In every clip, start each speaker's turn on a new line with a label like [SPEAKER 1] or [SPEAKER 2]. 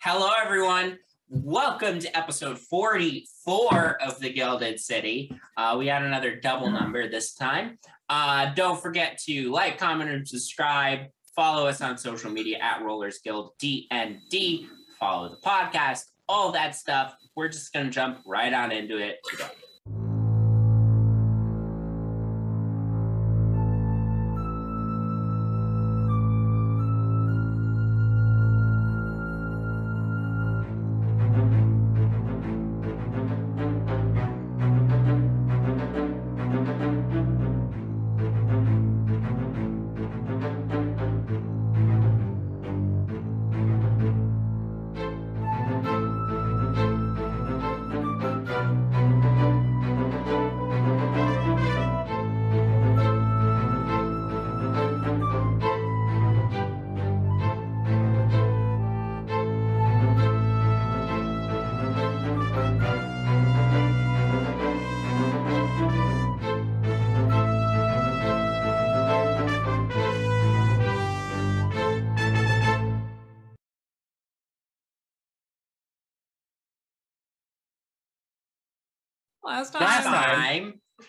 [SPEAKER 1] Hello, everyone. Welcome to episode 44 of the Gilded City. Uh, we had another double number this time. Uh, don't forget to like, comment, and subscribe. Follow us on social media at Rollers Guild DND. Follow the podcast, all that stuff. We're just going to jump right on into it today.
[SPEAKER 2] Last time.
[SPEAKER 1] Last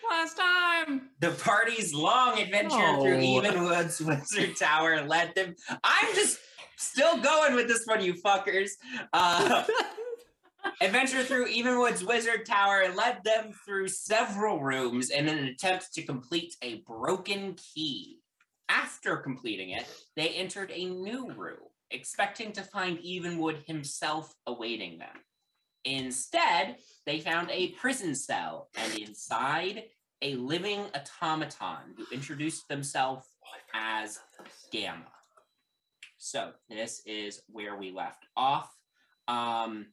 [SPEAKER 2] Last time.
[SPEAKER 1] time, the party's long adventure through
[SPEAKER 2] No.
[SPEAKER 1] Evenwood's Windsor Tower led them. I'm just still going with this one, you fuckers. Uh, Adventure through Evenwood's Wizard Tower led them through several rooms in an attempt to complete a broken key. After completing it, they entered a new room, expecting to find Evenwood himself awaiting them. Instead, they found a prison cell, and inside, a living automaton who introduced themselves as Gamma. So, this is where we left off. Um,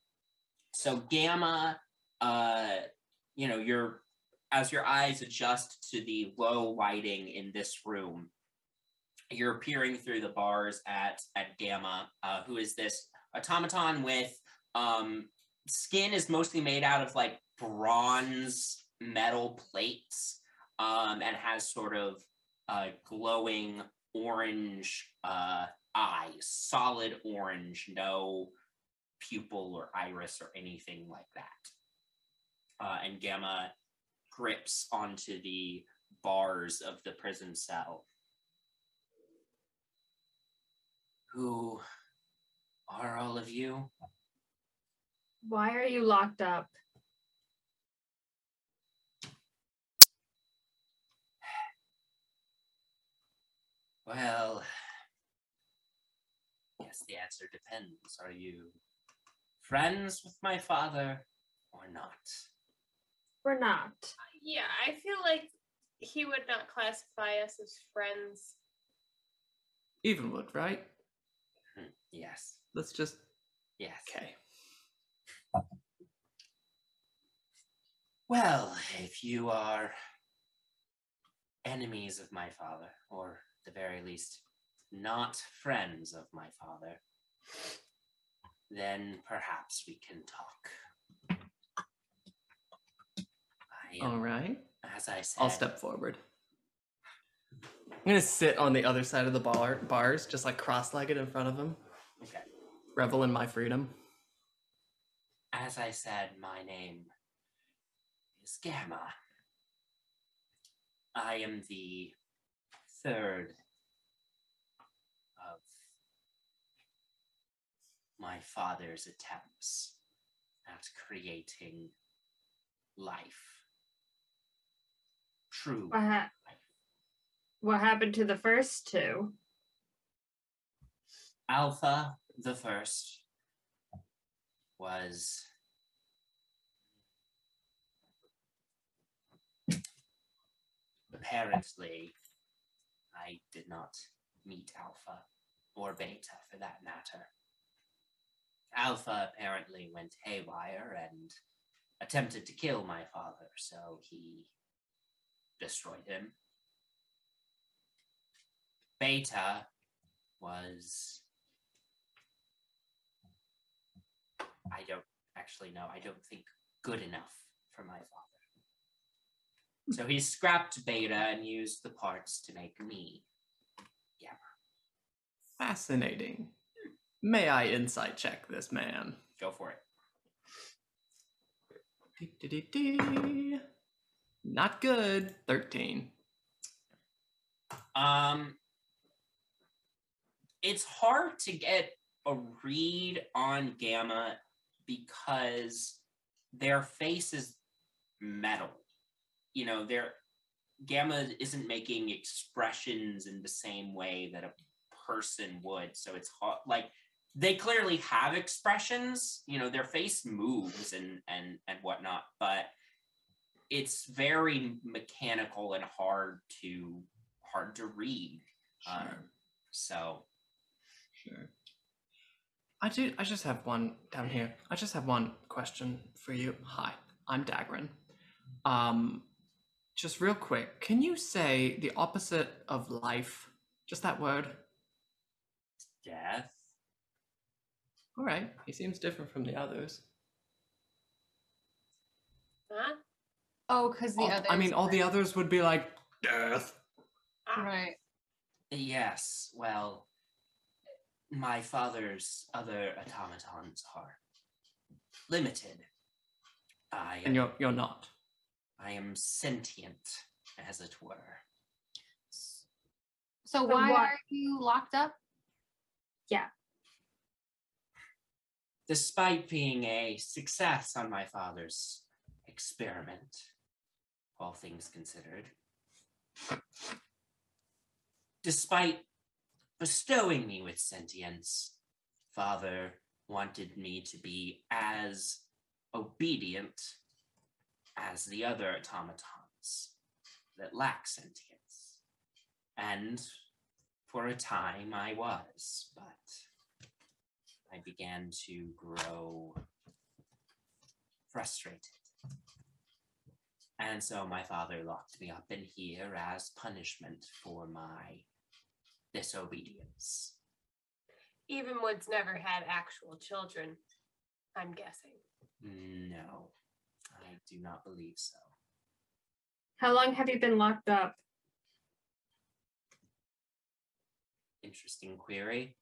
[SPEAKER 1] so gamma uh you know your as your eyes adjust to the low lighting in this room you're peering through the bars at at gamma uh who is this automaton with um skin is mostly made out of like bronze metal plates um and has sort of uh glowing orange uh eyes solid orange no pupil or iris or anything like that. Uh, and Gamma grips onto the bars of the prison cell. Who are all of you?
[SPEAKER 3] Why are you locked up?
[SPEAKER 1] Well, yes, the answer depends. Are you friends with my father or not?
[SPEAKER 3] We're not.
[SPEAKER 4] Yeah, I feel like he would not classify us as friends.
[SPEAKER 2] Evenwood, right?
[SPEAKER 1] Hmm, Yes,
[SPEAKER 2] Let's just.
[SPEAKER 1] yes.
[SPEAKER 2] Okay.
[SPEAKER 1] Well, if you are enemies of my father, or at the very least, not friends of my father, then perhaps we can talk. I am,
[SPEAKER 2] All right.
[SPEAKER 1] as I said,
[SPEAKER 2] I'll step forward. I'm gonna sit on the other side of the bar bars, just like cross-legged in front of him,
[SPEAKER 1] Okay.
[SPEAKER 2] revel in my freedom.
[SPEAKER 1] As I said, my name is Gamma. I am the third of my father's attempts at creating life. True.
[SPEAKER 3] What, ha- what happened to the first two?
[SPEAKER 1] Alpha the first was apparently I did not meet Alpha or beta for that matter. Alpha apparently went haywire and attempted to kill my father, so he destroyed him. Beta was. I don't actually know. I don't think good enough for my father. So he scrapped Beta and used the parts to make me.
[SPEAKER 2] Fascinating. May I insight check this man?
[SPEAKER 1] Go for it.
[SPEAKER 2] Dee-dee-dee-dee. Not good. 13.
[SPEAKER 1] Um, it's hard to get a read on Gamma because their face is metal. You know, their Gamma isn't making expressions in the same way that a person would. So it's hard. Like they clearly have expressions. You know, their face moves and and and whatnot, but it's very mechanical and hard to hard to read. Um, so
[SPEAKER 2] Sure. I do. I just have one down here. I just have one question for you. Hi, I'm Dagrin. Um, just real quick, can you say the opposite of life? Just that word.
[SPEAKER 1] death.
[SPEAKER 2] All right. He seems different from the others.
[SPEAKER 4] Huh?
[SPEAKER 5] Oh, because the
[SPEAKER 2] All-
[SPEAKER 5] other.
[SPEAKER 2] I mean, all the others would be like death.
[SPEAKER 4] Ah,
[SPEAKER 5] Right.
[SPEAKER 1] Yes, well, my father's other automatons are limited. I
[SPEAKER 2] And
[SPEAKER 1] am,
[SPEAKER 2] you're you're not.
[SPEAKER 1] I am sentient, as it were.
[SPEAKER 5] So
[SPEAKER 3] So
[SPEAKER 5] why
[SPEAKER 3] why-
[SPEAKER 5] are you locked up?
[SPEAKER 1] Despite being a success on my father's experiment, all things considered, despite bestowing me with sentience, father wanted me to be as obedient as the other automatons that lack sentience. And for a time I was, but I began to grow frustrated. And so my father locked me up in here as punishment for my disobedience.
[SPEAKER 4] Even Woods never had actual children, I'm guessing.
[SPEAKER 1] No, I do not believe so.
[SPEAKER 3] How long have you been locked up?
[SPEAKER 1] Interesting query.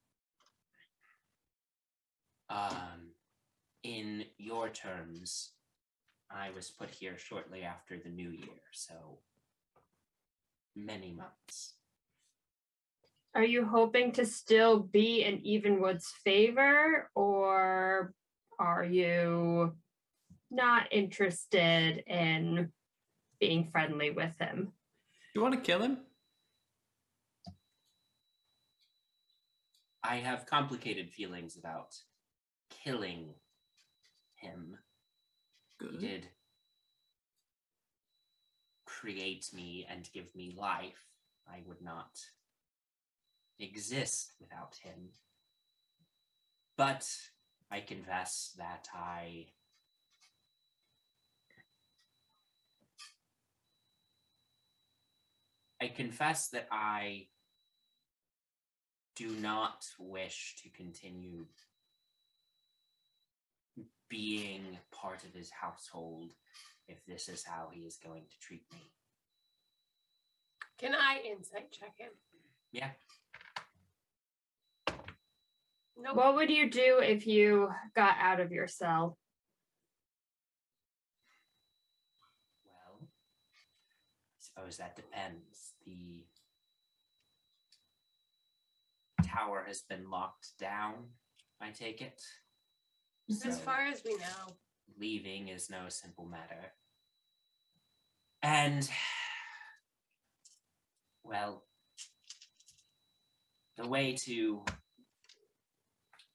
[SPEAKER 1] Um, in your terms, I was put here shortly after the new year, so many months.
[SPEAKER 3] Are you hoping to still be in Evenwood's favor, or are you not interested in being friendly with him?
[SPEAKER 2] You want to kill him?
[SPEAKER 1] I have complicated feelings about killing him. He
[SPEAKER 2] Good.
[SPEAKER 1] did create me and give me life. I would not exist without him. But I confess that I I confess that I do not wish to continue being part of his household if this is how he is going to treat me.
[SPEAKER 4] Can I insight check him?
[SPEAKER 1] Yeah.
[SPEAKER 4] Nope.
[SPEAKER 3] What would you do if you got out of your cell?
[SPEAKER 1] Well, I suppose that depends. The tower has been locked down, I take it.
[SPEAKER 4] as
[SPEAKER 1] So
[SPEAKER 4] far as we know,
[SPEAKER 1] leaving is no simple matter. And, well, the way to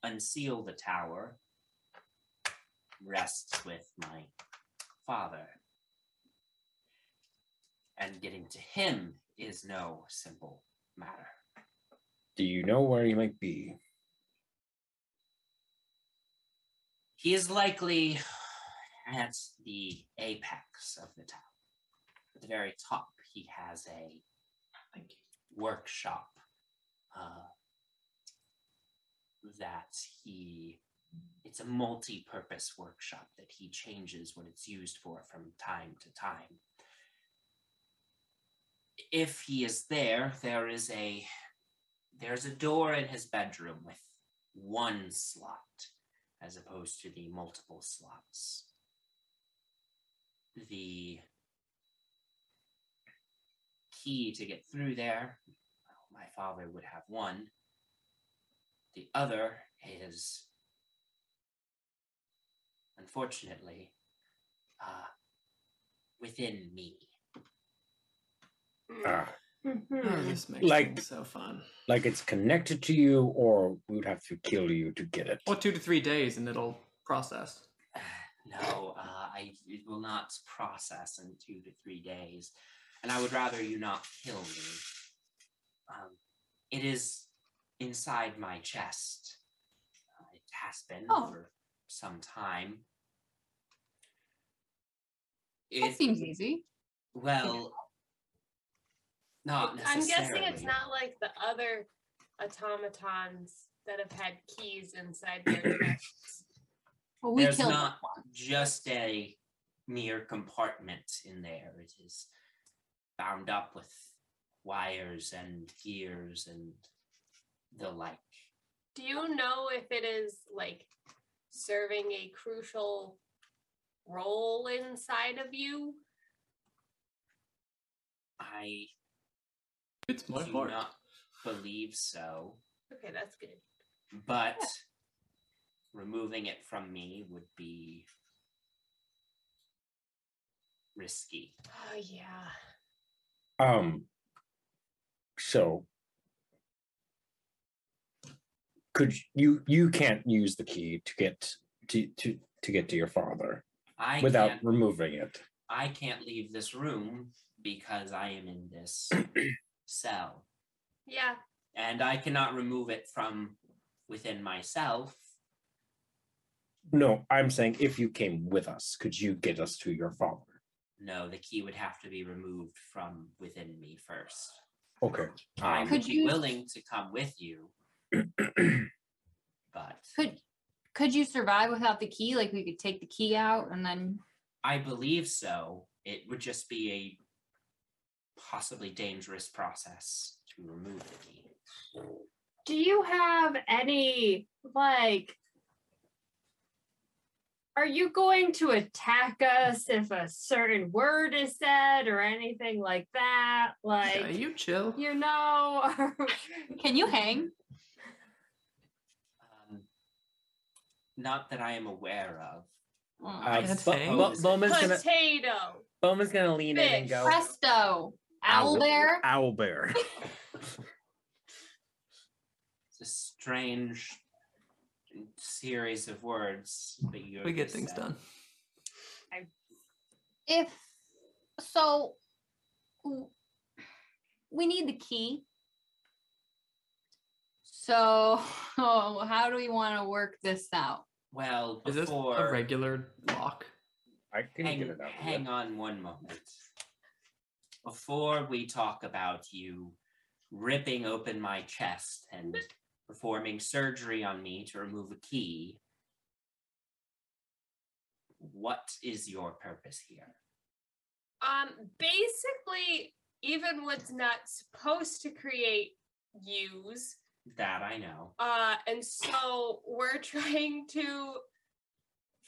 [SPEAKER 1] unseal the tower rests with my father. And getting to him is no simple matter.
[SPEAKER 6] Do you know where he might be?
[SPEAKER 1] He is likely at the apex of the tower. At the very top, he has a
[SPEAKER 2] Thank you.
[SPEAKER 1] workshop uh, that he it's a multi-purpose workshop that he changes what it's used for from time to time if he is there there is a there's a door in his bedroom with one slot as opposed to the multiple slots the key to get through there. My father would have one. The other is, unfortunately, uh, within me.
[SPEAKER 7] Hmm.
[SPEAKER 6] Ah,
[SPEAKER 2] Oh,
[SPEAKER 3] Mhm.
[SPEAKER 2] this makes
[SPEAKER 6] Like-
[SPEAKER 2] things so fun.
[SPEAKER 6] like it's connected to you, or we would have to kill you to get it.
[SPEAKER 2] Or two to three days and it'll process.
[SPEAKER 1] No, uh, I it will not process in two to three days, and I would rather you not kill me. Um, it is inside my chest. Uh, it has been
[SPEAKER 5] Oh.
[SPEAKER 1] for some time.
[SPEAKER 5] That
[SPEAKER 1] It-
[SPEAKER 5] seems easy.
[SPEAKER 1] well, not
[SPEAKER 4] I'm
[SPEAKER 1] necessarily.
[SPEAKER 4] guessing it's not like the other automatons that have had keys inside their chests.
[SPEAKER 5] Well, we
[SPEAKER 1] There's
[SPEAKER 5] killed
[SPEAKER 1] not
[SPEAKER 5] one.
[SPEAKER 1] just a mere compartment in there. It is bound up with wires and gears and the like.
[SPEAKER 4] Do you know if it is like serving a crucial role inside of you?
[SPEAKER 1] I
[SPEAKER 2] It's my
[SPEAKER 1] do
[SPEAKER 2] heart.
[SPEAKER 1] not believe so,
[SPEAKER 4] Okay, that's good.
[SPEAKER 1] but removing it from me would be risky.
[SPEAKER 4] Oh yeah.
[SPEAKER 6] Um. So, could you you can't use the key to get to to to get to your father
[SPEAKER 1] I
[SPEAKER 6] without
[SPEAKER 1] can't
[SPEAKER 6] removing it?
[SPEAKER 1] I can't leave this room because I am in this cell.
[SPEAKER 4] Yeah.
[SPEAKER 1] and I cannot remove it from within myself.
[SPEAKER 6] No, I'm saying if you came with us, could you get us to your father?
[SPEAKER 1] No, the key would have to be removed from within me first.
[SPEAKER 6] Okay.
[SPEAKER 1] I
[SPEAKER 6] Um,
[SPEAKER 1] would
[SPEAKER 5] Could
[SPEAKER 1] be
[SPEAKER 5] you-
[SPEAKER 1] willing to come with you, but
[SPEAKER 5] Could could you survive without the key? Like we could take the key out and then
[SPEAKER 1] I believe so. It would just be a possibly dangerous process to remove the key.
[SPEAKER 3] Do you have any like? Are you going to attack us if a certain word is said or anything like that?
[SPEAKER 2] Yeah,
[SPEAKER 3] Like,
[SPEAKER 2] you chill.
[SPEAKER 3] you know,
[SPEAKER 5] can you hang?
[SPEAKER 1] Um, not that I am aware of.
[SPEAKER 5] Mm.
[SPEAKER 6] uh,
[SPEAKER 2] That's
[SPEAKER 6] Bu-
[SPEAKER 2] fine.
[SPEAKER 6] Bu- Bowman's gonna
[SPEAKER 4] Potato.
[SPEAKER 6] Bowman's gonna lean in and
[SPEAKER 4] Fish.
[SPEAKER 6] go
[SPEAKER 5] Presto, owl bear.
[SPEAKER 6] Owl bear.
[SPEAKER 1] It's a strange series of words, but you
[SPEAKER 2] We get things
[SPEAKER 1] said.
[SPEAKER 2] done.
[SPEAKER 5] If so, w- we need the key. So how do we want to work this out?
[SPEAKER 1] Well,
[SPEAKER 2] Is this
[SPEAKER 1] before
[SPEAKER 2] a regular lock?
[SPEAKER 6] I can
[SPEAKER 1] hang,
[SPEAKER 6] get it out.
[SPEAKER 1] hang on one moment. Before we talk about you ripping open my chest and performing surgery on me to remove a key, what is your purpose here?
[SPEAKER 4] Um, basically, even what's not supposed to create use.
[SPEAKER 1] That I know.
[SPEAKER 4] Uh, and so we're trying to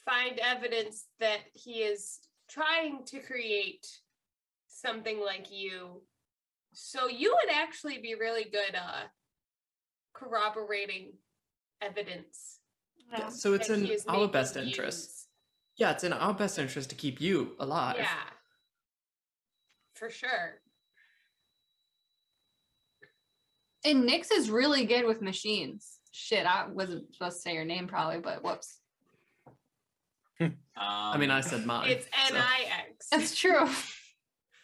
[SPEAKER 4] find evidence that he is trying to create something like you. So you would actually be really good uh corroborating evidence.
[SPEAKER 2] Yeah, so it's
[SPEAKER 4] that
[SPEAKER 2] in
[SPEAKER 4] he is
[SPEAKER 2] our
[SPEAKER 4] making
[SPEAKER 2] best interest.
[SPEAKER 4] use.
[SPEAKER 2] Yeah, it's in our best interest to keep you alive.
[SPEAKER 4] Yeah. For sure.
[SPEAKER 5] And Nyx is really good with machines. Shit, I wasn't supposed to say your name probably, but whoops.
[SPEAKER 1] Um,
[SPEAKER 2] I mean, I said mine.
[SPEAKER 4] It's
[SPEAKER 2] so-
[SPEAKER 4] NIX.
[SPEAKER 5] That's true.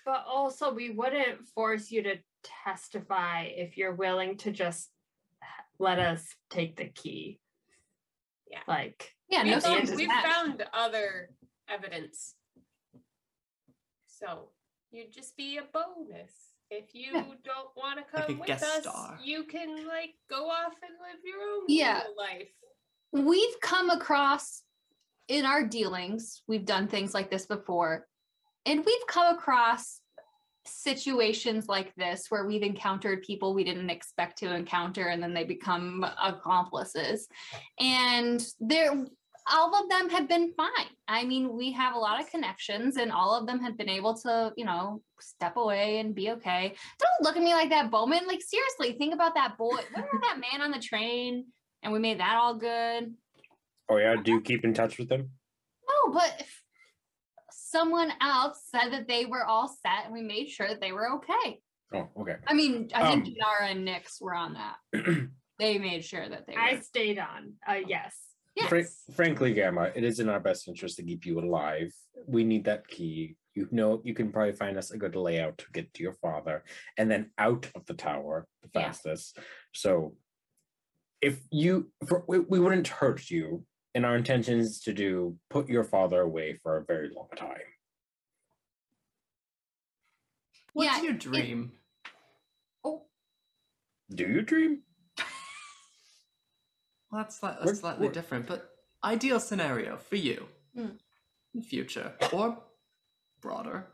[SPEAKER 3] but also we wouldn't force you to testify if you're willing to just let us take the key.
[SPEAKER 4] Yeah.
[SPEAKER 3] Like,
[SPEAKER 5] Yeah,
[SPEAKER 4] we
[SPEAKER 5] no
[SPEAKER 3] We've
[SPEAKER 4] found-
[SPEAKER 5] stands is
[SPEAKER 4] we've
[SPEAKER 5] that.
[SPEAKER 4] found other evidence. So you'd just be a bonus. If you
[SPEAKER 5] Yeah.
[SPEAKER 4] don't want to
[SPEAKER 2] a
[SPEAKER 4] come with
[SPEAKER 2] guest
[SPEAKER 4] us,
[SPEAKER 2] star.
[SPEAKER 4] you can like go off and live your own
[SPEAKER 5] Yeah.
[SPEAKER 4] little life.
[SPEAKER 5] we've come across in our dealings, we've done things like this before, and we've come across situations like this where we've encountered people we didn't expect to encounter and then they become accomplices. And there all of them have been fine. I mean, we have a lot of connections and all of them have been able to, you know, step away and be okay. Don't look at me like that, Bowman. Like seriously, think about that boy. Remember that man on the train? and we made that all good.
[SPEAKER 6] Oh yeah, do you keep in touch with them?
[SPEAKER 5] Oh, but if someone else said that they were all set and we made sure that they were okay.
[SPEAKER 6] Oh, okay.
[SPEAKER 5] I mean, I think
[SPEAKER 6] Um,
[SPEAKER 5] Yara and Nyx were on that. they made sure that they were.
[SPEAKER 3] I stayed on. Uh, yes.
[SPEAKER 5] yes.
[SPEAKER 6] Fra- frankly, Gamma, it is in our best interest to keep you alive. We need that key. You know, you can probably find us a good layout to get to your father and then out of the tower the
[SPEAKER 5] Yeah.
[SPEAKER 6] fastest. So, if you, for, we, we wouldn't hurt you, and our intention is to do put your father away for a very long time.
[SPEAKER 2] What's
[SPEAKER 5] Yeah,
[SPEAKER 2] your dream?
[SPEAKER 5] oh,
[SPEAKER 6] Do you dream?
[SPEAKER 2] Well, that's, sli-
[SPEAKER 6] We're-
[SPEAKER 2] that's slightly
[SPEAKER 6] we're-
[SPEAKER 2] different, but ideal scenario for you
[SPEAKER 5] Hmm.
[SPEAKER 2] in the future or broader.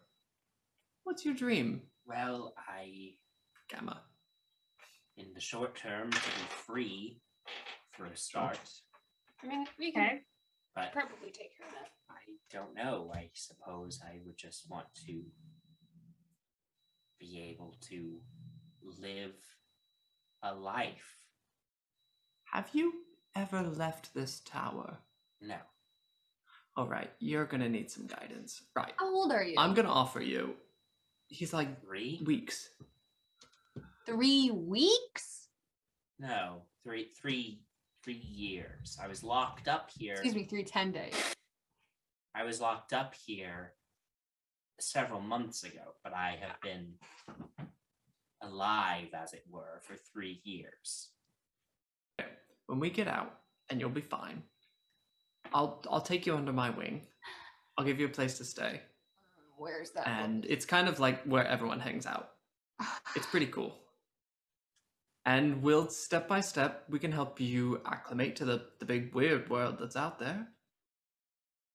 [SPEAKER 2] What's your dream,
[SPEAKER 1] Well, I,
[SPEAKER 2] Gamma?
[SPEAKER 1] in the short term, to be free for a start,
[SPEAKER 4] I mean, we can
[SPEAKER 3] Okay.
[SPEAKER 1] but
[SPEAKER 4] probably take care of that.
[SPEAKER 1] I don't know. I suppose I would just want to be able to live a life.
[SPEAKER 2] Have you ever left this tower?
[SPEAKER 1] No.
[SPEAKER 2] All right, you're gonna need some guidance. Right,
[SPEAKER 4] Oh,
[SPEAKER 5] how old are you?
[SPEAKER 2] I'm gonna offer you. He's like
[SPEAKER 1] Three?
[SPEAKER 2] weeks.
[SPEAKER 5] Three weeks?
[SPEAKER 1] No. Three three three years. I was locked up here.
[SPEAKER 5] Excuse me, three ten days.
[SPEAKER 1] I was locked up here several months ago, but I have been alive, as it were, for three years.
[SPEAKER 2] When we get out, and you'll be fine. I'll I'll take you under my wing. I'll give you a place to stay,
[SPEAKER 5] Where's that?
[SPEAKER 2] and it's kind of like where everyone hangs out. It's pretty cool. And we'll step by step, we can help you acclimate to the, the big weird world that's out there.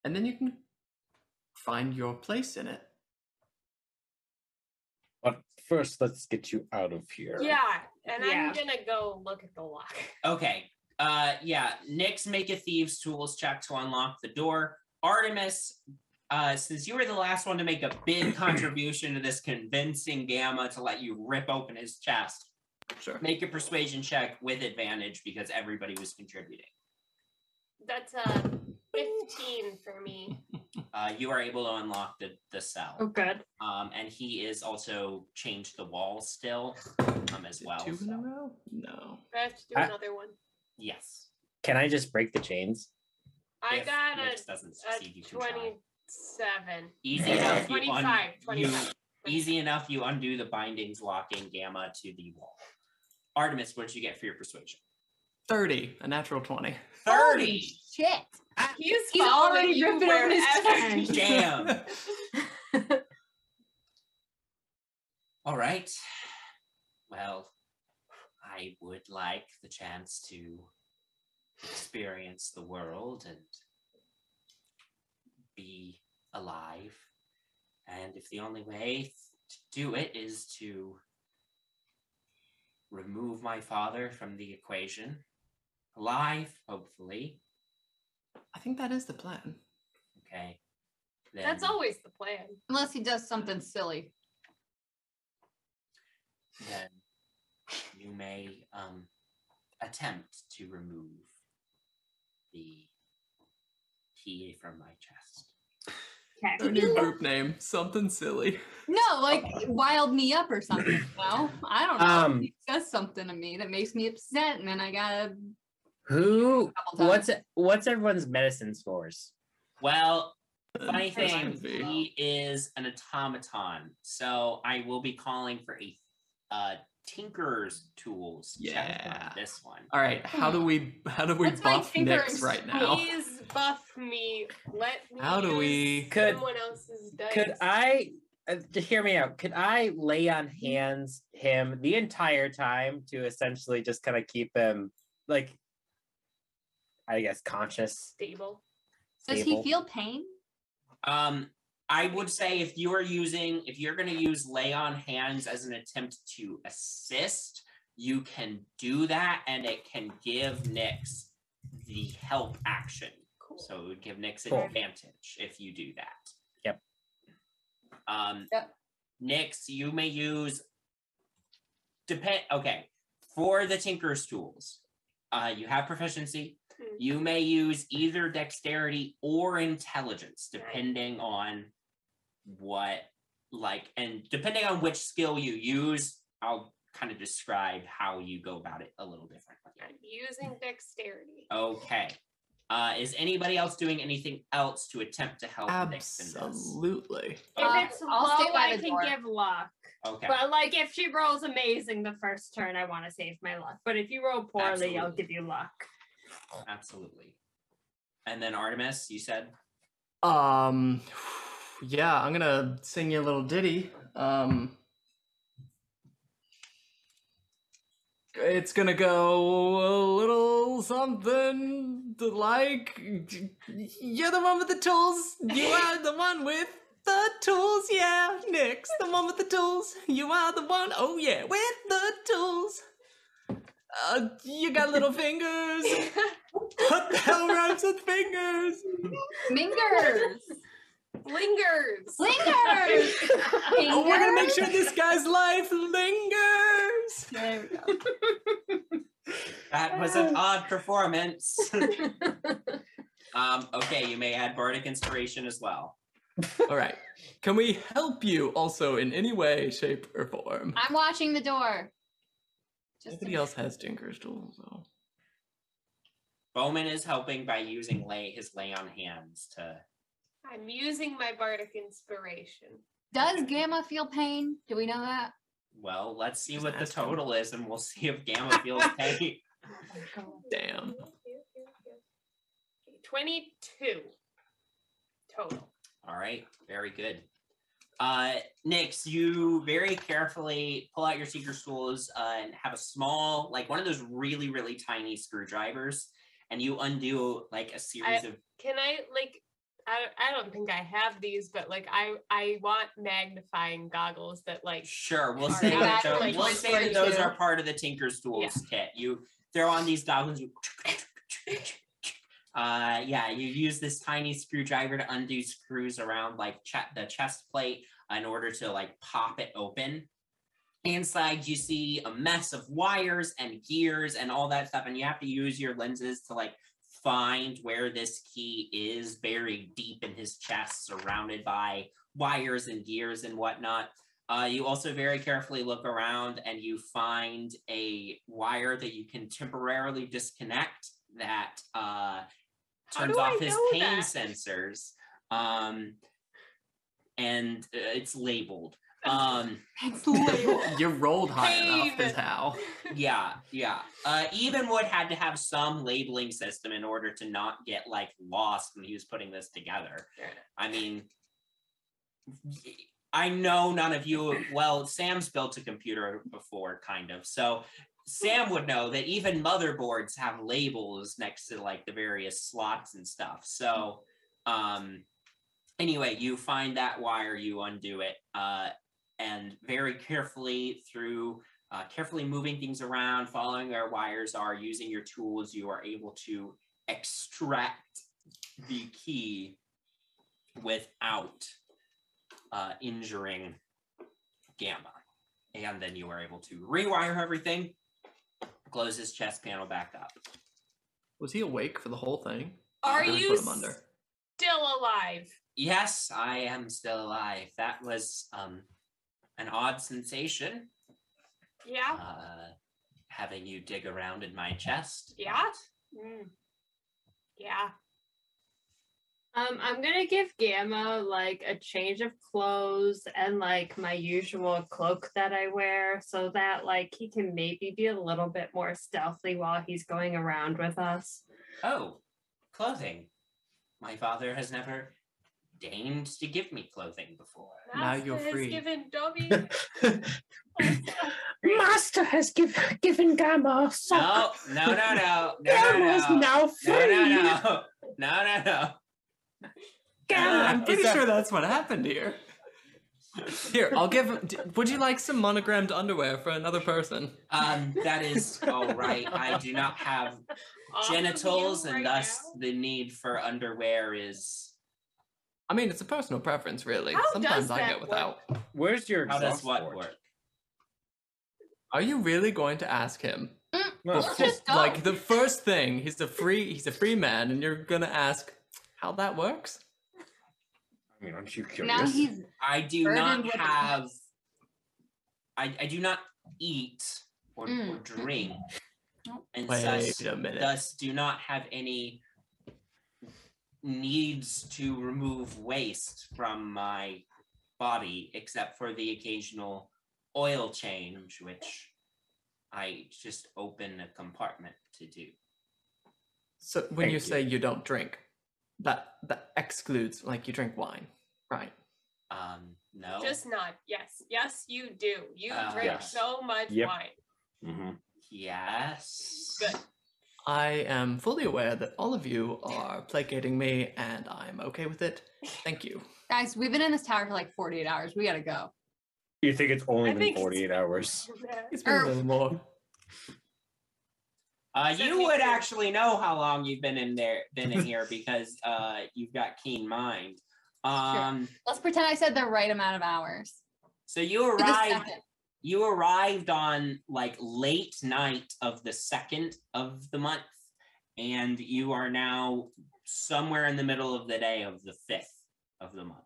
[SPEAKER 2] And then you can find your place in it.
[SPEAKER 6] But first, let's get you out of here.
[SPEAKER 4] Yeah, and
[SPEAKER 3] Yeah.
[SPEAKER 4] I'm gonna go look at the lock.
[SPEAKER 1] Okay. Uh yeah. Nyx make a thieves tools check to unlock the door. Artemis, uh, since you were the last one to make a big contribution to this convincing Gamma to let you rip open his chest,
[SPEAKER 2] Sure.
[SPEAKER 1] make a persuasion check with advantage because everybody was contributing.
[SPEAKER 4] That's a fifteen for me.
[SPEAKER 1] Uh, you are able to unlock the, the cell.
[SPEAKER 3] Oh, good.
[SPEAKER 1] Um, and he is also changed the wall still um, as
[SPEAKER 2] Is it
[SPEAKER 1] well.
[SPEAKER 2] Two in a
[SPEAKER 1] so-
[SPEAKER 2] row? No.
[SPEAKER 4] I have to do
[SPEAKER 6] I-
[SPEAKER 4] another one.
[SPEAKER 1] Yes.
[SPEAKER 6] Can I just break the chains?
[SPEAKER 4] I
[SPEAKER 1] If
[SPEAKER 4] got a
[SPEAKER 1] Nyx doesn't
[SPEAKER 4] a
[SPEAKER 1] succeed, you can try.
[SPEAKER 4] 27.
[SPEAKER 1] Easy enough. you un-
[SPEAKER 4] 25.
[SPEAKER 1] you
[SPEAKER 4] 25.
[SPEAKER 1] easy enough you undo the bindings locking gamma to the wall artemis what did you get for your persuasion
[SPEAKER 2] 30, a natural 20.
[SPEAKER 5] Holy shit.
[SPEAKER 4] He's,
[SPEAKER 5] He's
[SPEAKER 4] following
[SPEAKER 5] already
[SPEAKER 4] you
[SPEAKER 5] ripping open his
[SPEAKER 4] wherever
[SPEAKER 3] chest.
[SPEAKER 4] you
[SPEAKER 1] damn all right well i would like the chance to experience the world and be alive and if the only way to do it is to remove my father from the equation alive hopefully
[SPEAKER 2] I think that is the plan.
[SPEAKER 1] Okay.
[SPEAKER 4] That's
[SPEAKER 1] Then-
[SPEAKER 4] always the plan.
[SPEAKER 5] Unless he does something silly.
[SPEAKER 1] Then you may um, attempt to remove the key from my chest.
[SPEAKER 3] Okay.
[SPEAKER 2] Their new group name, something silly.
[SPEAKER 5] No, like wild me up or something. You know? I don't know.
[SPEAKER 6] Um,
[SPEAKER 5] he says something to me that makes me upset, and then I gotta
[SPEAKER 6] Who?
[SPEAKER 5] couple times.
[SPEAKER 6] What's what's everyone's medicine scores?
[SPEAKER 1] Well, funny
[SPEAKER 2] As
[SPEAKER 1] thing,
[SPEAKER 2] should be.
[SPEAKER 1] he is an automaton, so I will be calling for a uh, tinkerer's tools check
[SPEAKER 2] Yeah.
[SPEAKER 1] on this one.
[SPEAKER 2] All right, how do we how do we
[SPEAKER 4] That's my
[SPEAKER 2] buff Nyx
[SPEAKER 4] fingers.
[SPEAKER 2] right now?
[SPEAKER 4] Please buff me. Let me
[SPEAKER 2] How do
[SPEAKER 4] use
[SPEAKER 2] we-
[SPEAKER 6] Could-
[SPEAKER 4] someone else's dice.
[SPEAKER 6] Could I uh, to hear me out? Could I lay on hands him the entire time to essentially just kind of keep him like, I guess, conscious?
[SPEAKER 4] stable?
[SPEAKER 5] Does he
[SPEAKER 6] stable?
[SPEAKER 5] feel pain?
[SPEAKER 1] Um, I would say if you are using, if you're going to use lay on hands as an attempt to assist, you can do that, and it can give Nyx the help action.
[SPEAKER 4] Cool.
[SPEAKER 1] So it would give Nyx an
[SPEAKER 6] Cool.
[SPEAKER 1] advantage if you do that.
[SPEAKER 6] Yep.
[SPEAKER 1] Um,
[SPEAKER 5] Yep.
[SPEAKER 1] Nyx, you may use depend. Okay, for the Tinker's tools, uh, you have proficiency.
[SPEAKER 4] Hmm.
[SPEAKER 1] You may use either dexterity or intelligence, depending on what like and depending on which skill you use. I'll kind of describe how you go about it a little differently.
[SPEAKER 4] I'm using dexterity.
[SPEAKER 1] Okay. Uh, is anybody else doing anything else to attempt to help Nixon?
[SPEAKER 2] Absolutely.
[SPEAKER 5] Uh,
[SPEAKER 4] If it's
[SPEAKER 5] I'll
[SPEAKER 3] Although
[SPEAKER 5] stay by
[SPEAKER 3] I
[SPEAKER 5] the
[SPEAKER 3] can
[SPEAKER 5] door.
[SPEAKER 3] give luck.
[SPEAKER 1] Okay.
[SPEAKER 3] But like if she rolls amazing the first turn, I want to save my luck. But if you roll poorly, I'll
[SPEAKER 1] Absolutely.
[SPEAKER 3] give you luck.
[SPEAKER 1] Absolutely. And then Artemis, you said?
[SPEAKER 2] Um, yeah, I'm gonna sing you a little ditty. Um, it's gonna go a little something like you're the one with the tools. You are the one with the tools. Yeah, Nick's the one with the tools. You are the one. Oh yeah, with the tools. Uh, you got little fingers. What the hell rhymes with fingers?
[SPEAKER 5] Mingers.
[SPEAKER 4] Lingers.
[SPEAKER 5] Lingers.
[SPEAKER 2] Oh, we're gonna make sure this guy's life lingers.
[SPEAKER 5] There we go.
[SPEAKER 1] That was an odd performance. um, okay, you may add Bardic Inspiration as well.
[SPEAKER 2] All right. Can we help you also in any way, shape, or form?
[SPEAKER 5] I'm watching the door. Just
[SPEAKER 2] Nobody else has Tinker's tools, so.
[SPEAKER 1] Bowman is helping by using lay his lay on hands to
[SPEAKER 4] I'm using my bardic inspiration.
[SPEAKER 5] Does Gamma feel pain? Do we know that?
[SPEAKER 1] well, let's see
[SPEAKER 2] Just
[SPEAKER 1] what the
[SPEAKER 2] ask him.
[SPEAKER 1] total is and we'll see if Gamma feels pain.
[SPEAKER 2] Damn.
[SPEAKER 4] Twenty-two total.
[SPEAKER 1] All right, very good. Uh, Nix, you very carefully pull out your secret tools uh, and have a small, like one of those really, really tiny screwdrivers, and you undo like a series of.
[SPEAKER 4] Can I like? I don't- I don't think I have these, but like I I want magnifying goggles that like
[SPEAKER 1] Sure, we'll
[SPEAKER 4] Are
[SPEAKER 1] say that.
[SPEAKER 4] that,
[SPEAKER 1] tho-
[SPEAKER 4] like,
[SPEAKER 1] we'll
[SPEAKER 4] just
[SPEAKER 1] say that
[SPEAKER 5] for
[SPEAKER 1] those
[SPEAKER 5] you?
[SPEAKER 1] are part of the Tinker's Tools kit. You throw on these goggles. You uh, yeah, you use this tiny screwdriver to undo screws around like che- the chest plate in order to like pop it open. Inside, you see a mess of wires and gears and all that stuff, and you have to use your lenses to like find where this key is buried deep in his chest, surrounded by wires and gears and whatnot. Uh, you also very carefully look around and you find a wire that you can temporarily disconnect that uh,
[SPEAKER 4] How
[SPEAKER 1] turns
[SPEAKER 4] do I
[SPEAKER 1] off his
[SPEAKER 4] know
[SPEAKER 1] pain
[SPEAKER 4] that?
[SPEAKER 1] sensors. Um, and uh, it's labeled. Um,
[SPEAKER 5] It's labeled.
[SPEAKER 2] You rolled high enough,
[SPEAKER 4] Pain.
[SPEAKER 2] is how.
[SPEAKER 1] yeah, yeah. Uh, Evenwood had to have some labeling system in order to not get like lost when he was putting this together.
[SPEAKER 4] Sure.
[SPEAKER 1] I mean, I know none of you. Well, Sam's built a computer before, kind of. So Sam would know that even motherboards have labels next to like the various slots and stuff. So, um, anyway, you find that wire, you undo it, uh, and very carefully through. Uh, carefully moving things around, following where wires are, using your tools, you are able to extract the key without uh, injuring Gamma. And then you were able to rewire everything, close his chest panel back up.
[SPEAKER 2] Was he awake for the whole thing?
[SPEAKER 4] Are
[SPEAKER 2] Or did we
[SPEAKER 4] you
[SPEAKER 2] put him under?
[SPEAKER 4] still alive?
[SPEAKER 1] Yes, I am still alive. That was um, an odd sensation,
[SPEAKER 4] Yeah.
[SPEAKER 1] uh, having you dig
[SPEAKER 4] Hmm.
[SPEAKER 1] around in my chest.
[SPEAKER 4] Yeah. Mm. Yeah.
[SPEAKER 3] Um, I'm gonna give Gamma like a change of clothes and like my usual cloak that I wear so that like he can maybe be a little bit more stealthy while he's going around with us.
[SPEAKER 1] Oh, clothing. My father has never deigned to give me clothing before.
[SPEAKER 2] Now
[SPEAKER 4] Master
[SPEAKER 2] you're
[SPEAKER 4] has
[SPEAKER 2] free.
[SPEAKER 4] given Dobby.
[SPEAKER 6] Master has give, given Gamma a
[SPEAKER 1] No,
[SPEAKER 6] sock.
[SPEAKER 1] no, no, no, no,
[SPEAKER 6] Gamma's
[SPEAKER 1] no, no,
[SPEAKER 6] now
[SPEAKER 1] no,
[SPEAKER 6] free.
[SPEAKER 1] no, no, no, no, no.
[SPEAKER 6] Gamma,
[SPEAKER 2] I'm pretty
[SPEAKER 6] is that-
[SPEAKER 2] sure that's what happened here. Here, I'll give. d- Would you like some monogrammed underwear for another person?
[SPEAKER 1] Um, that is all right. I do not have
[SPEAKER 4] Off of you
[SPEAKER 1] genitals,
[SPEAKER 4] right
[SPEAKER 1] and thus
[SPEAKER 4] now?
[SPEAKER 1] the need for underwear is.
[SPEAKER 2] I mean, it's a personal preference, really.
[SPEAKER 4] How does
[SPEAKER 2] Sometimes I
[SPEAKER 4] that
[SPEAKER 2] go
[SPEAKER 4] work?
[SPEAKER 2] without.
[SPEAKER 6] Where's your
[SPEAKER 1] How does
[SPEAKER 6] exhaust
[SPEAKER 1] what
[SPEAKER 6] port?
[SPEAKER 1] work?
[SPEAKER 2] Are you really going to ask him?
[SPEAKER 4] Mm,
[SPEAKER 6] No.
[SPEAKER 5] Let's just go.
[SPEAKER 2] Like the first thing, he's a free he's a free man, and you're gonna ask how that works?
[SPEAKER 6] I mean, aren't you curious?
[SPEAKER 5] now he's
[SPEAKER 1] I do
[SPEAKER 5] Burdened
[SPEAKER 1] not
[SPEAKER 5] with-
[SPEAKER 1] have. I, I do not eat or, or
[SPEAKER 5] Mm.
[SPEAKER 1] drink,
[SPEAKER 5] Nope.
[SPEAKER 1] and
[SPEAKER 2] Wait
[SPEAKER 1] thus,
[SPEAKER 2] a minute.
[SPEAKER 1] thus do not have any needs to remove waste from my body, except for the occasional oil change, which I just open a compartment to do.
[SPEAKER 2] So when
[SPEAKER 6] Thank
[SPEAKER 2] you
[SPEAKER 6] you.
[SPEAKER 2] say you don't drink, that that excludes like you drink wine, right?
[SPEAKER 1] Um, no,
[SPEAKER 4] Just not. Yes. Yes, you do. You
[SPEAKER 1] Uh,
[SPEAKER 4] drink
[SPEAKER 6] Oh. Yes.
[SPEAKER 4] so much
[SPEAKER 6] Yep.
[SPEAKER 4] wine.
[SPEAKER 6] Mhm.
[SPEAKER 1] yes.
[SPEAKER 4] Good.
[SPEAKER 2] I am fully aware that all of you are placating me, and I'm okay with it. Thank you.
[SPEAKER 5] guys. We've been in this tower for like 48 hours. We gotta go.
[SPEAKER 6] You think it's only
[SPEAKER 4] I
[SPEAKER 6] been
[SPEAKER 4] think it's-
[SPEAKER 6] 48 hours?
[SPEAKER 2] It's been a
[SPEAKER 5] Er,
[SPEAKER 2] little more.
[SPEAKER 1] Uh,
[SPEAKER 4] Send
[SPEAKER 1] you
[SPEAKER 4] me
[SPEAKER 1] would
[SPEAKER 4] through.
[SPEAKER 1] actually know how long you've been in there, been in here, because uh, you've got keen mind. Um,
[SPEAKER 5] Let's pretend I said the right amount of hours.
[SPEAKER 1] so you
[SPEAKER 5] To the
[SPEAKER 1] arrived,
[SPEAKER 5] second.
[SPEAKER 1] you arrived on like late night of the second of the month, and you are now somewhere in the middle of the day of the fifth of the month.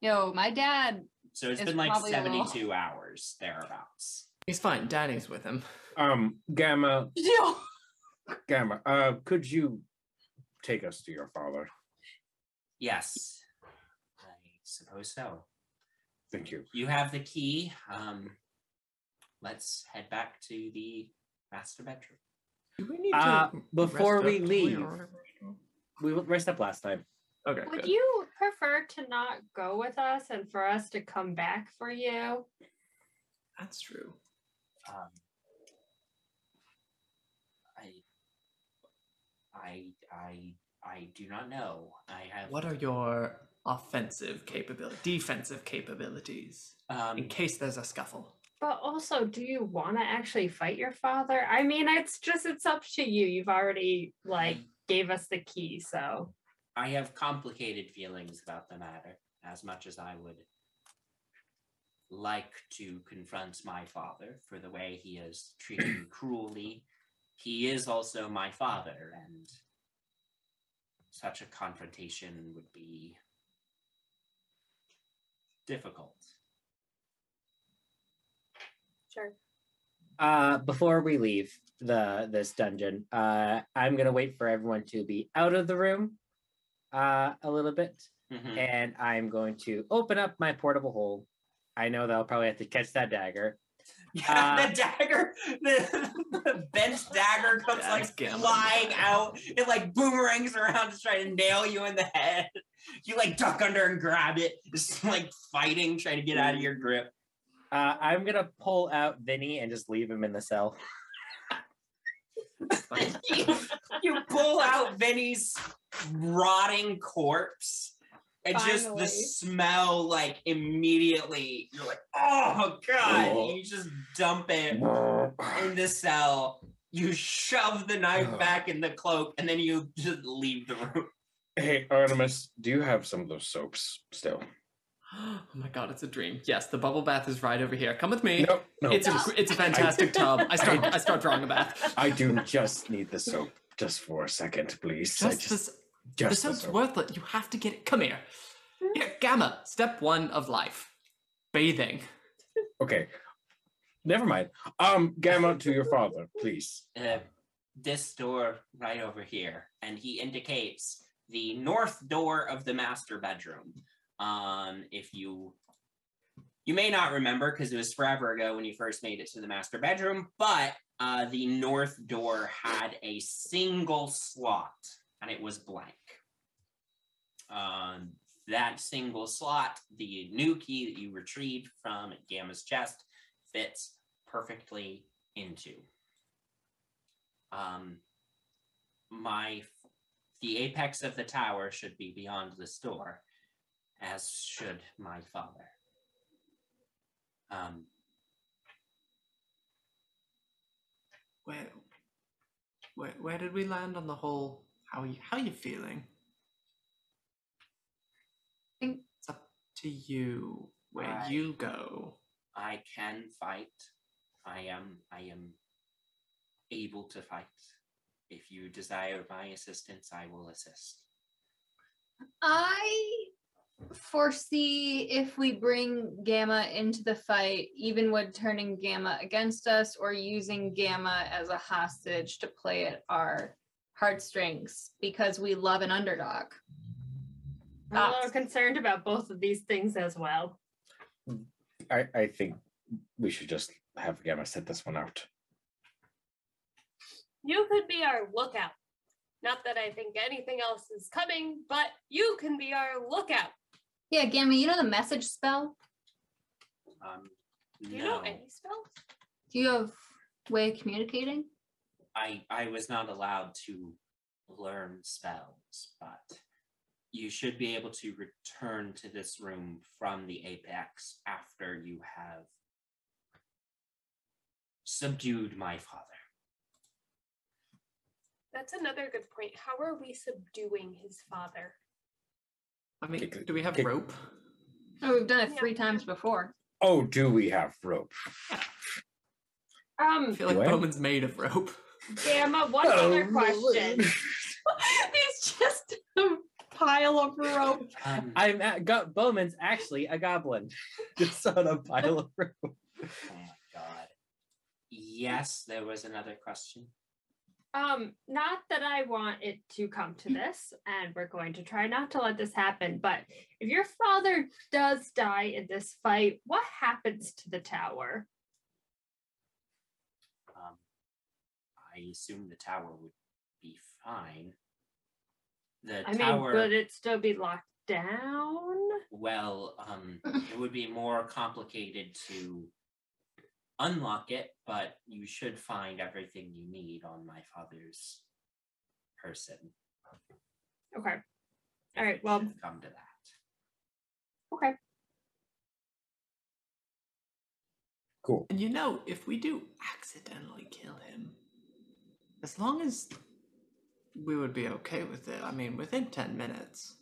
[SPEAKER 5] Yo, my dad.
[SPEAKER 1] So it's
[SPEAKER 5] It's
[SPEAKER 1] been like
[SPEAKER 5] probably a little-
[SPEAKER 1] seventy-two hours thereabouts.
[SPEAKER 2] He's fine. Danny's with him.
[SPEAKER 6] Um, Gamma, Gamma, uh, could you take us to your father?
[SPEAKER 1] Yes, I suppose so.
[SPEAKER 6] Thank you.
[SPEAKER 1] You have the key. Um, let's head back to the master bedroom.
[SPEAKER 2] Do we need
[SPEAKER 6] Uh,
[SPEAKER 2] to
[SPEAKER 6] before
[SPEAKER 2] rest
[SPEAKER 6] we
[SPEAKER 2] up? Do
[SPEAKER 6] leave-
[SPEAKER 2] already rest up?
[SPEAKER 6] We rest up last time.
[SPEAKER 2] Okay.
[SPEAKER 3] Would
[SPEAKER 2] good.
[SPEAKER 3] you prefer to not go with us and for us to come back for you?
[SPEAKER 2] That's true.
[SPEAKER 1] Um, I, I, I, I do not know. I have.
[SPEAKER 2] What are your offensive capability, defensive capabilities, in
[SPEAKER 1] Um,
[SPEAKER 2] case there's a scuffle?
[SPEAKER 3] But also, do you want to actually fight your father? I mean, it's just it's up to you. You've already like gave us the key, so
[SPEAKER 1] I have complicated feelings about the matter. As much as I would like to confront my father for the way he has treated me cruelly, he is also my father, and such a confrontation would be difficult.
[SPEAKER 4] Sure.
[SPEAKER 6] Uh, before we leave the this dungeon, uh, I'm gonna wait for everyone to be out of the room, uh, a little bit,
[SPEAKER 1] Mhm.
[SPEAKER 6] and I'm going to open up my portable hole. I know that I'll probably have to catch that dagger.
[SPEAKER 1] Yeah,
[SPEAKER 6] Uh,
[SPEAKER 1] the dagger, the, the bent dagger comes like
[SPEAKER 2] That's gambling.
[SPEAKER 1] flying out. It like boomerangs around to try to nail you in the head. You like duck under and grab it. It's like fighting, trying to get out of your grip.
[SPEAKER 6] Uh, I'm gonna pull out Vinny and just leave him in the cell.
[SPEAKER 1] you, you pull out Vinny's rotting corpse. And just the
[SPEAKER 4] Finally.
[SPEAKER 1] smell, like immediately, you're like, oh god!
[SPEAKER 6] Oh.
[SPEAKER 1] You just dump it in
[SPEAKER 6] I
[SPEAKER 1] the cell. You shove the knife back in the cloak, and then you just leave the room.
[SPEAKER 6] Hey, Artemis, do you have some of those soaps still?
[SPEAKER 2] oh my god, it's a dream. Yes, the bubble bath is right over here. Come with me.
[SPEAKER 6] No, no.
[SPEAKER 2] It's a it's a fantastic tub. I start I start drawing a bath.
[SPEAKER 6] I do just need the soap just for a second, please. I
[SPEAKER 2] Just this the
[SPEAKER 6] just the
[SPEAKER 2] soap's
[SPEAKER 6] soap.
[SPEAKER 2] worthless. You have to get it. Come here. Yeah, gamma. Step one of life. Bathing.
[SPEAKER 6] Okay. Never mind. Um, Gamma to your father, please.
[SPEAKER 1] uh, this door right over here, and he indicates the north door of the master bedroom. Um, if you you may not remember because it was forever ago when you first made it to the master bedroom, but uh, the north door had a single slot and it was blank. Um, that single slot, the new key that you retrieved from Gamma's chest, fits perfectly into. Um, my the apex of the tower should be beyond this door, as should my father. Um,
[SPEAKER 2] Where, where, where did we land on the whole? How you, how you feeling?
[SPEAKER 5] Think-
[SPEAKER 2] It's up to you where
[SPEAKER 1] I-
[SPEAKER 2] you go.
[SPEAKER 1] I can fight. I am I am able to fight. If you desire my assistance, I will assist.
[SPEAKER 5] I foresee if we bring Gamma into the fight, even with turning Gamma against us or using Gamma as a hostage to play at our heartstrings because we love an underdog.
[SPEAKER 3] I'm a little concerned about both of these things as well.
[SPEAKER 6] I, I think we should just have Gamma set this one out.
[SPEAKER 4] You could be our lookout. Not that I think anything else is coming, but you can be our lookout.
[SPEAKER 5] Yeah, Gamma, you know the message spell?
[SPEAKER 1] Um,
[SPEAKER 4] Do you
[SPEAKER 1] no,
[SPEAKER 4] know any spells?
[SPEAKER 5] Do you have way of communicating?
[SPEAKER 1] I I was not allowed to learn spells, but you should be able to return to this room from the apex after you have subdued my father.
[SPEAKER 4] That's another good point. How are we subduing his father?
[SPEAKER 2] I mean,
[SPEAKER 6] Kick it-
[SPEAKER 2] do we have
[SPEAKER 6] kick-
[SPEAKER 2] rope?
[SPEAKER 5] Oh, we've done it
[SPEAKER 4] Yeah.
[SPEAKER 5] three times before.
[SPEAKER 6] Oh, do we have rope?
[SPEAKER 2] I
[SPEAKER 3] Um,
[SPEAKER 2] feel like
[SPEAKER 6] What?
[SPEAKER 2] Bowman's made of rope.
[SPEAKER 3] Gamma, one other question.
[SPEAKER 5] it's just a pile of rope.
[SPEAKER 1] Um,
[SPEAKER 6] I'm at, got Bowman's actually a goblin. Just on a pile of rope.
[SPEAKER 1] oh my god. Yes, there was another question.
[SPEAKER 3] Um, not that I want it to come to this, and we're going to try not to let this happen, but if your father does die in this fight, what happens to the tower?
[SPEAKER 1] Um, I assume the tower would be fine. The
[SPEAKER 3] I mean,
[SPEAKER 1] tower,
[SPEAKER 3] would it still be locked down?
[SPEAKER 1] well, um, it would be more complicated to unlock it, but you should find everything you need on my father's person.
[SPEAKER 3] Okay.
[SPEAKER 1] if
[SPEAKER 3] All right,
[SPEAKER 1] it
[SPEAKER 3] well-
[SPEAKER 1] should come to that.
[SPEAKER 3] Okay.
[SPEAKER 6] Cool.
[SPEAKER 2] And you know, if we do accidentally kill him, as long as we would be okay with it, I mean, within 10 minutes,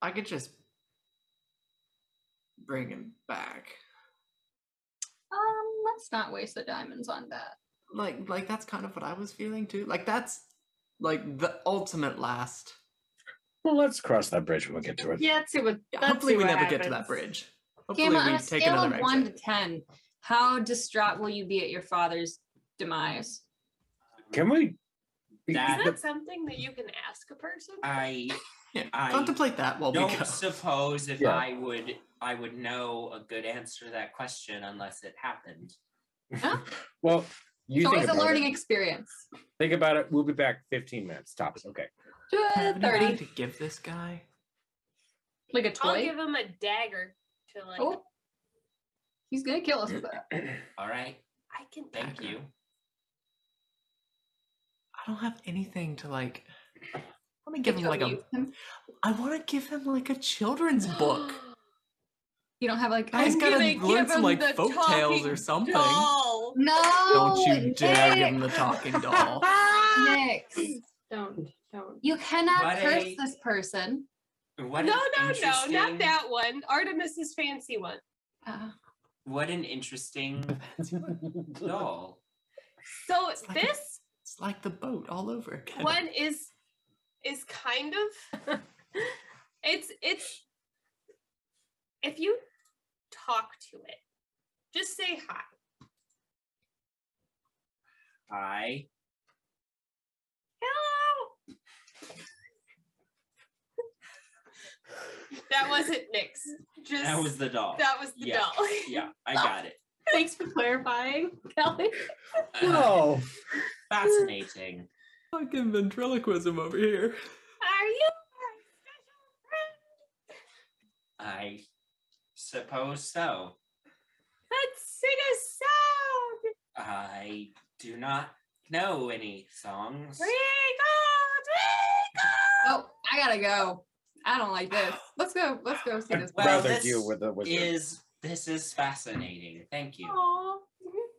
[SPEAKER 2] I could just bring him back.
[SPEAKER 5] Um, let's not waste the diamonds on that.
[SPEAKER 2] Like, like that's kind of what I was feeling too. Like, that's like the ultimate last.
[SPEAKER 6] Well, let's cross that bridge when we get to it.
[SPEAKER 3] Yeah, let's see what. let's
[SPEAKER 2] Hopefully,
[SPEAKER 3] see
[SPEAKER 2] we
[SPEAKER 3] what
[SPEAKER 2] never get to that
[SPEAKER 3] happens.
[SPEAKER 2] bridge. Hopefully,
[SPEAKER 5] Gamma, on
[SPEAKER 2] we
[SPEAKER 5] a
[SPEAKER 2] take
[SPEAKER 5] scale of
[SPEAKER 2] another
[SPEAKER 5] one to
[SPEAKER 2] exit.
[SPEAKER 5] ten, how distraught will you be at your father's demise?
[SPEAKER 6] Can we?
[SPEAKER 1] That-
[SPEAKER 4] Is that something that you can ask a person?
[SPEAKER 1] I
[SPEAKER 2] Yeah,
[SPEAKER 1] I
[SPEAKER 2] contemplate that while we
[SPEAKER 1] don't
[SPEAKER 2] go.
[SPEAKER 1] suppose if
[SPEAKER 6] Yeah.
[SPEAKER 1] I would I would know a good answer to that question unless it happened.
[SPEAKER 6] Well, you
[SPEAKER 5] it's
[SPEAKER 6] think
[SPEAKER 5] always a
[SPEAKER 6] about
[SPEAKER 5] learning
[SPEAKER 6] it.
[SPEAKER 5] experience.
[SPEAKER 6] Think about it. We'll be back 15 minutes tops. Okay.
[SPEAKER 5] Do
[SPEAKER 2] Do you
[SPEAKER 5] a
[SPEAKER 2] have anything
[SPEAKER 5] Thirty,
[SPEAKER 2] to give this guy.
[SPEAKER 5] like a
[SPEAKER 4] I'll
[SPEAKER 5] toy.
[SPEAKER 4] give him a dagger to like.
[SPEAKER 5] Oh, he's gonna kill us with that.
[SPEAKER 1] All right.
[SPEAKER 4] I can.
[SPEAKER 1] Thank you.
[SPEAKER 2] I don't have anything to like. I want to give him
[SPEAKER 5] Get
[SPEAKER 2] like
[SPEAKER 5] to
[SPEAKER 2] a.
[SPEAKER 5] amuse him.
[SPEAKER 2] I want to give him like a children's book.
[SPEAKER 5] You don't have like.
[SPEAKER 2] Guys,
[SPEAKER 5] I'm
[SPEAKER 2] gotta
[SPEAKER 5] gonna-
[SPEAKER 4] gonna
[SPEAKER 2] learn
[SPEAKER 4] give
[SPEAKER 2] some
[SPEAKER 4] him
[SPEAKER 2] like
[SPEAKER 4] the
[SPEAKER 2] folk tales or
[SPEAKER 4] talking
[SPEAKER 2] something.
[SPEAKER 4] Doll. Oh,
[SPEAKER 5] No.
[SPEAKER 2] Don't you dare give him the
[SPEAKER 5] Nick.
[SPEAKER 2] talking doll.
[SPEAKER 5] Nick,
[SPEAKER 3] Don't, don't.
[SPEAKER 5] you cannot
[SPEAKER 1] What
[SPEAKER 5] curse
[SPEAKER 1] a-
[SPEAKER 5] this person.
[SPEAKER 1] What an
[SPEAKER 4] no, no, no,
[SPEAKER 1] interesting-
[SPEAKER 4] not that one. Artemis's fancy one.
[SPEAKER 5] Uh,
[SPEAKER 1] What an interesting doll.
[SPEAKER 4] So
[SPEAKER 2] It's like a-
[SPEAKER 4] this
[SPEAKER 2] It's like the boat all over again.
[SPEAKER 4] one is is kind of it's it's if you talk to it, just say hi.
[SPEAKER 1] Hi.
[SPEAKER 4] Hello. That wasn't Nyx. Just
[SPEAKER 1] That was the doll.
[SPEAKER 4] that was the
[SPEAKER 1] yeah.
[SPEAKER 4] doll.
[SPEAKER 1] Yeah, I got it.
[SPEAKER 5] Thanks for clarifying, Kelly.
[SPEAKER 6] Whoa.
[SPEAKER 1] Fascinating.
[SPEAKER 2] Fucking ventriloquism over here.
[SPEAKER 4] Are you?
[SPEAKER 1] I suppose so.
[SPEAKER 4] Let's sing a song.
[SPEAKER 1] I do not know any songs.
[SPEAKER 4] Twinkle, twinkle.
[SPEAKER 5] Oh, I gotta go. I don't like this. Let's go. Let's go see this.
[SPEAKER 1] Well,
[SPEAKER 6] rather
[SPEAKER 1] this
[SPEAKER 6] deal with the wizard.
[SPEAKER 1] Is this is fascinating. Thank you.
[SPEAKER 4] Aw.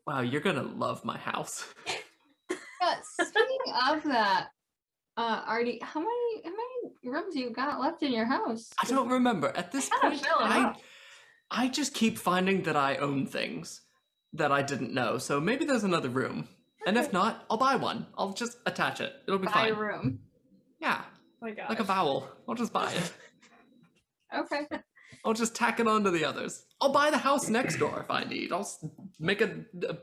[SPEAKER 2] Wow, you're gonna love my house.
[SPEAKER 5] Yeah, speaking of that, uh, Artie, how many how many rooms you got left in your house?
[SPEAKER 2] I don't remember. At this
[SPEAKER 5] I gotta
[SPEAKER 2] point,
[SPEAKER 5] fill 'em
[SPEAKER 2] I,
[SPEAKER 5] up.
[SPEAKER 2] I just keep finding that I own things that I didn't know. So maybe there's another room. And if not, I'll buy one. I'll just attach it. It'll be
[SPEAKER 5] Buy a
[SPEAKER 2] fine.
[SPEAKER 5] room.
[SPEAKER 2] Yeah,
[SPEAKER 3] Oh my god.
[SPEAKER 2] like a vowel. I'll just buy it.
[SPEAKER 5] Okay.
[SPEAKER 2] I'll just tack it onto the others. I'll buy the house next door if I need. I'll s- make a, a,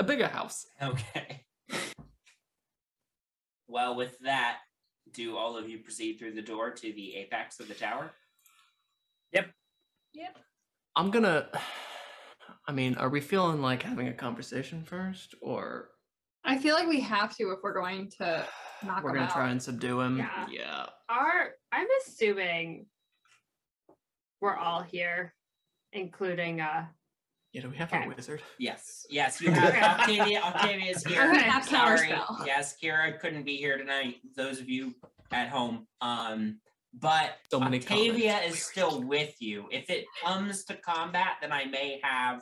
[SPEAKER 2] a bigger house.
[SPEAKER 1] Okay. Well, with that, do all of you proceed through the door to the apex of the tower?
[SPEAKER 4] Yep.
[SPEAKER 2] I'm gonna. I mean, are we feeling like having a conversation first, or
[SPEAKER 5] I feel like we have to if we're going to knock
[SPEAKER 2] we're
[SPEAKER 5] 'em
[SPEAKER 2] gonna try
[SPEAKER 5] out.
[SPEAKER 2] and subdue him?
[SPEAKER 3] Yeah.
[SPEAKER 2] yeah.
[SPEAKER 3] Are I'm assuming we're all here, including uh
[SPEAKER 2] Yeah, do we have
[SPEAKER 3] Okay.
[SPEAKER 2] a wizard?
[SPEAKER 1] Yes. Yes, you have Octavia. Octavia is here.
[SPEAKER 5] I'm gonna have counter
[SPEAKER 1] Sorry.
[SPEAKER 5] spell.
[SPEAKER 1] Yes, Kira couldn't be here tonight. Those of you at home. Um, but
[SPEAKER 2] So many
[SPEAKER 1] Octavia
[SPEAKER 2] comments.
[SPEAKER 1] is still with you. If it comes to combat, then I may have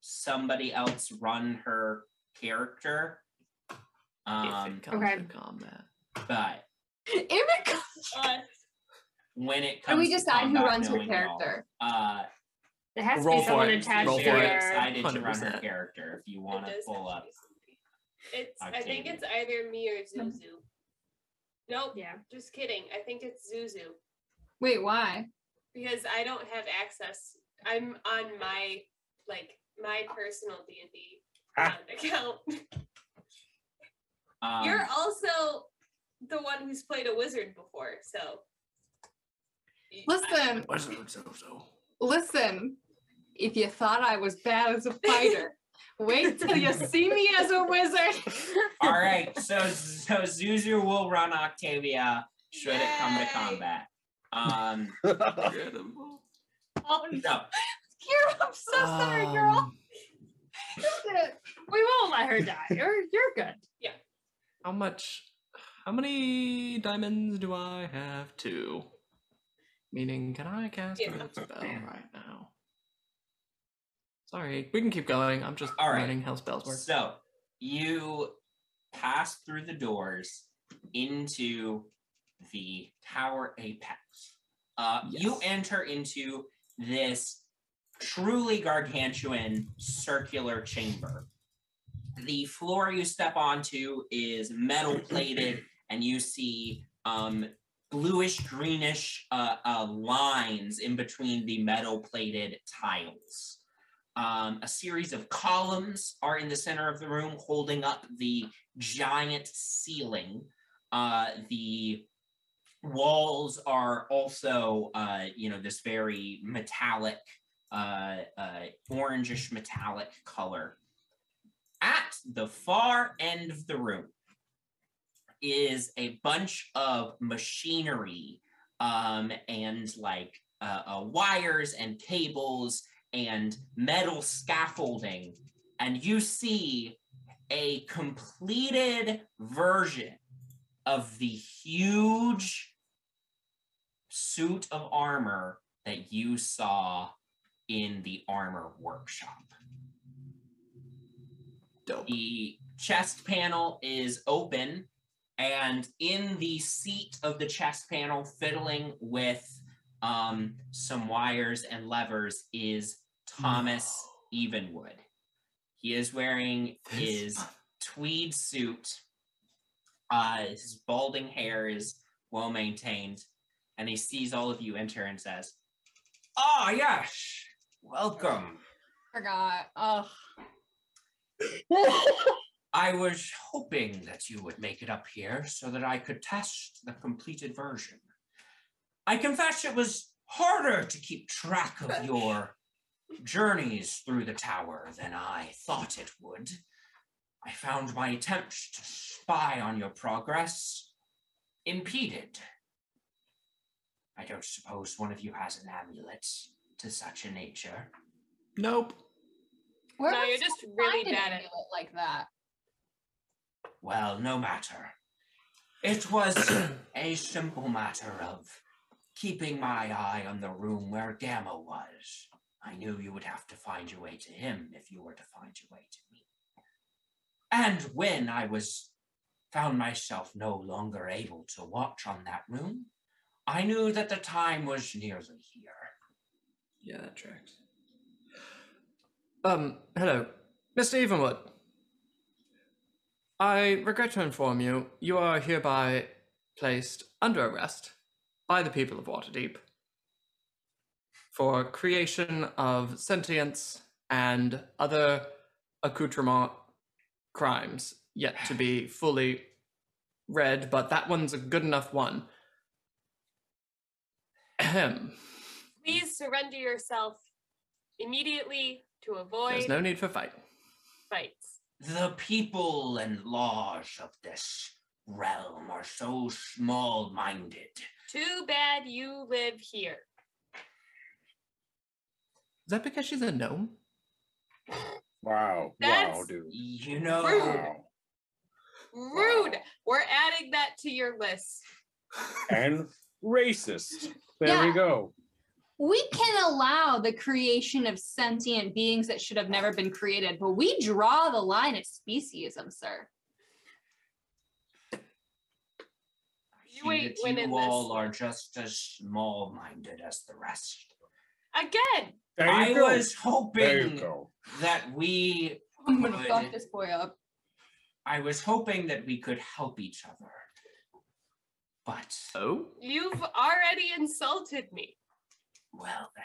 [SPEAKER 1] somebody else run her character.
[SPEAKER 2] If
[SPEAKER 1] Um,
[SPEAKER 2] it comes
[SPEAKER 3] okay.
[SPEAKER 2] to combat.
[SPEAKER 1] but
[SPEAKER 5] If it comes-
[SPEAKER 4] Uh,
[SPEAKER 1] when it comes,
[SPEAKER 5] and we
[SPEAKER 1] to
[SPEAKER 5] decide who
[SPEAKER 1] combat,
[SPEAKER 5] runs her
[SPEAKER 1] knowing y'all,
[SPEAKER 5] character.
[SPEAKER 1] Uh,
[SPEAKER 3] there has to
[SPEAKER 2] Roll
[SPEAKER 3] be
[SPEAKER 2] for
[SPEAKER 3] someone
[SPEAKER 2] it.
[SPEAKER 3] attached
[SPEAKER 2] Roll
[SPEAKER 3] to
[SPEAKER 2] for it.
[SPEAKER 1] very
[SPEAKER 3] her.
[SPEAKER 1] excited to run her
[SPEAKER 2] 100%.
[SPEAKER 1] character. If you
[SPEAKER 4] it
[SPEAKER 1] want to
[SPEAKER 4] does
[SPEAKER 1] pull
[SPEAKER 4] have
[SPEAKER 1] up,
[SPEAKER 4] to be something. It's. I think
[SPEAKER 1] Octavia.
[SPEAKER 4] it's either me or Zuzu. Nope.
[SPEAKER 3] Yeah.
[SPEAKER 4] Just kidding. I think it's Zuzu
[SPEAKER 5] Wait, why?
[SPEAKER 4] because I don't have access. I'm on my like my personal D and D
[SPEAKER 6] Ah.
[SPEAKER 4] account.
[SPEAKER 1] um,
[SPEAKER 4] You're also the one who's played a wizard before, so. Y- I-
[SPEAKER 5] Listen,
[SPEAKER 2] Wizard, so, so.
[SPEAKER 5] listen. If you thought I was bad as a fighter, wait till you see me as a wizard.
[SPEAKER 1] all right. So so Zuzu will run Octavia should it come to
[SPEAKER 4] Yay.
[SPEAKER 1] combat. Um,
[SPEAKER 2] Incredible.
[SPEAKER 5] Oh
[SPEAKER 1] so
[SPEAKER 5] Kira, I'm so
[SPEAKER 1] Uh,
[SPEAKER 5] sorry, girl.
[SPEAKER 2] Um,
[SPEAKER 3] We won't let her die. You're you're good.
[SPEAKER 2] How much? How many diamonds do I have? Two. Meaning, can I cast
[SPEAKER 4] Yeah.
[SPEAKER 2] a spell right now? Sorry, we can keep going. I'm just
[SPEAKER 1] All right.
[SPEAKER 2] learning how spells work.
[SPEAKER 1] So you pass through the doors into the tower apex. Uh, You
[SPEAKER 2] Yes.
[SPEAKER 1] enter into this truly gargantuan circular chamber. The floor you step onto is metal plated, and you see um, bluish greenish uh, uh, lines in between the metal plated tiles. Um, a series of columns are in the center of the room holding up the giant ceiling. Uh, the walls are also, uh, you know, this very metallic, uh, uh, orangish metallic color. At the far end of the room is a bunch of machinery um, and like uh, uh, wires and cables and metal scaffolding, and you see a completed version of the huge suit of armor that you saw in the armor workshop.
[SPEAKER 2] Dope.
[SPEAKER 1] The chest panel is open, and in the seat of the chest panel, fiddling with um, some wires and levers, is Thomas Evenwood. He is wearing his tweed suit. Uh, his balding hair is well maintained, and he sees all of you enter and says, "Ah, yes, welcome.
[SPEAKER 5] Forgot. Oh,
[SPEAKER 1] I was hoping that you would make it up here so that I could test the completed version. I confess it was harder to keep track of your journeys through the tower than I thought it would. I found my attempts to spy on your progress impeded. I don't suppose one of you has an amulet to such a nature.
[SPEAKER 2] Nope.
[SPEAKER 5] Where
[SPEAKER 4] No,
[SPEAKER 5] would
[SPEAKER 4] you're just
[SPEAKER 5] someone
[SPEAKER 4] really
[SPEAKER 5] find an
[SPEAKER 4] bad at-
[SPEAKER 5] amulet like that.
[SPEAKER 1] Well, no matter. It was a simple matter of keeping my eye on the room where Gamma was. I knew you would have to find your way to him if you were to find your way to me. And when I was found myself no longer able to watch on that room, I knew that the time was nearly here.
[SPEAKER 2] Yeah, that tracks. Um, hello, Mr. Evenwood. I regret to inform you, you are hereby placed under arrest by the people of Waterdeep for creation of sentience and other accoutrement crimes yet to be fully read, but that one's a good enough one. Ahem.
[SPEAKER 4] Please surrender yourself immediately to avoid
[SPEAKER 2] There's no need for fight.
[SPEAKER 4] fights.
[SPEAKER 1] The people and laws of this realm are so small minded.
[SPEAKER 4] Too bad you live here.
[SPEAKER 2] Is that because she's a gnome?
[SPEAKER 6] Wow. wow,
[SPEAKER 4] That's-
[SPEAKER 6] dude.
[SPEAKER 1] You know,
[SPEAKER 6] Wow.
[SPEAKER 4] Rude. We're adding that to your list.
[SPEAKER 6] And racist. There we
[SPEAKER 5] Yeah.
[SPEAKER 6] go.
[SPEAKER 5] We can allow the creation of sentient beings that should have never been created, but we draw the line at speciesism, sir.
[SPEAKER 1] I
[SPEAKER 4] You
[SPEAKER 1] see
[SPEAKER 4] ain't
[SPEAKER 1] that
[SPEAKER 4] winning
[SPEAKER 1] you
[SPEAKER 4] this.
[SPEAKER 1] all are just as small minded as the rest.
[SPEAKER 4] Again.
[SPEAKER 6] There
[SPEAKER 1] I
[SPEAKER 6] you go.
[SPEAKER 1] was
[SPEAKER 6] there you
[SPEAKER 1] hoping
[SPEAKER 6] go.
[SPEAKER 1] that we,
[SPEAKER 5] I'm gonna
[SPEAKER 1] Good.
[SPEAKER 5] fuck this boy up.
[SPEAKER 1] I was hoping that we could help each other. But,
[SPEAKER 2] Oh,
[SPEAKER 4] You've already insulted me.
[SPEAKER 1] well then,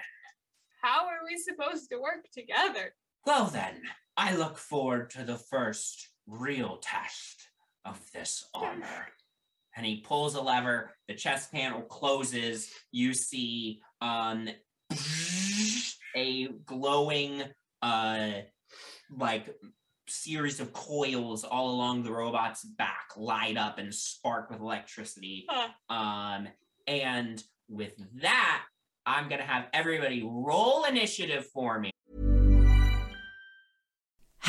[SPEAKER 4] How are we supposed to work together?
[SPEAKER 1] well then, I look forward to the first real test of this honor. And he pulls a lever, the chest panel closes, you see um a glowing uh like series of coils all along the robot's back light up and spark with electricity
[SPEAKER 4] Huh.
[SPEAKER 1] um and with that i'm gonna have everybody roll initiative for me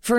[SPEAKER 8] For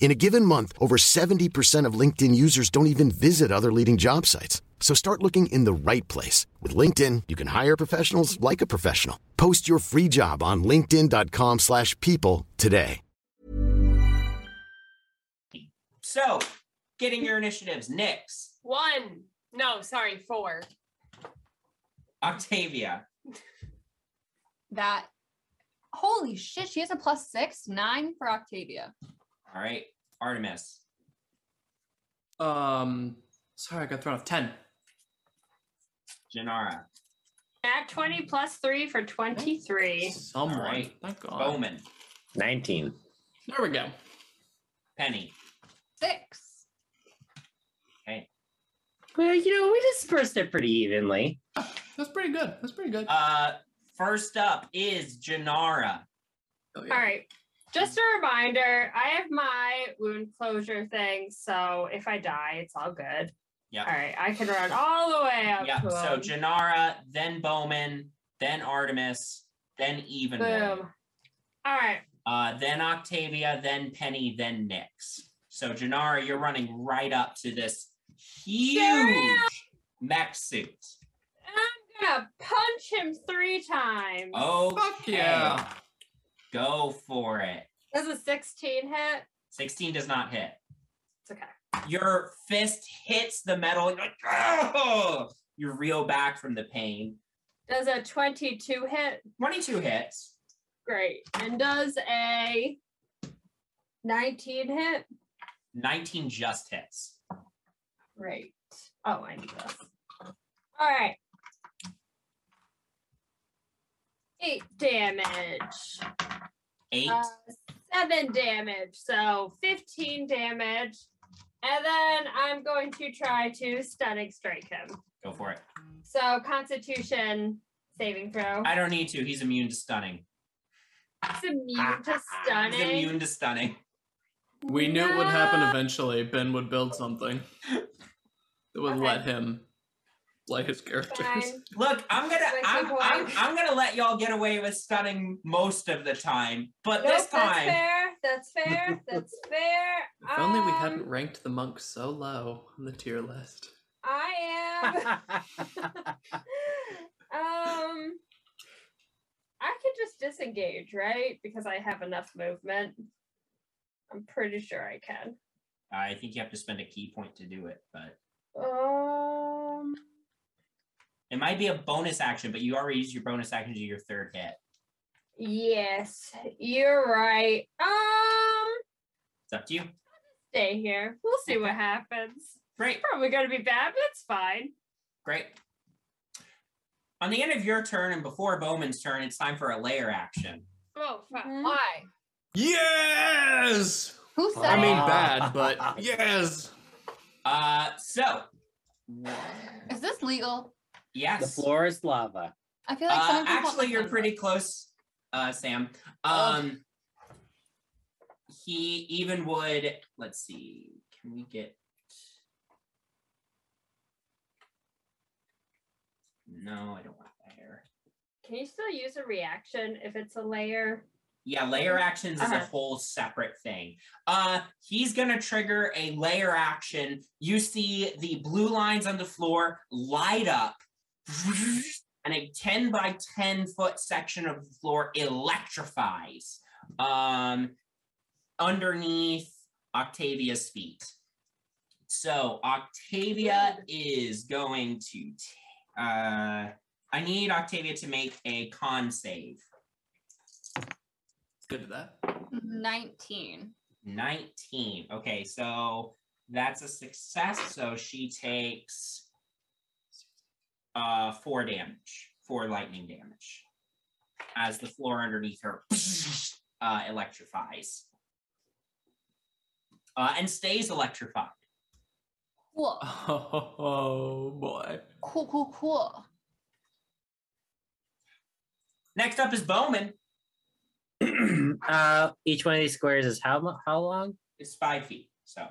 [SPEAKER 9] In a given month, over 70% of LinkedIn users don't even visit other leading job sites. So start looking in the right place. With LinkedIn, you can hire professionals like a professional. Post your free job on linkedin.com/people slash people today.
[SPEAKER 1] so getting your initiatives nix
[SPEAKER 4] One. No, sorry, four.
[SPEAKER 1] octavia
[SPEAKER 5] That holy shit, she has a plus six, nine for Octavia.
[SPEAKER 1] all right artemis
[SPEAKER 2] um, sorry, I got thrown off. Ten.
[SPEAKER 1] janara
[SPEAKER 3] Nat 20 plus 3 for 23.
[SPEAKER 2] Mm. Someone.
[SPEAKER 1] Alright.
[SPEAKER 2] Thank God.
[SPEAKER 1] bowman
[SPEAKER 6] 19.
[SPEAKER 2] There we go.
[SPEAKER 1] penny
[SPEAKER 5] Six.
[SPEAKER 1] okay
[SPEAKER 6] Well, you know, we dispersed it pretty evenly.
[SPEAKER 2] That's pretty good. That's pretty good.
[SPEAKER 1] Uh, first up is Janara.
[SPEAKER 2] Oh,
[SPEAKER 3] All
[SPEAKER 2] yeah.
[SPEAKER 3] right. Just a reminder, I have my wound closure thing, so if I die, it's all good.
[SPEAKER 1] Yep.
[SPEAKER 3] All right, I can run all the way up.
[SPEAKER 1] Yeah.
[SPEAKER 3] to
[SPEAKER 1] So
[SPEAKER 3] him.
[SPEAKER 1] Janara, then Bowman, then Artemis, then Even,
[SPEAKER 3] boom. All right,
[SPEAKER 1] uh, then Octavia, then Penny, then Nyx. So Janara, you're running right up to this huge mech suit.
[SPEAKER 3] I'm gonna punch him three times.
[SPEAKER 1] Oh,
[SPEAKER 2] Fuck yeah.
[SPEAKER 1] go for it.
[SPEAKER 3] Does a 16 hit?
[SPEAKER 1] 16 does not hit.
[SPEAKER 3] It's okay.
[SPEAKER 1] Your fist hits the metal. And you're like, oh! You reel back from the pain.
[SPEAKER 3] Does a 22 hit?
[SPEAKER 1] 22 hits.
[SPEAKER 3] Great. And does a 19 hit?
[SPEAKER 1] 19 just hits.
[SPEAKER 3] Great. Oh, I need this. All right. Eight damage.
[SPEAKER 1] Eight.
[SPEAKER 3] Uh, seven damage, so 15 damage. And then I'm going to try to stunning strike him.
[SPEAKER 1] go for it.
[SPEAKER 3] So, constitution saving throw.
[SPEAKER 1] I don't need to. He's immune to stunning.
[SPEAKER 3] It's immune to
[SPEAKER 1] Ah, He's immune
[SPEAKER 3] stunning.
[SPEAKER 1] to stunning.
[SPEAKER 2] We knew it would happen
[SPEAKER 3] No.
[SPEAKER 2] eventually. Ben would build something that would
[SPEAKER 3] Okay.
[SPEAKER 2] let him play his characters.
[SPEAKER 3] Fine.
[SPEAKER 1] Look, I'm gonna
[SPEAKER 3] Like
[SPEAKER 1] I'm,
[SPEAKER 3] before.
[SPEAKER 1] I'm, I'm gonna let y'all get away with stunning most of the time. But
[SPEAKER 3] Nope,
[SPEAKER 1] this
[SPEAKER 3] That's
[SPEAKER 1] time
[SPEAKER 3] fair. That's fair. That's fair.
[SPEAKER 2] If only we
[SPEAKER 3] Um,
[SPEAKER 2] hadn't ranked the monk so low on the tier list.
[SPEAKER 3] I am. um, I can just disengage, right? Because I have enough movement. I'm pretty sure I can.
[SPEAKER 1] I think you have to spend a key point to do it, but
[SPEAKER 3] Um,
[SPEAKER 1] it might be a bonus action, but you already used your bonus action to do your third hit.
[SPEAKER 3] yes, you're right. Um,
[SPEAKER 1] It's up to you.
[SPEAKER 3] stay here. We'll see what happens.
[SPEAKER 1] Great,
[SPEAKER 3] Probably gonna be bad, but it's fine.
[SPEAKER 1] great. On the end of your turn and before Bowman's turn, it's time for a layer action.
[SPEAKER 4] Oh, fuck.
[SPEAKER 5] Hmm?
[SPEAKER 3] Mhm.
[SPEAKER 4] Why?
[SPEAKER 2] Yes!
[SPEAKER 5] Who said
[SPEAKER 2] I mean,
[SPEAKER 5] it?
[SPEAKER 2] bad, but yes!
[SPEAKER 1] Uh so
[SPEAKER 5] Is this legal?
[SPEAKER 1] yes.
[SPEAKER 6] The floor is lava.
[SPEAKER 5] I feel like
[SPEAKER 1] Uh,
[SPEAKER 5] someone
[SPEAKER 1] actually, you're pretty close, uh, Sam. Um, he even would. Let's see. Can we get? No, I don't want that hair.
[SPEAKER 3] Can you still use a reaction if it's a layer?
[SPEAKER 1] Yeah, layer actions is a
[SPEAKER 3] Uh-huh.
[SPEAKER 1] whole separate thing. Uh, he's gonna trigger a layer action. You see the blue lines on the floor light up, and a ten by ten foot section of the floor electrifies um, underneath Octavia's feet. So Octavia is going to. T- uh, I need Octavia to make a con save.
[SPEAKER 2] Good at that.
[SPEAKER 5] 19.
[SPEAKER 1] 19. Okay, so that's a success. So she takes uh four damage, four lightning damage. As the floor underneath her uh, electrifies. Uh, and stays electrified.
[SPEAKER 5] Cool.
[SPEAKER 2] Oh boy.
[SPEAKER 5] Cool, cool, cool.
[SPEAKER 1] Next up is Bowman.
[SPEAKER 6] uh, each one of these squares is how mu- how long?
[SPEAKER 1] It's five feet. So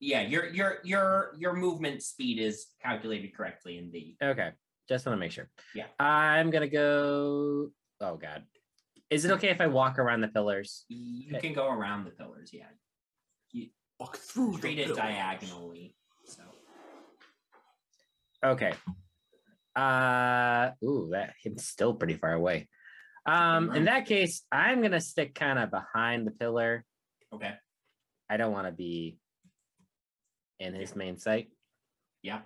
[SPEAKER 1] yeah, your your your your movement speed is calculated correctly in the
[SPEAKER 6] Okay, just want to make sure.
[SPEAKER 1] Yeah.
[SPEAKER 6] I'm gonna go. Oh God, is it okay if I walk around the pillars?
[SPEAKER 1] You
[SPEAKER 6] Okay.
[SPEAKER 1] can go around the pillars, yeah.
[SPEAKER 2] Walk through
[SPEAKER 1] Treat
[SPEAKER 2] the
[SPEAKER 1] it
[SPEAKER 2] pillar.
[SPEAKER 1] diagonally. So
[SPEAKER 6] Okay. Uh, ooh, that it's still pretty far away. Um, in that case, I'm gonna stick kind of behind the pillar.
[SPEAKER 1] okay,
[SPEAKER 6] I don't want to be in his main sight.
[SPEAKER 1] Yeah.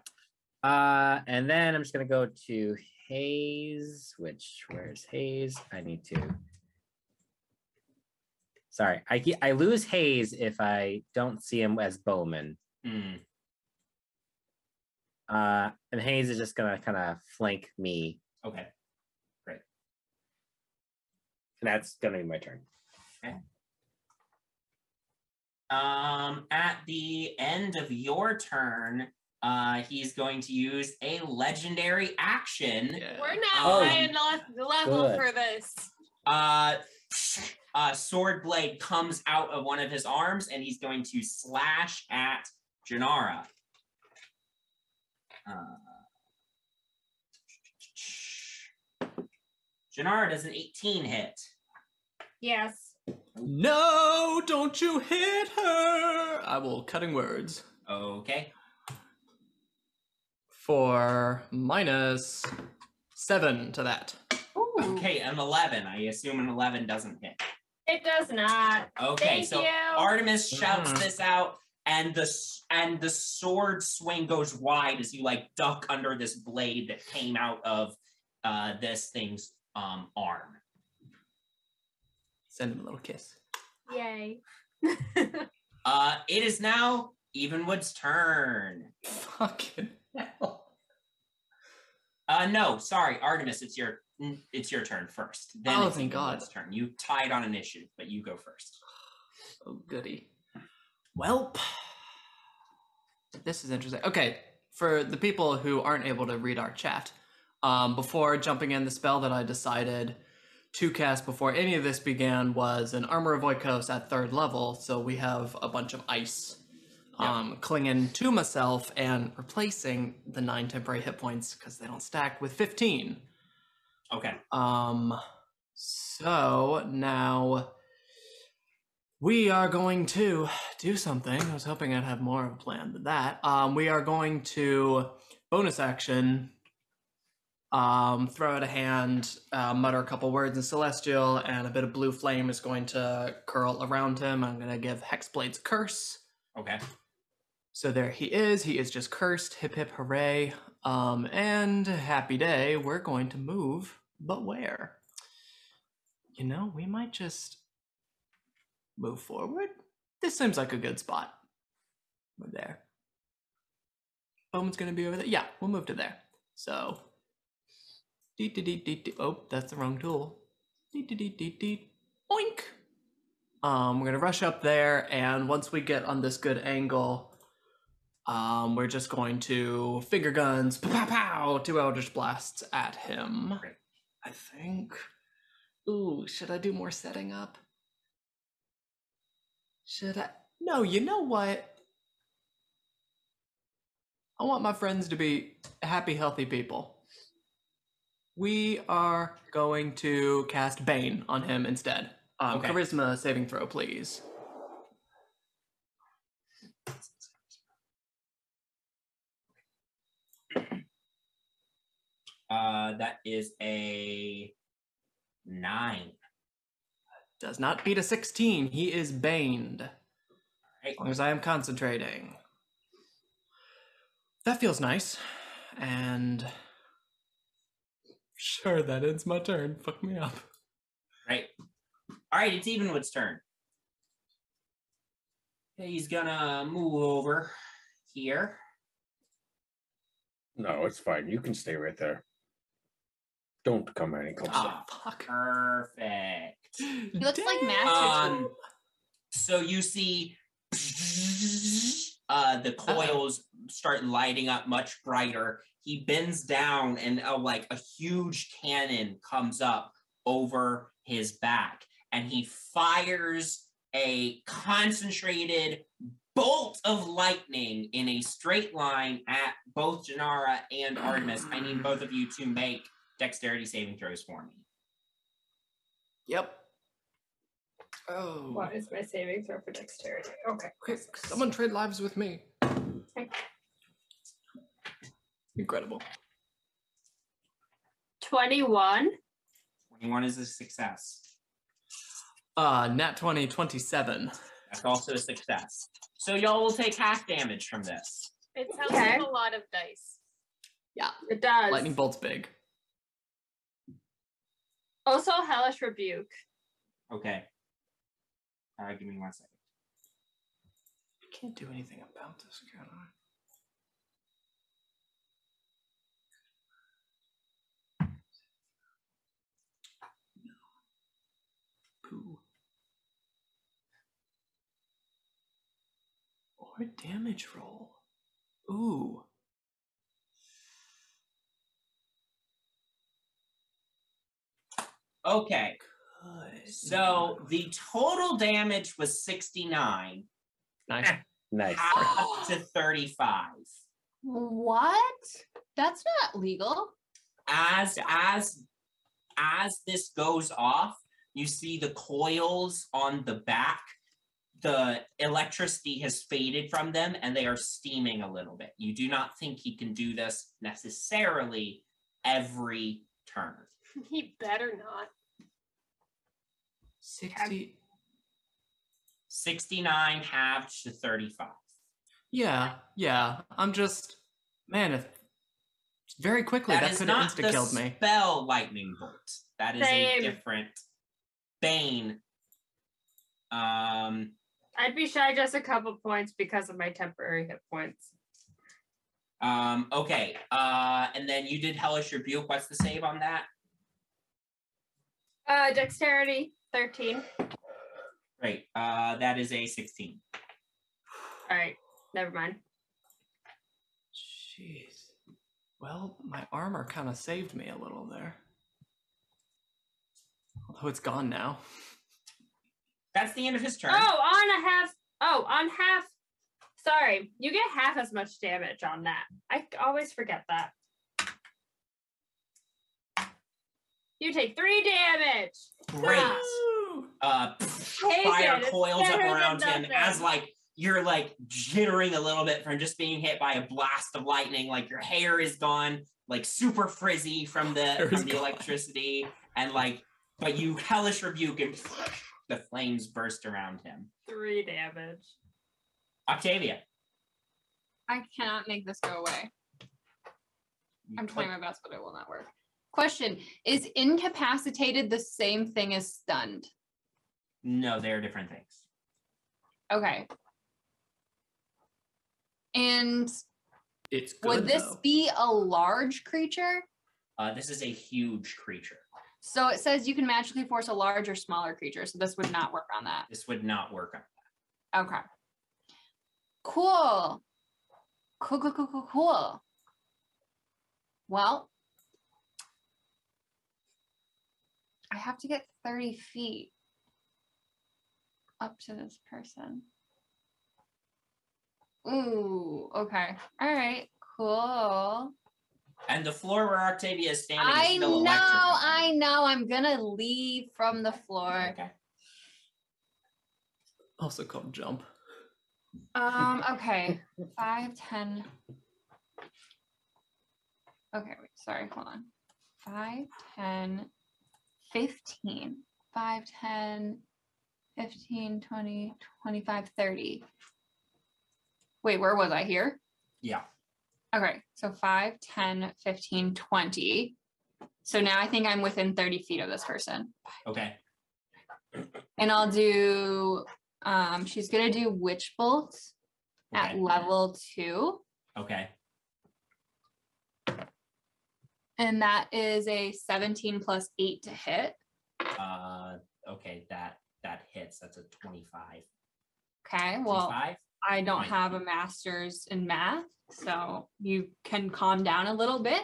[SPEAKER 6] Uh, and then I'm just gonna go to Hayes, which where's Hayes? I need to. Sorry, I ke- I lose Hayes if I don't see him as Bowman.
[SPEAKER 1] Mm,
[SPEAKER 6] Uh, and Hayes is just gonna kind of flank me,
[SPEAKER 1] okay.
[SPEAKER 6] and that's gonna be my turn.
[SPEAKER 1] Um, at the end of your turn, Uh, he's going to use a legendary action.
[SPEAKER 2] Yeah.
[SPEAKER 4] We're not
[SPEAKER 1] Oh,
[SPEAKER 4] high enough level
[SPEAKER 6] good.
[SPEAKER 4] for this.
[SPEAKER 1] Uh, a sword blade comes out of one of his arms, and he's going to slash at Janara. Uh, Janara does an 18 hit.
[SPEAKER 3] Yes.
[SPEAKER 2] No, don't you hit her! I will cutting words
[SPEAKER 1] Okay.
[SPEAKER 2] for minus seven to that.
[SPEAKER 1] Okay, an 11. I assume an 11 doesn't hit.
[SPEAKER 3] It does not.
[SPEAKER 1] Okay,
[SPEAKER 4] Thank
[SPEAKER 1] so
[SPEAKER 4] you.
[SPEAKER 1] Artemis shouts
[SPEAKER 2] Mhm.
[SPEAKER 1] this out, and the s- and the sword swing goes wide as you like duck under this blade that came out of uh, this thing's um, arm.
[SPEAKER 2] Send him a little kiss.
[SPEAKER 3] Yay.
[SPEAKER 1] Uh, it is now Evenwood's turn.
[SPEAKER 2] Fucking hell.
[SPEAKER 1] Uh, no, sorry, Artemis, it's your n- it's your turn first. Then
[SPEAKER 2] Oh,
[SPEAKER 1] it's
[SPEAKER 2] thank God.
[SPEAKER 1] Evenwood's Turn. You tied on initiative, but you go first.
[SPEAKER 2] Oh, goody. Welp. This is interesting. Okay, for the people who aren't able to read our chat, um, before jumping in, the spell that I decided to cast before any of this began was an Armor of Oikos at third level, so we have a bunch of ice um, clinging to myself and replacing the nine temporary hit points because they don't stack with 15.
[SPEAKER 1] Okay.
[SPEAKER 2] Um, so now we are going to do something. I was hoping I'd have more of a plan than that. Um, we are going to bonus action. Um, throw out a hand, uh, mutter a couple words in Celestial, and a bit of blue flame is going to curl around him. I'm going to give Hexblade's curse.
[SPEAKER 1] Okay.
[SPEAKER 2] So there he is. He is just cursed. Hip hip hooray. Um, and happy day. We're going to move, but where? You know, we might just move forward. This seems like a good spot. We're there. Bowman's going to be over there. Yeah, we'll move to there. So. Deet, deet, deet, deet, deet. Oh, that's the wrong tool. Deet, deet, deet, deet, deet. Oink! Um, we're going to rush up there, and once we get on this good angle, um, we're just going to finger guns, pow, pow, pow, two eldritch blasts at him.
[SPEAKER 1] Great.
[SPEAKER 2] I think. Ooh, should I do more setting up? Should I? No, you know what? I want my friends to be happy, healthy people. We are going to cast Bane on him instead. Um,
[SPEAKER 1] Okay.
[SPEAKER 2] Charisma saving throw, please.
[SPEAKER 1] Uh, that is a nine.
[SPEAKER 2] Does not beat a 16. He is baned.
[SPEAKER 1] Right.
[SPEAKER 2] As long as I am concentrating. That feels nice. And. Sure, that ends my turn. Fuck me up.
[SPEAKER 1] Right. All right, it's Evenwood's turn. He's gonna move over here.
[SPEAKER 6] No, it's fine. You can stay right there. Don't come any closer.
[SPEAKER 2] Ah, fuck.
[SPEAKER 1] Perfect.
[SPEAKER 2] He
[SPEAKER 5] looks like Master
[SPEAKER 1] Um, so you see uh, the coils start lighting up much brighter. He bends down, and uh, like a huge cannon comes up over his back, and he fires a concentrated bolt of lightning in a straight line at both Janara and Artemis. I need both of you to make dexterity saving throws for me.
[SPEAKER 2] Yep. Oh.
[SPEAKER 3] What is my saving throw for dexterity? Okay.
[SPEAKER 2] Quick, someone trade lives with me. Incredible.
[SPEAKER 3] 21.
[SPEAKER 1] 21 is a success.
[SPEAKER 2] Uh, nat 20, 27.
[SPEAKER 1] That's also a success. So y'all will take half damage from this.
[SPEAKER 4] It sounds
[SPEAKER 3] Okay.
[SPEAKER 4] like a lot of dice.
[SPEAKER 3] It does.
[SPEAKER 2] Lightning bolt's big.
[SPEAKER 3] Also, Hellish Rebuke.
[SPEAKER 1] Okay. Uh, give me one second.
[SPEAKER 2] I can't do anything about this, can I? Poo. Or damage roll. Ooh.
[SPEAKER 1] Okay. So the total damage was 69,
[SPEAKER 2] Nice.
[SPEAKER 6] Nice.
[SPEAKER 1] half to 35.
[SPEAKER 5] What? That's not legal.
[SPEAKER 1] As as as this goes off, you see the coils on the back. The electricity has faded from them and they are steaming a little bit. You do not think he can do this necessarily every turn.
[SPEAKER 4] He better not.
[SPEAKER 2] 60.
[SPEAKER 1] 69 halved to 35.
[SPEAKER 2] Yeah, yeah. I'm just, man, if very quickly that,
[SPEAKER 1] that is
[SPEAKER 2] could have
[SPEAKER 1] not
[SPEAKER 2] insta
[SPEAKER 1] the
[SPEAKER 2] killed me.
[SPEAKER 1] spell lightning bolt. That is
[SPEAKER 3] Same.
[SPEAKER 1] a different bane. Um.
[SPEAKER 3] I'd be shy just a couple points because of my temporary hit points.
[SPEAKER 1] Um. Okay. Uh. And then you did hellish rebuke. What's the save on that?
[SPEAKER 3] Uh, dexterity 13.
[SPEAKER 1] Great. Uh. That is a sixteen.
[SPEAKER 3] All right, never mind.
[SPEAKER 2] Jeez. Well, my armor kind of saved me a little there. Although it's gone now.
[SPEAKER 1] That's the end of his turn.
[SPEAKER 3] Oh, on a half. Oh, on half. Sorry, you get half as much damage on that. I always forget that. You take three damage.
[SPEAKER 1] Great. Uh.
[SPEAKER 3] Take
[SPEAKER 1] fire
[SPEAKER 3] it, it's
[SPEAKER 1] coils up
[SPEAKER 3] better than
[SPEAKER 1] around him
[SPEAKER 3] nothing.
[SPEAKER 1] as like you're like jittering a little bit from just being hit by a blast of lightning. Like your hair is gone, like super frizzy from the
[SPEAKER 2] Hair is
[SPEAKER 1] from the
[SPEAKER 2] gone.
[SPEAKER 1] electricity, and like but you hellish rebuke and the flames burst around him.
[SPEAKER 3] Three damage.
[SPEAKER 1] Octavia,
[SPEAKER 5] I cannot make this go away.
[SPEAKER 1] you
[SPEAKER 5] I'm trying
[SPEAKER 1] click-
[SPEAKER 5] my best, but it will not work. Question Is incapacitated the same thing as stunned?
[SPEAKER 1] no, they are different things.
[SPEAKER 5] Okay. And
[SPEAKER 2] It's good.
[SPEAKER 5] would this
[SPEAKER 2] though.
[SPEAKER 5] be a large creature?
[SPEAKER 1] Uh, this is a huge creature.
[SPEAKER 5] So it says you can magically force a large or smaller creature. So this would not work on that.
[SPEAKER 1] This would not work. on-
[SPEAKER 5] Okay. Cool. Cool, cool, cool, cool, cool. Well, I have to get 30 feet up to this person. Ooh, okay. All right, cool.
[SPEAKER 1] And the floor where Octavia is standing is
[SPEAKER 5] I
[SPEAKER 1] still
[SPEAKER 5] know,
[SPEAKER 1] electric.
[SPEAKER 5] I know. I'm gonna leave from the floor.
[SPEAKER 1] Okay.
[SPEAKER 2] also called jump?
[SPEAKER 5] Um, okay. Five, ten. Okay, wait, sorry, hold on. Five, ten, fifteen. Five, ten, fifteen, twenty, twenty-five, thirty. Wait, where was I here?
[SPEAKER 1] Yeah.
[SPEAKER 5] Okay, so five, ten, fifteen, twenty. So now I think I'm within 30 feet of this person.
[SPEAKER 1] Okay.
[SPEAKER 5] And I'll do um she's gonna do witch bolt at
[SPEAKER 1] Okay.
[SPEAKER 5] level two.
[SPEAKER 1] Okay.
[SPEAKER 5] And that is a 17 plus 8 to hit.
[SPEAKER 1] Uh, okay, that that hits. That's a 25.
[SPEAKER 5] Okay, well,
[SPEAKER 1] 25?
[SPEAKER 5] I don't
[SPEAKER 1] Right.
[SPEAKER 5] have a master's in math, so you can calm down a little bit.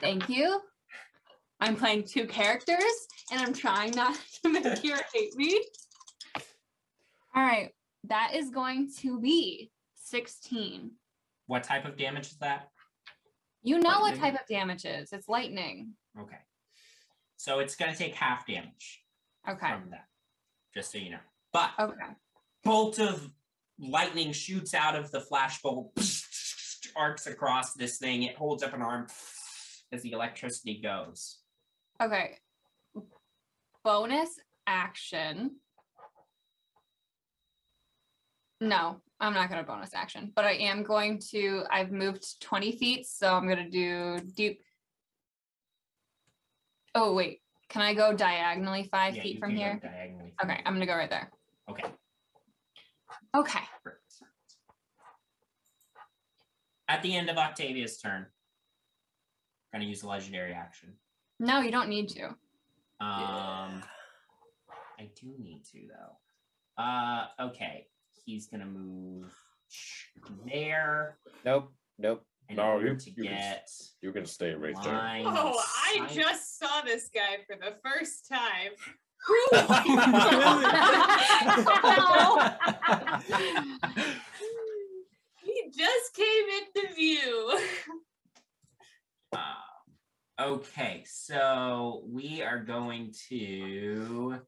[SPEAKER 5] Thank you. I'm playing two characters and I'm trying not to make you hate me. All right, that is going to be 16.
[SPEAKER 1] What type of damage is that?
[SPEAKER 5] You know what
[SPEAKER 2] Lightning.
[SPEAKER 5] type of damage it is. It's lightning.
[SPEAKER 1] Okay. So it's going to take half damage
[SPEAKER 5] Okay.
[SPEAKER 1] from that, just so you know. But
[SPEAKER 5] Okay.
[SPEAKER 1] bolt of lightning shoots out of the flashbulb, arcs across this thing. It holds up an arm as the electricity goes.
[SPEAKER 5] Okay. Bonus action. No, I'm not going to bonus action, but I am going to. I've moved 20 feet, so I'm going to do deep. Oh, wait. Can I go diagonally five
[SPEAKER 1] Yeah,
[SPEAKER 5] feet
[SPEAKER 1] you
[SPEAKER 5] from
[SPEAKER 1] can go
[SPEAKER 5] here?
[SPEAKER 1] diagonally from
[SPEAKER 5] Okay,
[SPEAKER 1] here.
[SPEAKER 5] I'm going to go right there.
[SPEAKER 1] Okay.
[SPEAKER 5] Okay.
[SPEAKER 1] perfect. At the end of Octavia's turn, going to use a legendary action.
[SPEAKER 5] No, you don't need to.
[SPEAKER 1] Um, I do need to though. Uh, okay, he's gonna move there,
[SPEAKER 6] Nope. Nope.
[SPEAKER 1] in
[SPEAKER 6] No,
[SPEAKER 1] order
[SPEAKER 6] you-
[SPEAKER 1] to
[SPEAKER 6] you can
[SPEAKER 1] get
[SPEAKER 6] You can stay right there.
[SPEAKER 1] line. of
[SPEAKER 4] Oh, I
[SPEAKER 1] sight.
[SPEAKER 4] just saw this guy for the first time. He just came into view.
[SPEAKER 1] Uh, okay, so we are going to.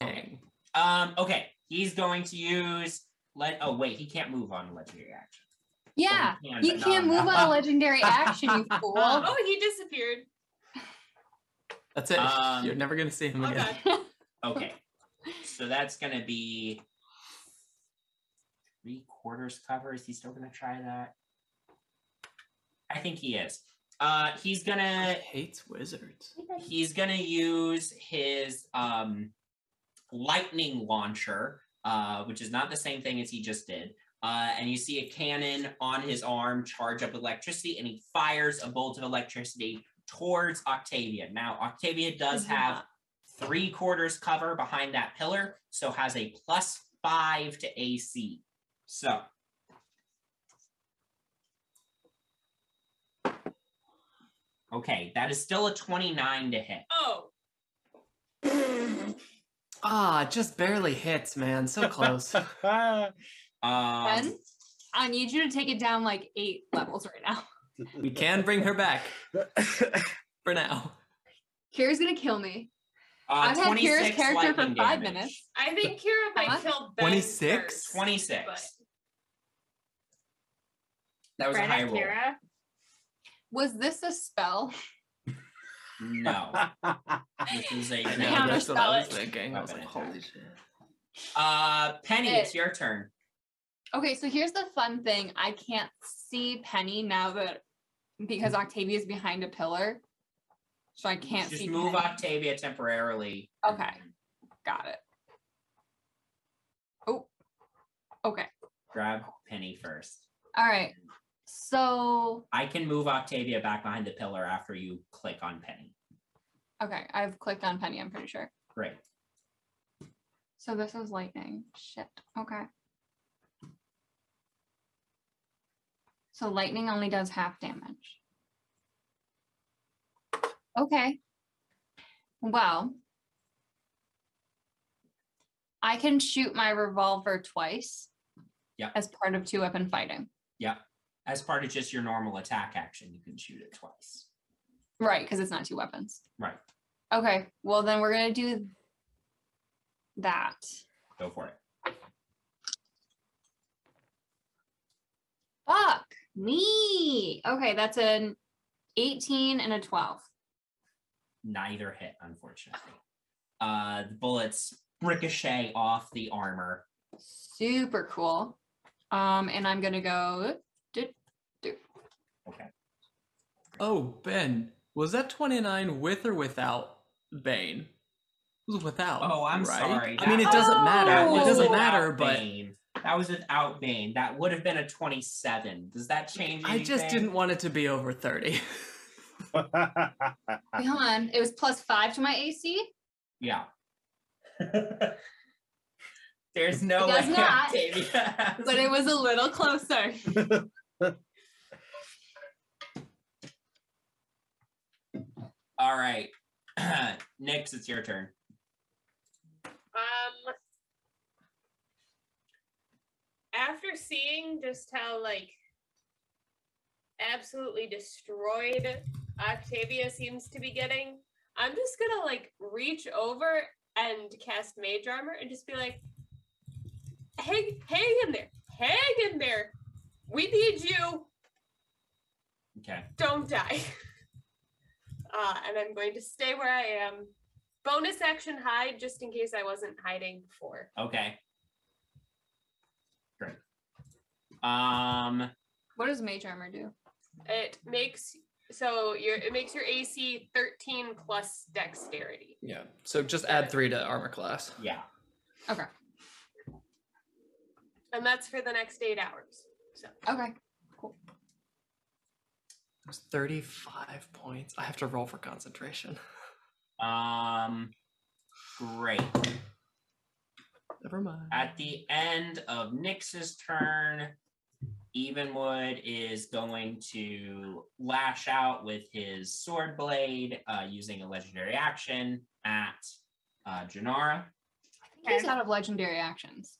[SPEAKER 2] Dang.
[SPEAKER 1] Um. Okay, he's going to use. Let. Oh wait, he can't move on legendary action. Well,
[SPEAKER 5] Yeah.
[SPEAKER 1] he can,
[SPEAKER 5] You
[SPEAKER 1] but
[SPEAKER 5] can't
[SPEAKER 1] not
[SPEAKER 5] move on a
[SPEAKER 1] now.
[SPEAKER 5] legendary action, you fool.
[SPEAKER 4] Oh, he disappeared.
[SPEAKER 2] That's it.
[SPEAKER 1] Um,
[SPEAKER 2] You're never gonna see him
[SPEAKER 4] Okay.
[SPEAKER 2] again.
[SPEAKER 1] Okay, so that's gonna be three quarters cover. Is he still gonna try that? I think he is. Uh, he's
[SPEAKER 2] He
[SPEAKER 1] gonna
[SPEAKER 2] hates wizards.
[SPEAKER 1] he's gonna use his um lightning launcher uh which is not the same thing as he just did uh and you see a cannon on his arm charge up electricity and he fires a bolt of electricity towards octavia now octavia does have three quarters cover behind that pillar so has a plus five to ac so okay that is still a 29 to hit
[SPEAKER 4] Oh,
[SPEAKER 2] Ah, just barely hits, man. So close.
[SPEAKER 1] um,
[SPEAKER 5] Ben, I need you to take it down like eight levels right now.
[SPEAKER 2] we can bring her back for now.
[SPEAKER 5] Kira's gonna kill me.
[SPEAKER 1] Uh,
[SPEAKER 5] I've had Kira's
[SPEAKER 1] 26
[SPEAKER 5] character for
[SPEAKER 1] lightning
[SPEAKER 5] five
[SPEAKER 1] damage.
[SPEAKER 5] minutes. Uh-huh.
[SPEAKER 4] I think Kira
[SPEAKER 5] Huh?
[SPEAKER 4] might kill Ben.
[SPEAKER 2] 26?
[SPEAKER 4] first,
[SPEAKER 1] 26.
[SPEAKER 4] but-
[SPEAKER 1] That was a high roll.
[SPEAKER 3] Kira.
[SPEAKER 5] Was this a spell?
[SPEAKER 1] No. This is a
[SPEAKER 2] I
[SPEAKER 1] no.
[SPEAKER 2] know, that's what I
[SPEAKER 5] Counterspell
[SPEAKER 2] was
[SPEAKER 5] it.
[SPEAKER 2] thinking. I was like,
[SPEAKER 1] Weapon
[SPEAKER 2] holy
[SPEAKER 1] attack.
[SPEAKER 2] shit.
[SPEAKER 1] Uh, Penny,
[SPEAKER 5] It-
[SPEAKER 1] it's your turn.
[SPEAKER 5] Okay, so here's the fun thing. I can't see Penny now that because Octavia is behind a pillar. So I can't
[SPEAKER 1] Just
[SPEAKER 5] see
[SPEAKER 1] move
[SPEAKER 5] Penny.
[SPEAKER 1] Octavia temporarily.
[SPEAKER 5] Okay. Got it. Oh. Okay.
[SPEAKER 1] Grab Penny first.
[SPEAKER 5] All right. So
[SPEAKER 1] I can move Octavia back behind the pillar after you click on Penny.
[SPEAKER 5] okay, I've clicked on Penny, I'm pretty sure.
[SPEAKER 1] Great.
[SPEAKER 5] So this is lightning. Shit. Okay. So lightning only does half damage. Okay. Well, I can shoot my revolver twice.
[SPEAKER 1] Yep.
[SPEAKER 5] As part of two weapon fighting.
[SPEAKER 1] As part of just your normal attack action, you can shoot it twice.
[SPEAKER 5] Right, because it's not two weapons.
[SPEAKER 1] Right.
[SPEAKER 5] Okay. Well, then we're gonna do that.
[SPEAKER 1] Go for it.
[SPEAKER 5] Fuck me. Okay, that's an 18 and a 12.
[SPEAKER 1] Neither hit, unfortunately. Uh, the bullets ricochet off the armor.
[SPEAKER 5] Super cool. Um, and I'm gonna go. doot, doot.
[SPEAKER 1] Okay.
[SPEAKER 2] Oh, Ben, was that 29 with or without Bane? It was without.
[SPEAKER 1] Oh, I'm
[SPEAKER 2] right?
[SPEAKER 1] sorry.
[SPEAKER 2] I mean,
[SPEAKER 1] That-
[SPEAKER 2] it doesn't matter.
[SPEAKER 5] Oh!
[SPEAKER 2] It doesn't
[SPEAKER 1] without
[SPEAKER 2] matter, but
[SPEAKER 1] Bane. that was without Bane. That would have been a 27. Does that change?
[SPEAKER 2] I just
[SPEAKER 1] anything?
[SPEAKER 2] didn't want it to be over 30.
[SPEAKER 4] Ah.
[SPEAKER 5] Wait, Hold on. It was plus five to my AC.
[SPEAKER 1] Yeah. There's no
[SPEAKER 5] It does
[SPEAKER 1] way
[SPEAKER 5] not,
[SPEAKER 1] Octavia has-
[SPEAKER 5] but it was a little closer.
[SPEAKER 1] All right. Nyx, it's your turn.
[SPEAKER 4] Um, after seeing just how like absolutely destroyed Octavia seems to be getting, I'm just gonna like reach over and cast Mage Armor and just be like, "Hang, hang in there, hang in there. We need you.
[SPEAKER 1] Okay.
[SPEAKER 4] Don't die." Uh, and I'm going to stay where I am. Bonus action hide, just in case I wasn't hiding before.
[SPEAKER 1] Okay. Great. Um
[SPEAKER 5] What does mage armor do?
[SPEAKER 4] It makes so your it makes your AC 13 plus dexterity.
[SPEAKER 2] yeah. So just add three to armor class.
[SPEAKER 1] yeah.
[SPEAKER 5] Okay.
[SPEAKER 4] And that's for the next eight hours. So
[SPEAKER 5] Okay.
[SPEAKER 2] It was 35 points. I have to roll for concentration.
[SPEAKER 1] Um great.
[SPEAKER 2] Never mind.
[SPEAKER 1] At the end of Nyx's turn, Evenwood is going to lash out with his sword blade uh, using a legendary action at uh, Janara.
[SPEAKER 5] He's out of legendary actions.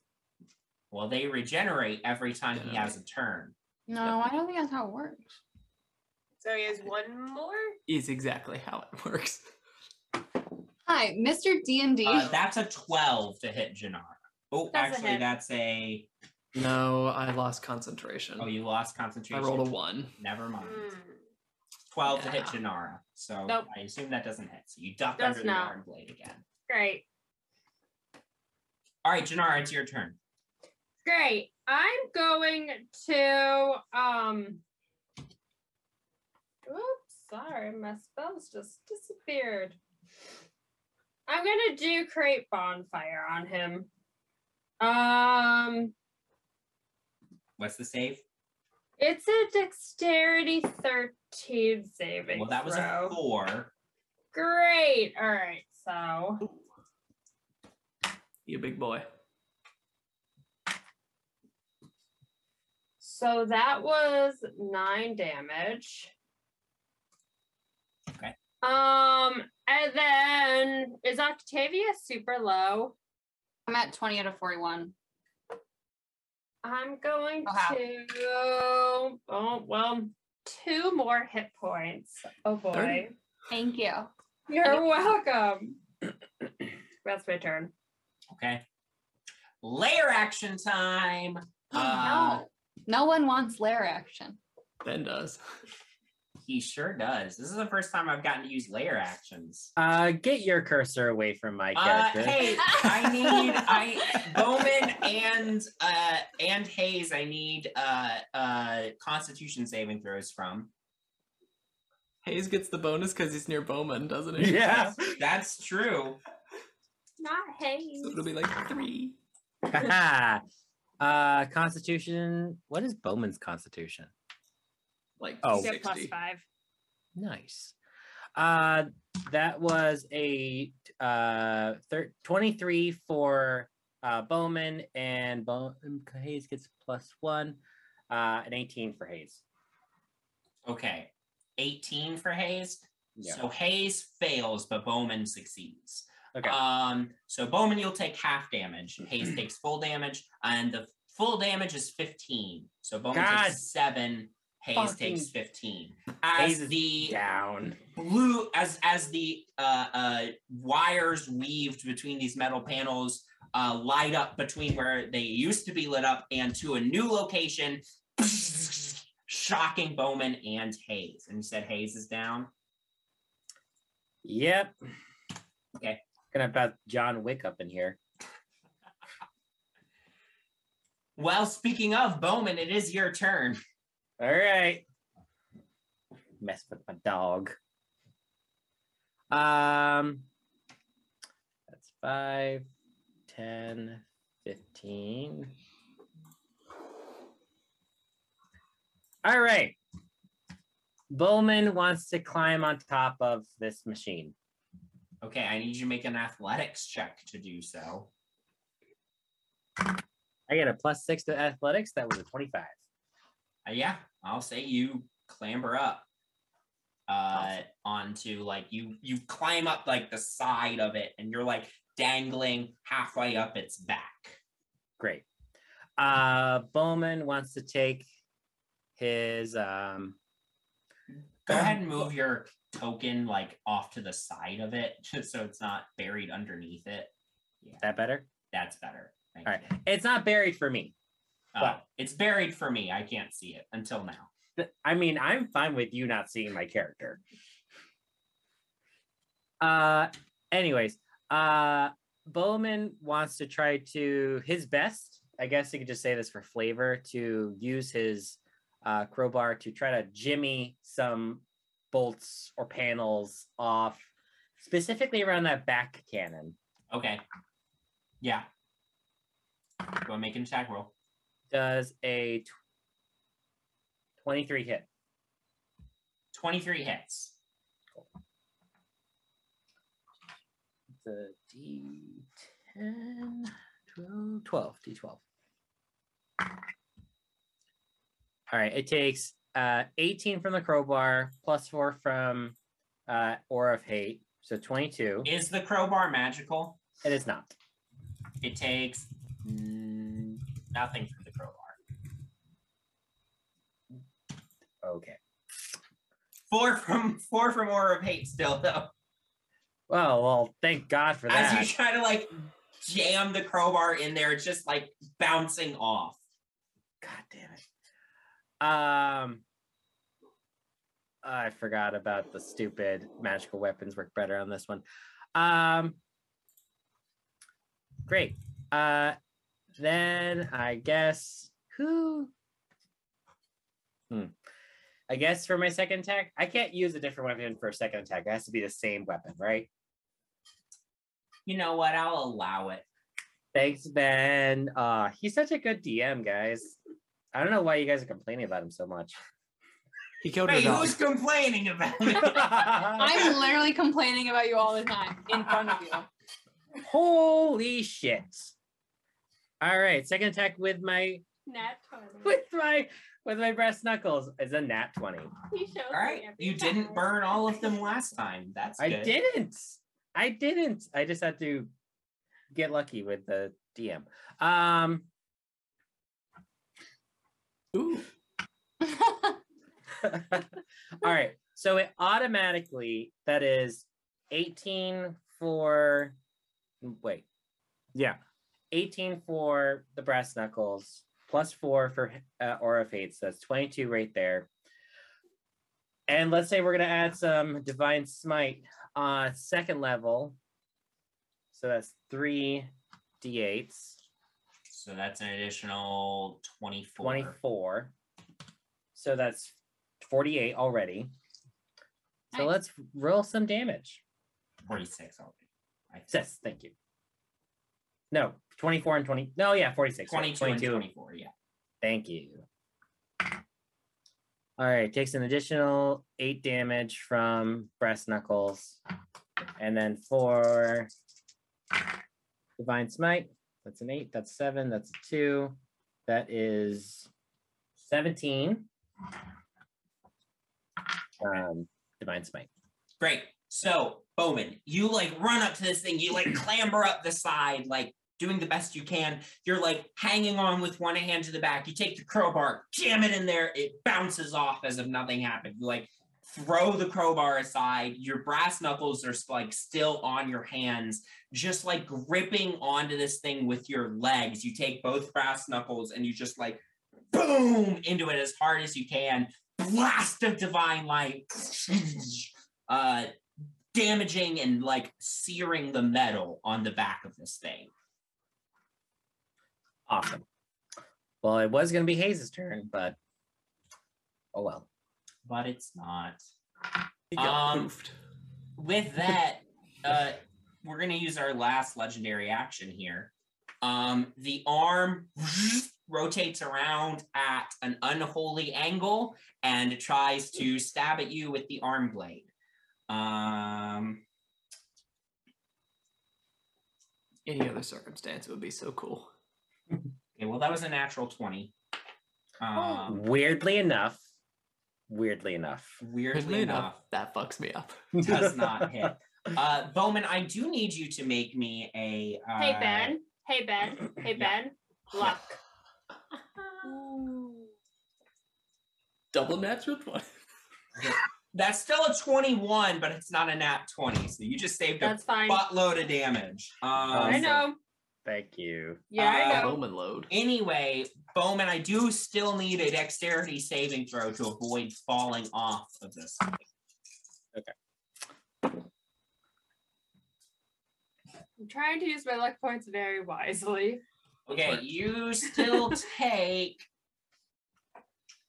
[SPEAKER 1] Well, they regenerate every time he has a turn.
[SPEAKER 5] No, I don't think that's how it works.
[SPEAKER 4] So he has one more?
[SPEAKER 2] Is exactly how it works.
[SPEAKER 5] Hi, Mr. D&D.
[SPEAKER 1] Uh, that's a 12 to hit Janara. Oh,
[SPEAKER 3] That's a
[SPEAKER 1] actually,
[SPEAKER 3] hit.
[SPEAKER 1] that's a.
[SPEAKER 2] No, I lost concentration.
[SPEAKER 1] Oh, you lost
[SPEAKER 2] I
[SPEAKER 1] concentration.
[SPEAKER 2] rolled a one.
[SPEAKER 1] Never mind.
[SPEAKER 4] Hmm.
[SPEAKER 1] 12 to hit
[SPEAKER 2] Yeah.
[SPEAKER 1] Janara. So
[SPEAKER 3] Nope.
[SPEAKER 1] I assume that doesn't hit. So you duck
[SPEAKER 3] Does
[SPEAKER 1] under the
[SPEAKER 3] not.
[SPEAKER 1] iron blade again.
[SPEAKER 3] Great.
[SPEAKER 1] All right, Janara, it's your turn.
[SPEAKER 3] Great. I'm going to um oops, sorry, my spells just disappeared. I'm gonna do create bonfire on him. Um
[SPEAKER 1] What's the save?
[SPEAKER 3] it's a dexterity 13 saving.
[SPEAKER 1] Well, that was
[SPEAKER 3] throw.
[SPEAKER 1] a four.
[SPEAKER 3] Great. All right. So
[SPEAKER 2] You big boy.
[SPEAKER 3] so that was nine damage.
[SPEAKER 1] Okay.
[SPEAKER 3] Um, and then is Octavia super low?
[SPEAKER 5] I'm at 20 out of 41.
[SPEAKER 3] I'm going
[SPEAKER 5] Oh, how?
[SPEAKER 3] to oh well, two more hit points. Oh boy.
[SPEAKER 2] Thirty.
[SPEAKER 5] Thank you.
[SPEAKER 3] You're welcome. That's my turn.
[SPEAKER 1] Okay. Layer action time. Uh,
[SPEAKER 5] no. No one wants lair action.
[SPEAKER 2] Ben does.
[SPEAKER 1] He sure does. This is the first time I've gotten to use layer actions.
[SPEAKER 6] Uh, get your cursor away from my
[SPEAKER 1] Uh,
[SPEAKER 6] character.
[SPEAKER 1] hey, I need I Bowman and uh and Hayes. I need uh uh Constitution saving throws from.
[SPEAKER 2] Hayes gets the bonus because he's near Bowman, doesn't he?
[SPEAKER 6] Yeah.
[SPEAKER 1] That's true.
[SPEAKER 3] Not hey.
[SPEAKER 2] So it'll be like three.
[SPEAKER 6] Haha. uh, Constitution. What is Bowman's Constitution?
[SPEAKER 2] Like
[SPEAKER 6] Oh.
[SPEAKER 3] Get plus
[SPEAKER 2] 60.
[SPEAKER 3] five.
[SPEAKER 6] Nice. Uh, that was a uh thir- 23 for uh Bowman and Bow- Hayes gets plus one, uh, and 18 for Hayes.
[SPEAKER 1] Okay. 18 for Hayes.
[SPEAKER 6] Yeah.
[SPEAKER 1] So Hayes fails, but Bowman succeeds.
[SPEAKER 6] Okay.
[SPEAKER 1] Um, so Bowman, you'll take half damage. Hayes takes full damage, and the full damage is 15. So Bowman
[SPEAKER 6] God.
[SPEAKER 1] takes seven. Hayes takes
[SPEAKER 6] Fucking-
[SPEAKER 1] 15. As
[SPEAKER 6] Hayes is
[SPEAKER 1] the
[SPEAKER 6] Down.
[SPEAKER 1] blue, as as the uh, uh, wires weaved between these metal panels uh, light up between where they used to be lit up and to a new location, shocking Bowman and Hayes. And you said Hayes is down.
[SPEAKER 6] Yep.
[SPEAKER 1] Okay.
[SPEAKER 6] Gonna have about John Wick up in here.
[SPEAKER 1] Well, speaking of Bowman, it is your turn.
[SPEAKER 6] All right. Mess with my dog. Um, that's 5, 10, 15. All right. Bowman wants to climb on top of this machine.
[SPEAKER 1] Okay, I need you to make an athletics check to do so.
[SPEAKER 6] I get a plus six to athletics. That was a 25.
[SPEAKER 1] Uh, yeah, I'll say you clamber up uh onto like you you climb up like the side of it and you're like dangling halfway up its back.
[SPEAKER 6] Great. Uh, Bowman wants to take his um,
[SPEAKER 1] Go ahead and move your token like off to the side of it just so it's not buried underneath it.
[SPEAKER 6] that better?
[SPEAKER 1] That's better. Thank
[SPEAKER 6] All right.
[SPEAKER 1] you.
[SPEAKER 6] It's not buried for me.
[SPEAKER 1] Uh,
[SPEAKER 6] Wow.
[SPEAKER 1] it's buried for me. I can't see it until now.
[SPEAKER 6] Th- I mean, I'm fine with you not seeing my character. Uh, anyways, uh, Bowman wants to try to his best. I guess you could just say this for flavor to use his uh, crowbar to try to jimmy some bolts or panels off, specifically around that back cannon.
[SPEAKER 1] Okay. Yeah. Go and make an attack roll.
[SPEAKER 6] Does a tw- 23 hit?
[SPEAKER 1] 23 hits.
[SPEAKER 6] the D10, 12, 12, d12. All right, it takes uh, 18 from the crowbar, plus four from uh, Aura of Hate, so 22.
[SPEAKER 1] Is the crowbar magical?
[SPEAKER 6] It is not.
[SPEAKER 1] It takes mm, nothing from the crowbar.
[SPEAKER 6] Okay.
[SPEAKER 1] Four from four from Aura of Hate still though.
[SPEAKER 6] Well, well, thank God for
[SPEAKER 1] As
[SPEAKER 6] that.
[SPEAKER 1] you try to like jam the crowbar in there, it's just like bouncing off.
[SPEAKER 6] God damn it. Um, I forgot about the stupid magical weapons work better on this one. Um, great. Uh, then I guess who? Hmm. I guess for my second attack, I can't use a different weapon for a second attack. It has to be the same weapon, right?
[SPEAKER 1] You know what? I'll allow it.
[SPEAKER 6] Thanks, Ben. Uh, he's such a good DM, guys. I don't know why you guys are complaining about him so much.
[SPEAKER 2] He killed
[SPEAKER 1] Hey,
[SPEAKER 2] her dog.
[SPEAKER 1] who's complaining about it?
[SPEAKER 6] I'm
[SPEAKER 4] uh,
[SPEAKER 5] I'm literally complaining about you all the time in front of you.
[SPEAKER 6] Holy shit. All right, second attack with my
[SPEAKER 4] Nat 20.
[SPEAKER 6] with my with my brass knuckles is a nat 20.
[SPEAKER 4] He shows
[SPEAKER 1] all right,
[SPEAKER 4] me every
[SPEAKER 1] you
[SPEAKER 4] time.
[SPEAKER 1] didn't burn all of them last time. That's
[SPEAKER 6] I
[SPEAKER 1] good.
[SPEAKER 6] didn't. I didn't. I just had to get lucky with the DM. Um
[SPEAKER 2] Ooh.
[SPEAKER 6] all right. So it automatically that is 18 for wait. Yeah. 18 for the brass knuckles, plus 4 for uh, aura of hate, so that's 22 right there. And let's say we're going to add some divine smite on second level. So that's 3 d8s,
[SPEAKER 1] So that's an additional 24.
[SPEAKER 6] 24. So that's 48 already. So
[SPEAKER 5] Nice.
[SPEAKER 6] let's roll some damage.
[SPEAKER 1] 46 already. I think.
[SPEAKER 6] Yes, thank you. No, 24 and 20. No, yeah, 46. sorry,
[SPEAKER 1] 22, and 24, yeah.
[SPEAKER 6] Thank you. All right, takes an additional eight damage from Brass Knuckles. And then for Divine Smite, that's an eight, that's seven, that's a two, that is 17. Um, Divine Smite.
[SPEAKER 1] Great. So, Bowman, you like run up to this thing, you like clamber up the side, like doing the best you can. You're like hanging on with one hand to the back. You take the crowbar, jam it in there, it bounces off as if nothing happened. You like throw the crowbar aside. Your brass knuckles are like still on your hands, just like gripping onto this thing with your legs. You take both brass knuckles and you just like boom into it as hard as you can. Blast of divine light. uh, damaging and like searing the metal on the back of this thing.
[SPEAKER 6] Awesome. Well, it was going to be Hayes' turn, but oh well.
[SPEAKER 1] But it's not.
[SPEAKER 2] He got
[SPEAKER 1] Um,
[SPEAKER 2] poofed.
[SPEAKER 1] With that, uh, we're gonna use our last legendary action here. Um, the arm rotates around at an unholy angle and tries to stab at you with the arm blade. Um,
[SPEAKER 2] Any other circumstance it would be so cool.
[SPEAKER 1] okay, well, that was a natural twenty. Um,
[SPEAKER 6] weirdly enough, weirdly enough,
[SPEAKER 1] weirdly enough,
[SPEAKER 2] that fucks me up.
[SPEAKER 1] does not hit. Uh, Bowman, I do need you to make me a. Uh,
[SPEAKER 4] Hey, Ben. Hey, Ben. Hey,
[SPEAKER 1] yeah.
[SPEAKER 4] Ben. Luck.
[SPEAKER 2] Double natural one.
[SPEAKER 1] That's still a 21, but it's not a nat 20. So you just saved a
[SPEAKER 3] That's fine.
[SPEAKER 1] buttload of damage.
[SPEAKER 6] I
[SPEAKER 4] I
[SPEAKER 1] Um,
[SPEAKER 4] know.
[SPEAKER 6] thank you.
[SPEAKER 4] Yeah, I know.
[SPEAKER 2] Bowman load.
[SPEAKER 1] anyway, Bowman, I do still need a dexterity saving throw to avoid falling off of this.
[SPEAKER 3] I'm trying to use my luck points very wisely.
[SPEAKER 1] Okay, you still take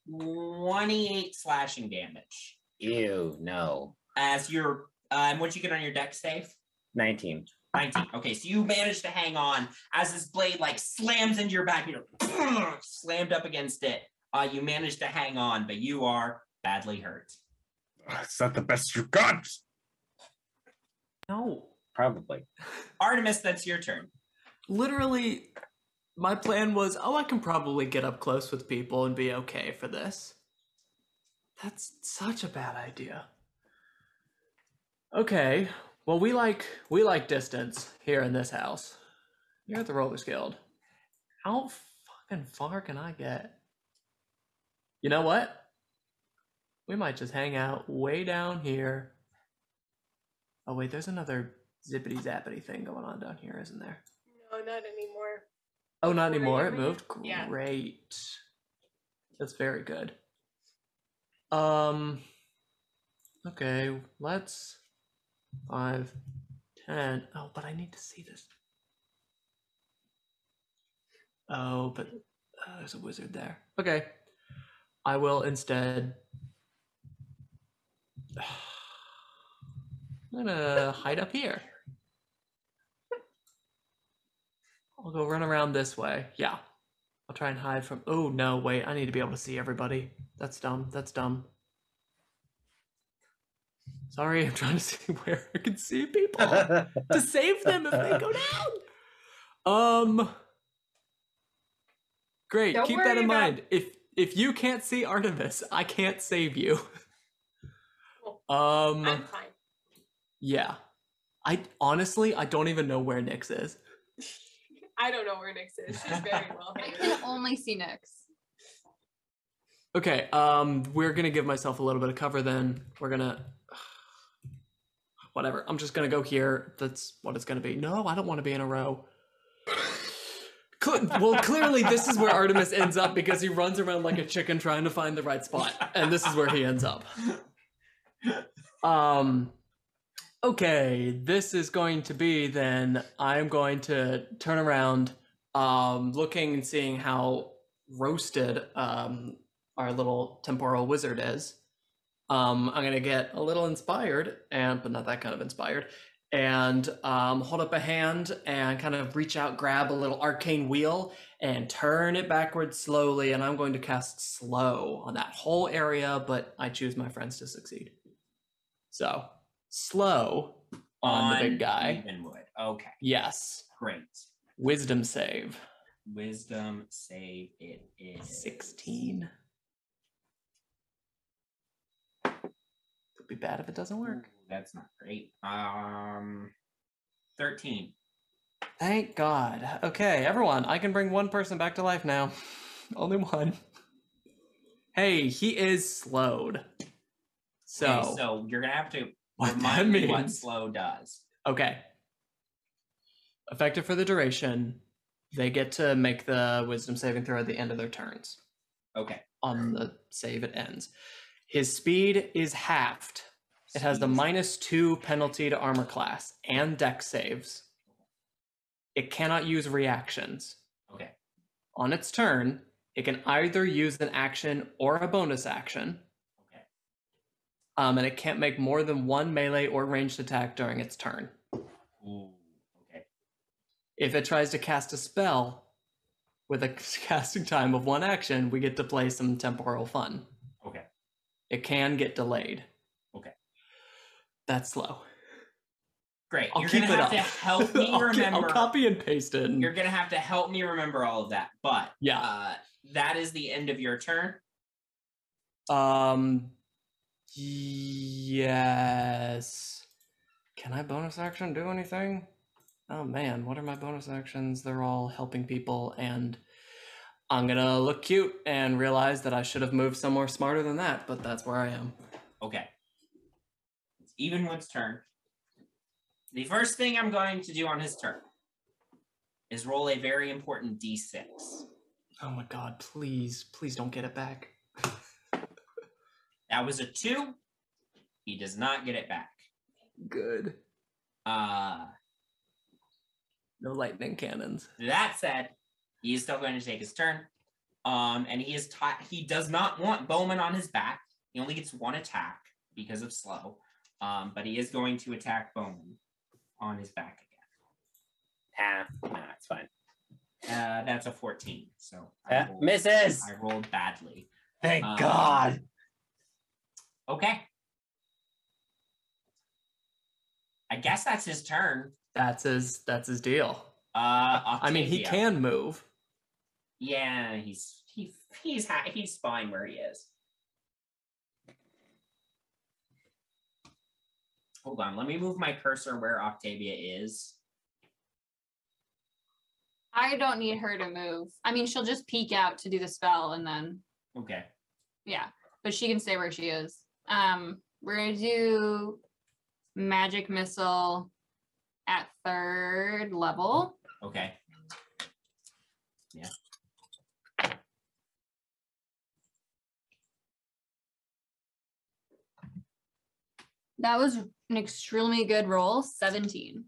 [SPEAKER 1] 28 slashing damage
[SPEAKER 6] Ew, no.
[SPEAKER 1] as your. Uh, and what you get on your deck save?
[SPEAKER 6] 19.
[SPEAKER 1] 19. Okay, so you manage to hang on as this blade like slams into your back. You're slammed up against it. Uh, you manage to hang on, but you are badly hurt.
[SPEAKER 6] It's not the best you got.
[SPEAKER 2] No.
[SPEAKER 6] Probably.
[SPEAKER 1] Artemis, that's your turn.
[SPEAKER 2] Literally my plan was, oh, I can probably get up close with people and be okay for this. That's such a bad idea. Okay, well we like we like distance here in this house. You're at the Rollers Guild. How fucking far can I get? You know what? We might just hang out way down here. Oh wait, there's another zippity zappity thing going on down here, isn't there?
[SPEAKER 4] No, not anymore.
[SPEAKER 2] Oh, not
[SPEAKER 4] Right,
[SPEAKER 2] anymore. It
[SPEAKER 4] right.
[SPEAKER 2] moved.
[SPEAKER 4] Yeah.
[SPEAKER 2] Great. That's very good. Um. Okay, let's five, ten. Oh, but I need to see this. Oh, but uh, there's a wizard there. Okay, I will instead. I'm gonna hide up here. I'll go run around this way. Yeah. I'll try and hide from. Oh, no, wait. I need to be able to see everybody. That's dumb. That's dumb. Sorry, I'm trying to see where I can see people to save them if they go down. Um. Great.
[SPEAKER 3] Don't
[SPEAKER 2] Keep that
[SPEAKER 3] worry
[SPEAKER 2] in
[SPEAKER 3] about-
[SPEAKER 2] mind. If if you can't see Artemis, I can't save you.
[SPEAKER 4] Cool.
[SPEAKER 2] Um.
[SPEAKER 4] I'm fine.
[SPEAKER 2] Yeah. I honestly, I don't even know where Nyx is.
[SPEAKER 4] I don't know where Nyx is. She's very well
[SPEAKER 5] I
[SPEAKER 4] hidden.
[SPEAKER 5] can only see Nyx.
[SPEAKER 2] Okay, um, we're gonna give myself a little bit of cover then. We're gonna whatever. I'm just gonna go here. That's what it's gonna be. No, I don't wanna be in a row. Cle- well, clearly this is where Artemis ends up because he runs around like a chicken trying to find the right spot. And this is where he ends up. Um Okay, this is going to be then I'm going to turn around, um, looking and seeing how roasted um our little temporal wizard is. Um, I'm gonna get a little inspired, and but not that kind of inspired, and um, hold up a hand and kind of reach out, grab a little arcane wheel, and turn it backwards slowly. And I'm going to cast slow on that whole area, but I choose my friends to succeed. So slow on, the big guy.
[SPEAKER 1] Evenwood. Okay,
[SPEAKER 2] Yes,
[SPEAKER 1] great.
[SPEAKER 2] wisdom save
[SPEAKER 1] Wisdom save it is
[SPEAKER 2] sixteen. Could be bad if it doesn't work.
[SPEAKER 1] Ooh, That's not great. Um, thirteen.
[SPEAKER 2] Thank God. Okay, everyone, I can bring one person back to life now. Only one. Hey, he is slowed. So,
[SPEAKER 1] Okay, so you're gonna have to
[SPEAKER 2] what that
[SPEAKER 1] remind me what
[SPEAKER 2] means?
[SPEAKER 1] slow does.
[SPEAKER 2] Okay. Effective for the duration, they get to make the wisdom saving throw at the end of their turns.
[SPEAKER 1] Okay.
[SPEAKER 2] On the save, it ends. His speed is halved. It has the
[SPEAKER 1] Speed.
[SPEAKER 2] minus two penalty to armor class and deck saves. It cannot use reactions.
[SPEAKER 1] Okay.
[SPEAKER 2] On its turn, it can either use an action or a bonus action.
[SPEAKER 1] Okay.
[SPEAKER 2] Um, and it can't make more than one melee or ranged attack during its turn.
[SPEAKER 1] Ooh. Okay.
[SPEAKER 2] If it tries to cast a spell with a casting time of one action, we get to play some temporal fun.
[SPEAKER 1] Okay.
[SPEAKER 2] It can get delayed.
[SPEAKER 1] Okay.
[SPEAKER 2] That's slow.
[SPEAKER 1] Great.
[SPEAKER 2] I'll
[SPEAKER 1] you're
[SPEAKER 2] keep
[SPEAKER 1] gonna
[SPEAKER 2] it up.
[SPEAKER 1] have to help me
[SPEAKER 2] I'll, ke- I'll
[SPEAKER 1] remember.
[SPEAKER 2] copy and paste it. and-
[SPEAKER 1] You're gonna have to help me remember all of that. But
[SPEAKER 2] yeah.
[SPEAKER 1] uh, that is the end of your turn.
[SPEAKER 2] Um. Yes. Can I bonus action do anything? Oh man, what are my bonus actions? They're all helping people, and I'm gonna look cute and realize that I should have moved somewhere smarter than that, but that's where I am.
[SPEAKER 1] Okay. It's Evenwood's turn. The first thing I'm going to do on his turn is roll a very important d6.
[SPEAKER 2] Oh my god, please, please don't get it back.
[SPEAKER 1] That was a two. He does not get it back.
[SPEAKER 2] Good.
[SPEAKER 1] Uh,
[SPEAKER 2] No lightning cannons.
[SPEAKER 1] that said, he is still going to take his turn. Um, and he is taught he does not want Bowman on his back. He only gets one attack because of slow. Um, but he is going to attack Bowman on his back
[SPEAKER 6] Ah, nah, it's fine.
[SPEAKER 1] again. Uh, that's a 14. So I
[SPEAKER 6] That
[SPEAKER 1] rolled-
[SPEAKER 6] misses.
[SPEAKER 1] I rolled badly.
[SPEAKER 6] Thank
[SPEAKER 1] Um,
[SPEAKER 6] God.
[SPEAKER 1] Okay. I guess that's his turn.
[SPEAKER 2] That's his. That's his deal.
[SPEAKER 1] Uh,
[SPEAKER 2] I mean, he
[SPEAKER 1] Octavia.
[SPEAKER 2] can move.
[SPEAKER 1] Yeah, he's he, he's ha- he's fine where he is. Hold on, let me move my cursor where Octavia is.
[SPEAKER 5] I don't need her to move. I mean, she'll just peek out to do the spell and then
[SPEAKER 1] Okay.
[SPEAKER 5] yeah, but she can stay where she is. Um, we're gonna do magic missile at third level.
[SPEAKER 1] Okay. Yeah.
[SPEAKER 5] That was an extremely good roll, 17.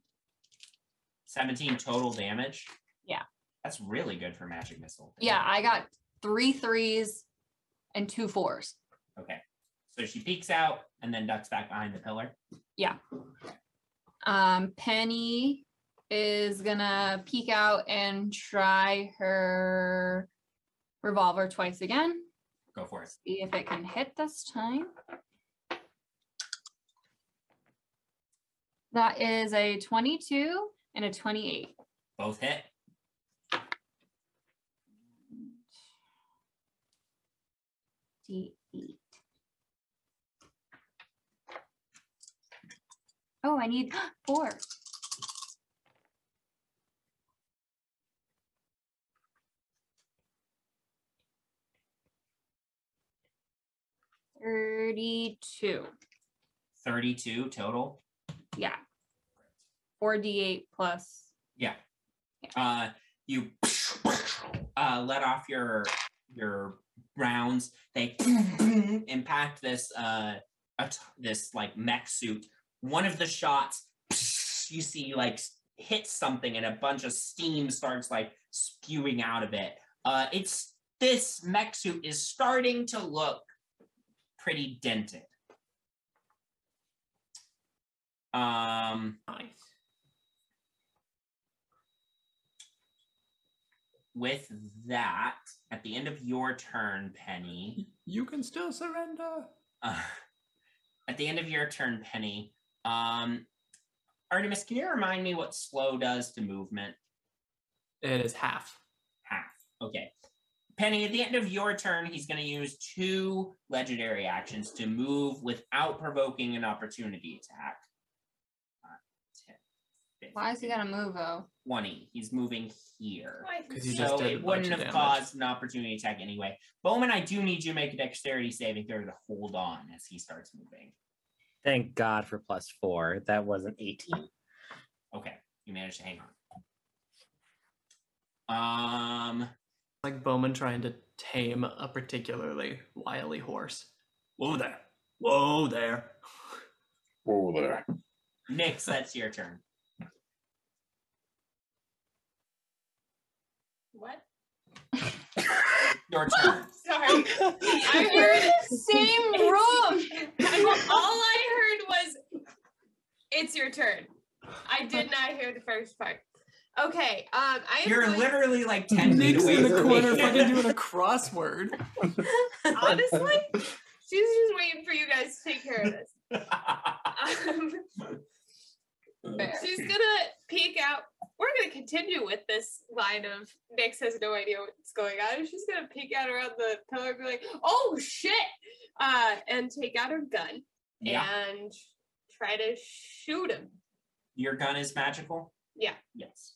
[SPEAKER 1] 17 total damage.
[SPEAKER 5] Yeah.
[SPEAKER 1] That's really good for magic missile.
[SPEAKER 5] Yeah, I got three threes and two fours.
[SPEAKER 1] Okay. So she peeks out and then ducks back behind the pillar.
[SPEAKER 5] Um, Penny is gonna peek out and try her revolver twice again.
[SPEAKER 1] Go for it.
[SPEAKER 5] See if it can hit this time. That is a 22 and a 28.
[SPEAKER 1] Both hit.
[SPEAKER 5] D8. Oh, I need four. Thirty-two.
[SPEAKER 1] 32 total.
[SPEAKER 5] Yeah. Four D eight plus.
[SPEAKER 1] Yeah. Uh, you uh, let off your your rounds. They impact this uh, at- this like mech suit. One of the shots, you see like hits something, and a bunch of steam starts like spewing out of it. Uh, it's this mech suit is starting to look pretty dented. Um,
[SPEAKER 2] Nice.
[SPEAKER 1] with that, at the end of your turn, Penny,
[SPEAKER 2] You can still surrender.
[SPEAKER 1] uh, at the end of your turn, Penny, um, Artemis, can you remind me what slow does to movement?
[SPEAKER 2] It is half.
[SPEAKER 1] Half. Okay. Penny, at the end of your turn, he's going to use two legendary actions to move without provoking an opportunity attack. Five, 10, 15,
[SPEAKER 5] Why is he gonna move though?
[SPEAKER 1] 20. He's moving here.
[SPEAKER 2] Because you just
[SPEAKER 1] so
[SPEAKER 2] did a
[SPEAKER 1] it
[SPEAKER 2] bunch
[SPEAKER 1] wouldn't
[SPEAKER 2] of
[SPEAKER 1] have
[SPEAKER 2] damage.
[SPEAKER 1] caused an opportunity attack anyway. Bowman, I do need you to make a dexterity saving throw to hold on as he starts moving.
[SPEAKER 6] Thank God for plus four. That was an 18.
[SPEAKER 1] Okay, you managed to hang on. Um,
[SPEAKER 2] Like Bowman trying to tame a particularly wily horse. Whoa there. Whoa there.
[SPEAKER 7] Whoa there.
[SPEAKER 1] Nix, that's your turn.
[SPEAKER 4] What?
[SPEAKER 1] Your turn.
[SPEAKER 4] Sorry. I heard
[SPEAKER 5] Same room.
[SPEAKER 4] I- all I heard was, "It's your turn." I did not hear the first part. Okay, um, I am
[SPEAKER 1] You're
[SPEAKER 4] going-
[SPEAKER 1] literally like ten feet
[SPEAKER 2] Nick's
[SPEAKER 1] away
[SPEAKER 2] in the
[SPEAKER 1] from
[SPEAKER 2] corner
[SPEAKER 1] me.
[SPEAKER 2] fucking doing a crossword.
[SPEAKER 4] honestly, she was just waiting for you guys to take care of this. Um,
[SPEAKER 5] Fair.
[SPEAKER 4] she's gonna peek out. We're gonna continue with this line of Nix has no idea what's going on, and she's gonna peek out around the pillar, and be like, "Oh shit!" Uh, and take out her gun
[SPEAKER 1] yeah,
[SPEAKER 4] and try to shoot him.
[SPEAKER 1] your gun is magical.
[SPEAKER 4] Yeah.
[SPEAKER 1] Yes.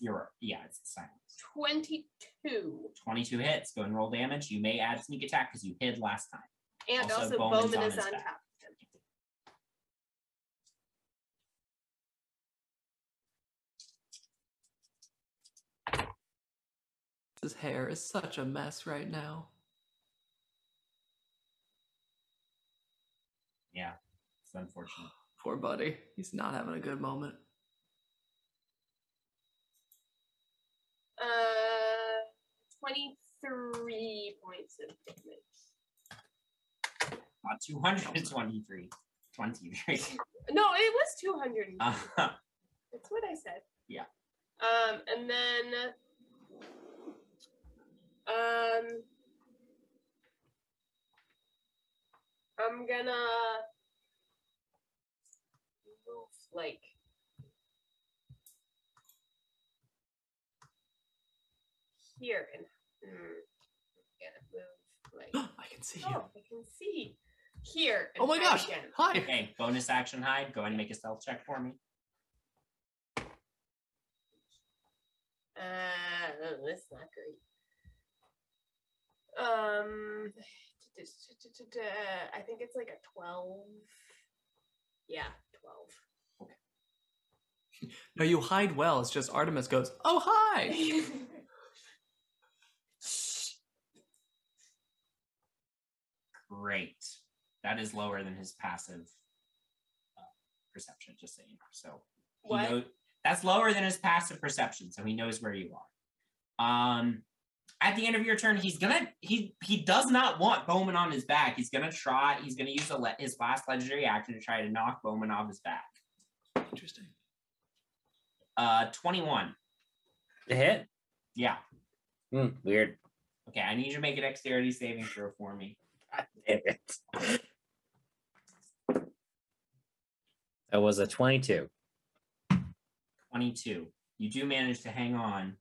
[SPEAKER 1] You're up. yeah. It's silence.
[SPEAKER 4] Twenty-two.
[SPEAKER 1] Twenty-two hits. Go and roll damage. You may add sneak attack because you hid last time.
[SPEAKER 4] And
[SPEAKER 1] Also,
[SPEAKER 4] also,
[SPEAKER 1] Bowman's
[SPEAKER 4] Bowman
[SPEAKER 1] on
[SPEAKER 4] is
[SPEAKER 1] his
[SPEAKER 4] on
[SPEAKER 1] back.
[SPEAKER 4] top.
[SPEAKER 2] His hair is such a mess right now.
[SPEAKER 1] Yeah, it's unfortunate.
[SPEAKER 2] Poor buddy. He's not having a good moment.
[SPEAKER 4] Uh, 23 points of damage.
[SPEAKER 1] Not 223. 23.
[SPEAKER 4] No, it was 200.
[SPEAKER 1] Uh,
[SPEAKER 4] That's what I said.
[SPEAKER 1] Yeah.
[SPEAKER 4] Um, and then, um, I'm gonna move like here and mm, I'm gonna move like
[SPEAKER 2] I can see you.
[SPEAKER 4] oh, I can see here.
[SPEAKER 2] Oh
[SPEAKER 4] and
[SPEAKER 2] my
[SPEAKER 4] hide
[SPEAKER 2] gosh!
[SPEAKER 4] again.
[SPEAKER 2] Hi.
[SPEAKER 1] Okay, bonus action hide. Go ahead and make a stealth check for me.
[SPEAKER 4] Uh, that's not great. Um, I think it's like a twelve. Yeah, twelve.
[SPEAKER 2] No, you hide well. It's just Artemis goes, "Oh hi."
[SPEAKER 1] Great. That is lower than his passive uh, perception, just saying. So he
[SPEAKER 4] What?
[SPEAKER 1] knows- that's lower than his passive perception, so he knows where you are. Um at the end of your turn, he's gonna he he does not want Bowman on his back. He's gonna try, he's gonna use a le- his last legendary action to try to knock Bowman off his back.
[SPEAKER 2] Interesting.
[SPEAKER 1] Uh 21.
[SPEAKER 6] A hit?
[SPEAKER 1] Yeah.
[SPEAKER 6] Hmm, weird.
[SPEAKER 1] Okay, I need you to make a dexterity saving throw for me.
[SPEAKER 6] God damn it. That was a 22.
[SPEAKER 1] 22. You do manage to hang on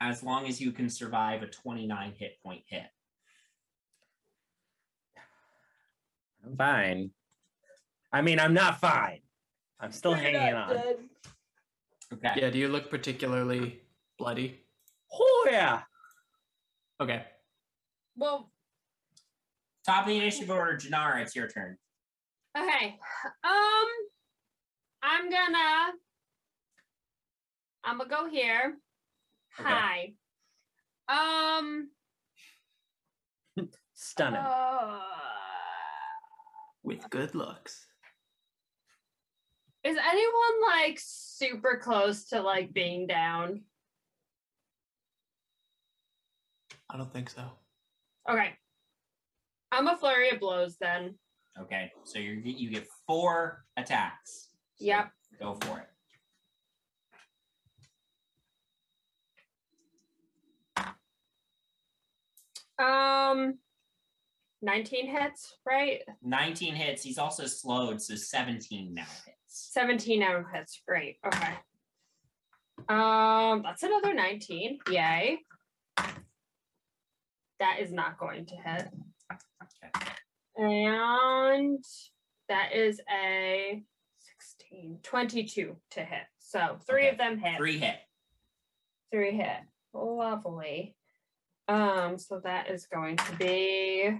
[SPEAKER 1] as long as you can survive a 29 hit point hit.
[SPEAKER 6] I'm fine. I mean, I'm not fine. I'm still hanging on.
[SPEAKER 1] Okay.
[SPEAKER 2] Yeah. Do you look particularly bloody?
[SPEAKER 6] Oh, yeah.
[SPEAKER 2] Okay.
[SPEAKER 4] Well,
[SPEAKER 1] Top of the initiative order, Janara, it's your turn.
[SPEAKER 3] Okay. Um I'm gonna I'm gonna go here.
[SPEAKER 1] Okay.
[SPEAKER 3] Hi. Um
[SPEAKER 6] Stunning.
[SPEAKER 3] uh,
[SPEAKER 2] With good looks.
[SPEAKER 3] is anyone like super close to like being down?
[SPEAKER 2] I don't think so.
[SPEAKER 3] Okay. I'm a flurry of blows then.
[SPEAKER 1] Okay. So you you get four attacks. So
[SPEAKER 3] Yep.
[SPEAKER 1] Go for it.
[SPEAKER 3] Um 19 hits, right?
[SPEAKER 1] 19 hits. He's also slowed, so 17 now hits.
[SPEAKER 3] 17 out of hits. Great. Okay. Um, that's another 19. Yay. That is not going to hit. And that is a 16, 22 to hit. So three
[SPEAKER 1] Okay.
[SPEAKER 3] of them hit.
[SPEAKER 1] Three hit.
[SPEAKER 3] Three hit. Lovely. Um, so that is going to be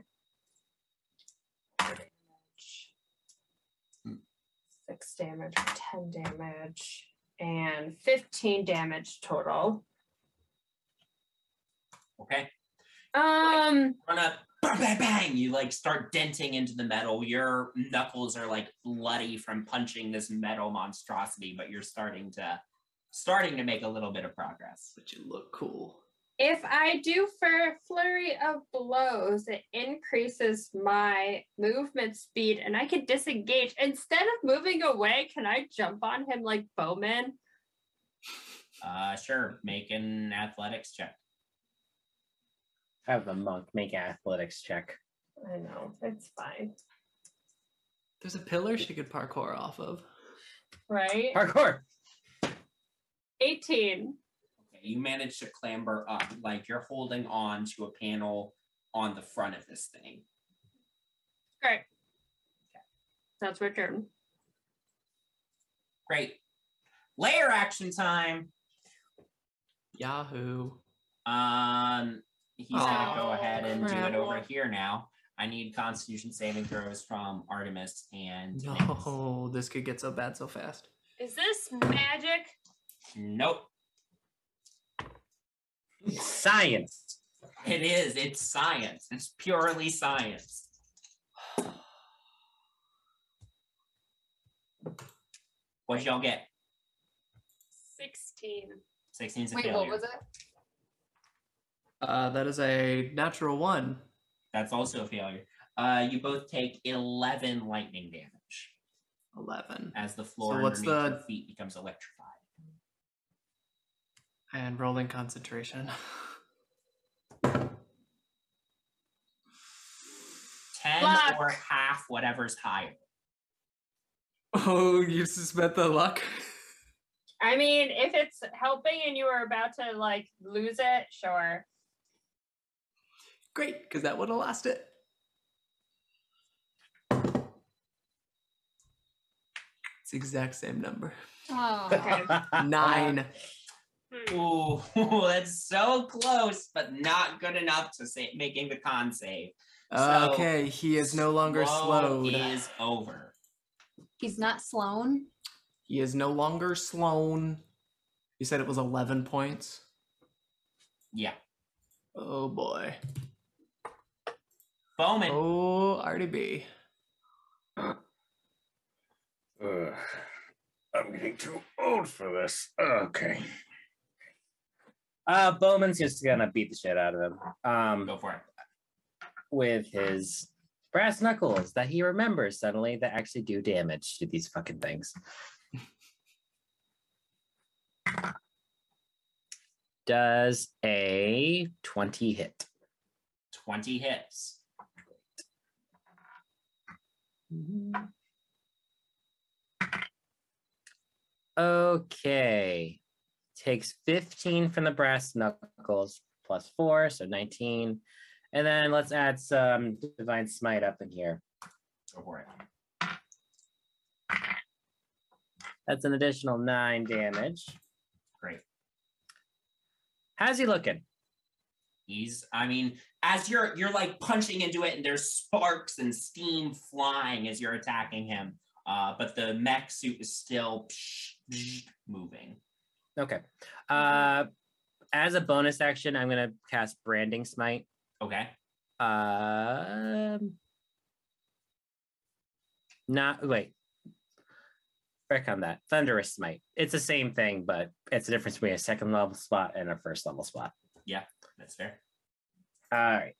[SPEAKER 3] six damage, ten damage, and fifteen damage total.
[SPEAKER 1] Okay.
[SPEAKER 3] Um,
[SPEAKER 1] Run up. Bang, bang, bang. You like start denting into the metal. Your knuckles are like bloody from punching this metal monstrosity, but you're starting to starting to make a little bit of progress.
[SPEAKER 2] But you look cool.
[SPEAKER 3] if I do for flurry of blows, it increases my movement speed, and I can disengage instead of moving away. Can I jump on him like Bowman?
[SPEAKER 1] Uh sure. Make an athletics check.
[SPEAKER 6] Have the monk make an athletics check.
[SPEAKER 3] I know it's fine,
[SPEAKER 2] There's a pillar she could parkour off of.
[SPEAKER 3] right?
[SPEAKER 6] Parkour.
[SPEAKER 3] 18.
[SPEAKER 1] Okay, you manage to clamber up, like you're holding on to a panel on the front of this thing.
[SPEAKER 3] Great. That's my turn.
[SPEAKER 1] Great. Layer action time.
[SPEAKER 2] Yahoo.
[SPEAKER 1] Um, he's gonna go
[SPEAKER 4] Oh,
[SPEAKER 1] ahead and do
[SPEAKER 2] crap.
[SPEAKER 1] it over here now. I need Constitution saving throws from Artemis and Nyx.
[SPEAKER 2] No, this could get so bad so fast.
[SPEAKER 4] is this magic?
[SPEAKER 1] Nope.
[SPEAKER 6] Science.
[SPEAKER 1] It is. It's science. It's purely science. What y'all get?
[SPEAKER 4] Sixteen.
[SPEAKER 1] Sixteen's a
[SPEAKER 5] Wait,
[SPEAKER 1] failure.
[SPEAKER 5] what was it?
[SPEAKER 2] Uh, that is a natural one.
[SPEAKER 1] That's also a failure. Uh, you both take eleven lightning damage.
[SPEAKER 2] 11.
[SPEAKER 1] as the floor
[SPEAKER 2] what's
[SPEAKER 1] underneath
[SPEAKER 2] the-
[SPEAKER 1] your feet becomes electrified.
[SPEAKER 2] And rolling concentration.
[SPEAKER 1] Ten
[SPEAKER 4] Fuck.
[SPEAKER 1] or half, whatever's higher.
[SPEAKER 2] oh, you suspend the luck?
[SPEAKER 3] I mean, if it's helping and you were about to like lose it, sure.
[SPEAKER 2] Great, because that would have lost it. It's the exact same number.
[SPEAKER 5] Oh, okay. Hmm.
[SPEAKER 2] Nine.
[SPEAKER 1] Ooh, that's so close, but not good enough to say making the con save. So,
[SPEAKER 2] okay, he is no longer
[SPEAKER 1] slow
[SPEAKER 2] slowed.
[SPEAKER 1] is over.
[SPEAKER 5] He's not Sloan.
[SPEAKER 2] He is no longer Sloan. You said it was 11 points?
[SPEAKER 1] Yeah.
[SPEAKER 2] Oh boy.
[SPEAKER 1] Bowman.
[SPEAKER 2] Oh, RDB.
[SPEAKER 7] Ugh. I'm getting too old for this. Okay.
[SPEAKER 6] Uh, Bowman's just gonna beat the shit out of him. Um,
[SPEAKER 1] Go for it.
[SPEAKER 6] with his brass knuckles that he remembers suddenly that actually do damage to these fucking things. Does a 20 hit.
[SPEAKER 1] 20 hits.
[SPEAKER 6] Okay. Takes 15 from the brass knuckles plus four, so 19. And then let's add some divine smite up in here.
[SPEAKER 1] Go for it.
[SPEAKER 6] That's an additional nine damage.
[SPEAKER 1] Great.
[SPEAKER 6] How's he looking?
[SPEAKER 1] He's, I mean, as you're you're like punching into it, and there's sparks and steam flying as you're attacking him. Uh, but the mech suit is still moving.
[SPEAKER 6] Okay. Uh,
[SPEAKER 1] Mm-hmm.
[SPEAKER 6] as a bonus action, I'm gonna cast branding smite.
[SPEAKER 1] Okay.
[SPEAKER 6] Um, not wait. Recon that thunderous smite. It's the same thing, but it's the difference between a second level spot and a first level spot.
[SPEAKER 1] That's fair.
[SPEAKER 6] All right.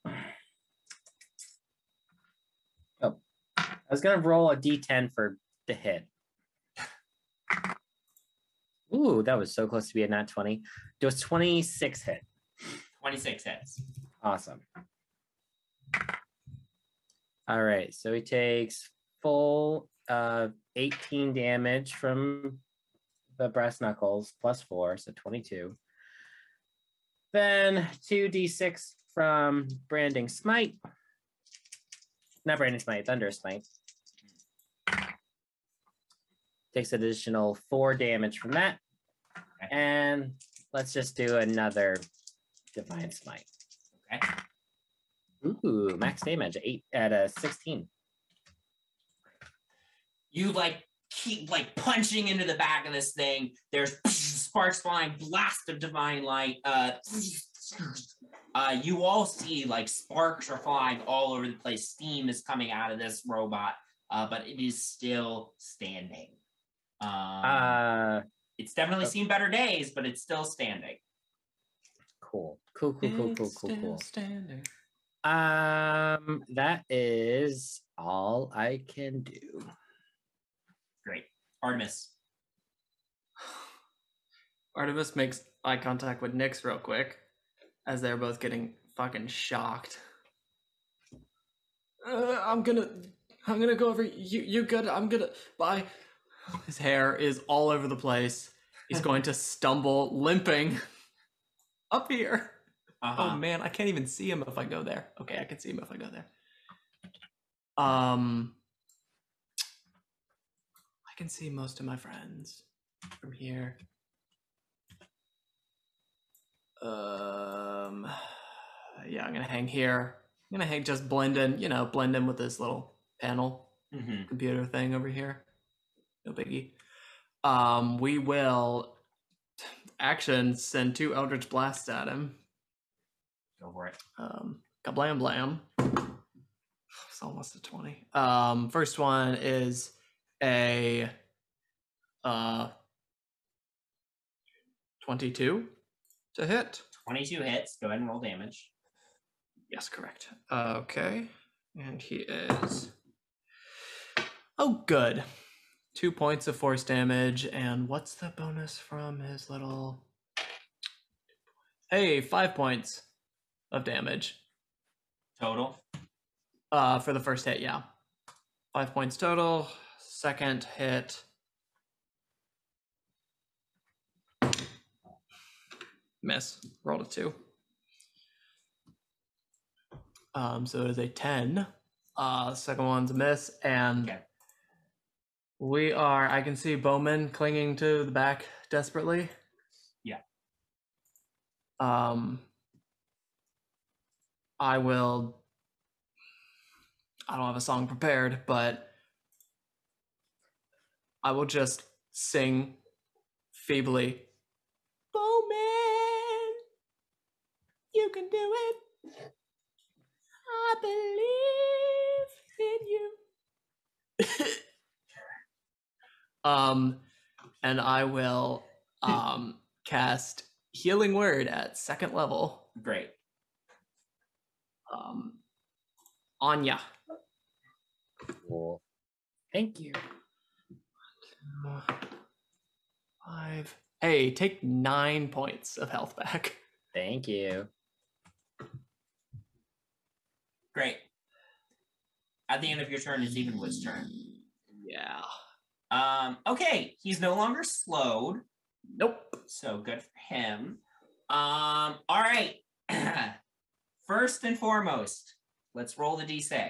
[SPEAKER 6] Oh, I was gonna roll a d10 for the hit. Ooh, that was so close to be a nat 20. It was 26 hit.
[SPEAKER 1] 26 hits.
[SPEAKER 6] Awesome. All right, so he takes full uh, 18 damage from the brass knuckles, plus four, so 22. Then 2d6 from branding smite. Not branding smite, thunderous smite. Takes additional four damage from that. And let's just do another divine smite.
[SPEAKER 1] Okay.
[SPEAKER 6] Ooh, max damage at eight at a sixteen.
[SPEAKER 1] you like keep like punching into the back of this thing. There's sparks flying, blast of divine light. Uh, uh, you all see like sparks are flying all over the place. Steam is coming out of this robot, uh, but it is still standing. Um,
[SPEAKER 6] Uh,
[SPEAKER 1] it's definitely seen better days, but it's still standing.
[SPEAKER 6] cool, cool, cool, cool, cool, cool, cool.
[SPEAKER 2] Standard.
[SPEAKER 6] Um, that is all I can do.
[SPEAKER 1] Great, Artemis.
[SPEAKER 2] Artemis makes eye contact with Nyx real quick as they're both getting fucking shocked. Uh, I'm gonna, I'm gonna go over. You, you good? I'm gonna. Bye. His hair is all over the place. He's going to stumble, limping, up here.
[SPEAKER 1] Uh-huh.
[SPEAKER 2] Oh man, I can't even see him if I go there. Okay, I can see him if I go there. Um, I can see most of my friends from here. Um, yeah, I'm gonna hang here. I'm gonna hang just blend in, you know, blend in with this little panel
[SPEAKER 1] Mhm.
[SPEAKER 2] computer thing over here. No biggie. Um, we will action send two Eldritch blasts at him.
[SPEAKER 1] Go for it.
[SPEAKER 2] Um, kablam blam. It's almost a 20. Um, first one is a uh, 22 to hit.
[SPEAKER 1] Twenty-two hits. Go ahead and roll damage.
[SPEAKER 2] Yes, correct. Okay. And he is. Oh, good. Two points of force damage. And what's the bonus from his little. Hey, five points of damage.
[SPEAKER 1] Total.
[SPEAKER 2] Uh, for the first hit, yeah. Five points total. Second hit. Miss. Rolled a two. Um, so it is a 10. Uh, second one's a miss. And we are, I can see Bowman clinging to the back desperately.
[SPEAKER 10] Yeah.
[SPEAKER 2] Um, I will. I don't have a song prepared, but I will just sing feebly. Bowman, you can do it. I believe in you. Um, and I will um cast Healing Word at second level.
[SPEAKER 1] Great.
[SPEAKER 2] Um, Anya.
[SPEAKER 6] Cool. Thank you.
[SPEAKER 2] Five. Hey, take nine points of health back.
[SPEAKER 6] Thank you.
[SPEAKER 1] Great. At the end of your turn, it's Evenwood's turn.
[SPEAKER 2] Yeah.
[SPEAKER 1] Um, okay, he's no longer slowed.
[SPEAKER 2] Nope.
[SPEAKER 1] So good for him. Um, all right. First and foremost, let's roll the d6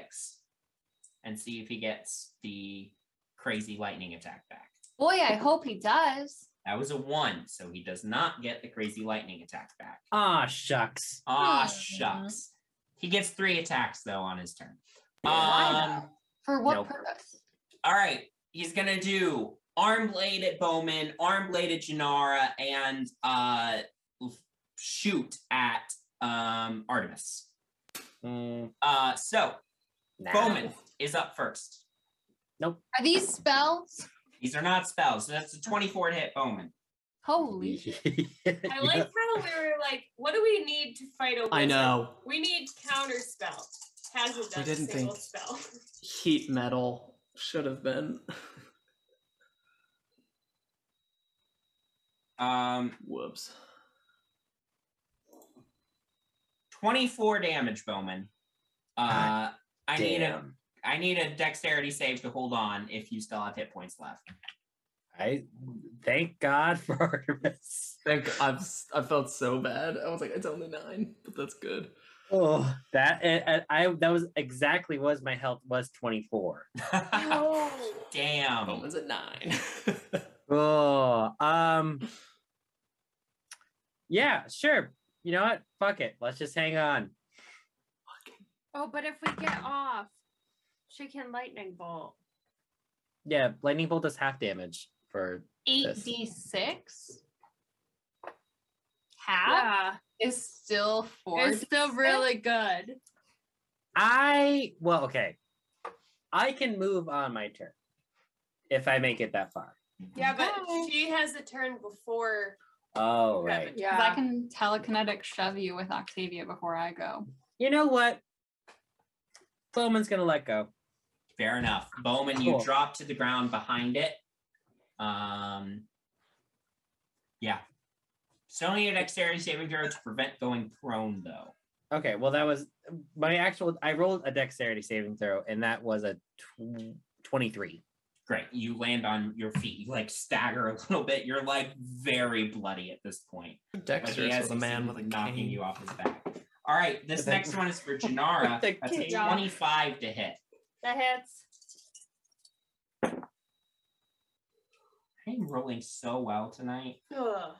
[SPEAKER 1] and see if he gets the crazy lightning attack back.
[SPEAKER 5] Boy, I hope he does.
[SPEAKER 1] That was a one, so he does not get the crazy lightning attack back.
[SPEAKER 6] Ah, shucks.
[SPEAKER 1] Ah, shucks. He gets three attacks though on his turn.
[SPEAKER 5] Why
[SPEAKER 1] Um,
[SPEAKER 5] For what
[SPEAKER 1] Nope.
[SPEAKER 5] purpose?
[SPEAKER 1] all right, he's gonna do arm blade at Bowman, arm blade at Janara, and uh, f- shoot at um, Artemis.
[SPEAKER 6] Mm,
[SPEAKER 1] Uh, so
[SPEAKER 6] nah.
[SPEAKER 1] Bowman is up first.
[SPEAKER 5] Are these spells?
[SPEAKER 1] These are not spells, so that's a 24 to hit Bowman.
[SPEAKER 5] Holy shit.
[SPEAKER 4] I like how we were like, what do we need to fight a wizard?
[SPEAKER 2] I know.
[SPEAKER 4] We need counter spell. Hasn't done
[SPEAKER 2] didn't
[SPEAKER 4] a single
[SPEAKER 2] think-
[SPEAKER 4] spell.
[SPEAKER 2] Heat metal should have been.
[SPEAKER 1] Um,
[SPEAKER 2] Whoops.
[SPEAKER 1] 24 damage, Bowman. Uh, I need a
[SPEAKER 6] Damn.
[SPEAKER 1] I need a dexterity save to hold on if you still have hit points left.
[SPEAKER 6] I thank God for Artemis.
[SPEAKER 2] Thank I've s- I felt so bad. I was like, it's only nine, but that's good.
[SPEAKER 6] Oh, that I, I I- that was exactly was my health was 24.
[SPEAKER 2] Oh,
[SPEAKER 1] Damn.
[SPEAKER 2] Bowman's at nine.
[SPEAKER 6] Oh, um Yeah, sure. You know what? Fuck it. Let's just hang on.
[SPEAKER 3] Oh, but if we get off, she can lightning bolt.
[SPEAKER 6] Yeah, lightning bolt does half damage for
[SPEAKER 5] 8d6? Half
[SPEAKER 3] Yeah,
[SPEAKER 5] is still 4
[SPEAKER 3] it's still really good.
[SPEAKER 6] I well, okay. I can move on my turn if I make it that far.
[SPEAKER 4] Yeah, but
[SPEAKER 5] Okay.
[SPEAKER 4] she has a turn before.
[SPEAKER 6] Oh, right.
[SPEAKER 4] Kevin.
[SPEAKER 5] 'Cause I can telekinetic shove you with Octavia before I go.
[SPEAKER 6] You know what? Bowman's gonna let go.
[SPEAKER 1] Fair enough. Bowman, you
[SPEAKER 6] Cool.
[SPEAKER 1] drop to the ground behind it. Um, yeah. Still need a dexterity saving throw to prevent going prone, though.
[SPEAKER 6] Okay, well that was my actual. I rolled a dexterity saving throw, and that was a tw- twenty-three.
[SPEAKER 1] Great. You land on your feet. You like stagger a little bit. You're like very bloody at this point. Like,
[SPEAKER 2] Dexterous was a
[SPEAKER 1] you
[SPEAKER 2] man
[SPEAKER 1] seen
[SPEAKER 2] with a
[SPEAKER 1] knocking
[SPEAKER 2] cane.
[SPEAKER 1] you off his back. All right. This
[SPEAKER 6] With a-
[SPEAKER 1] next one is for Janara.
[SPEAKER 6] with a
[SPEAKER 1] That's a
[SPEAKER 6] cane.
[SPEAKER 1] 25 to hit.
[SPEAKER 3] That hits.
[SPEAKER 1] I'm rolling so well tonight.
[SPEAKER 4] Ugh.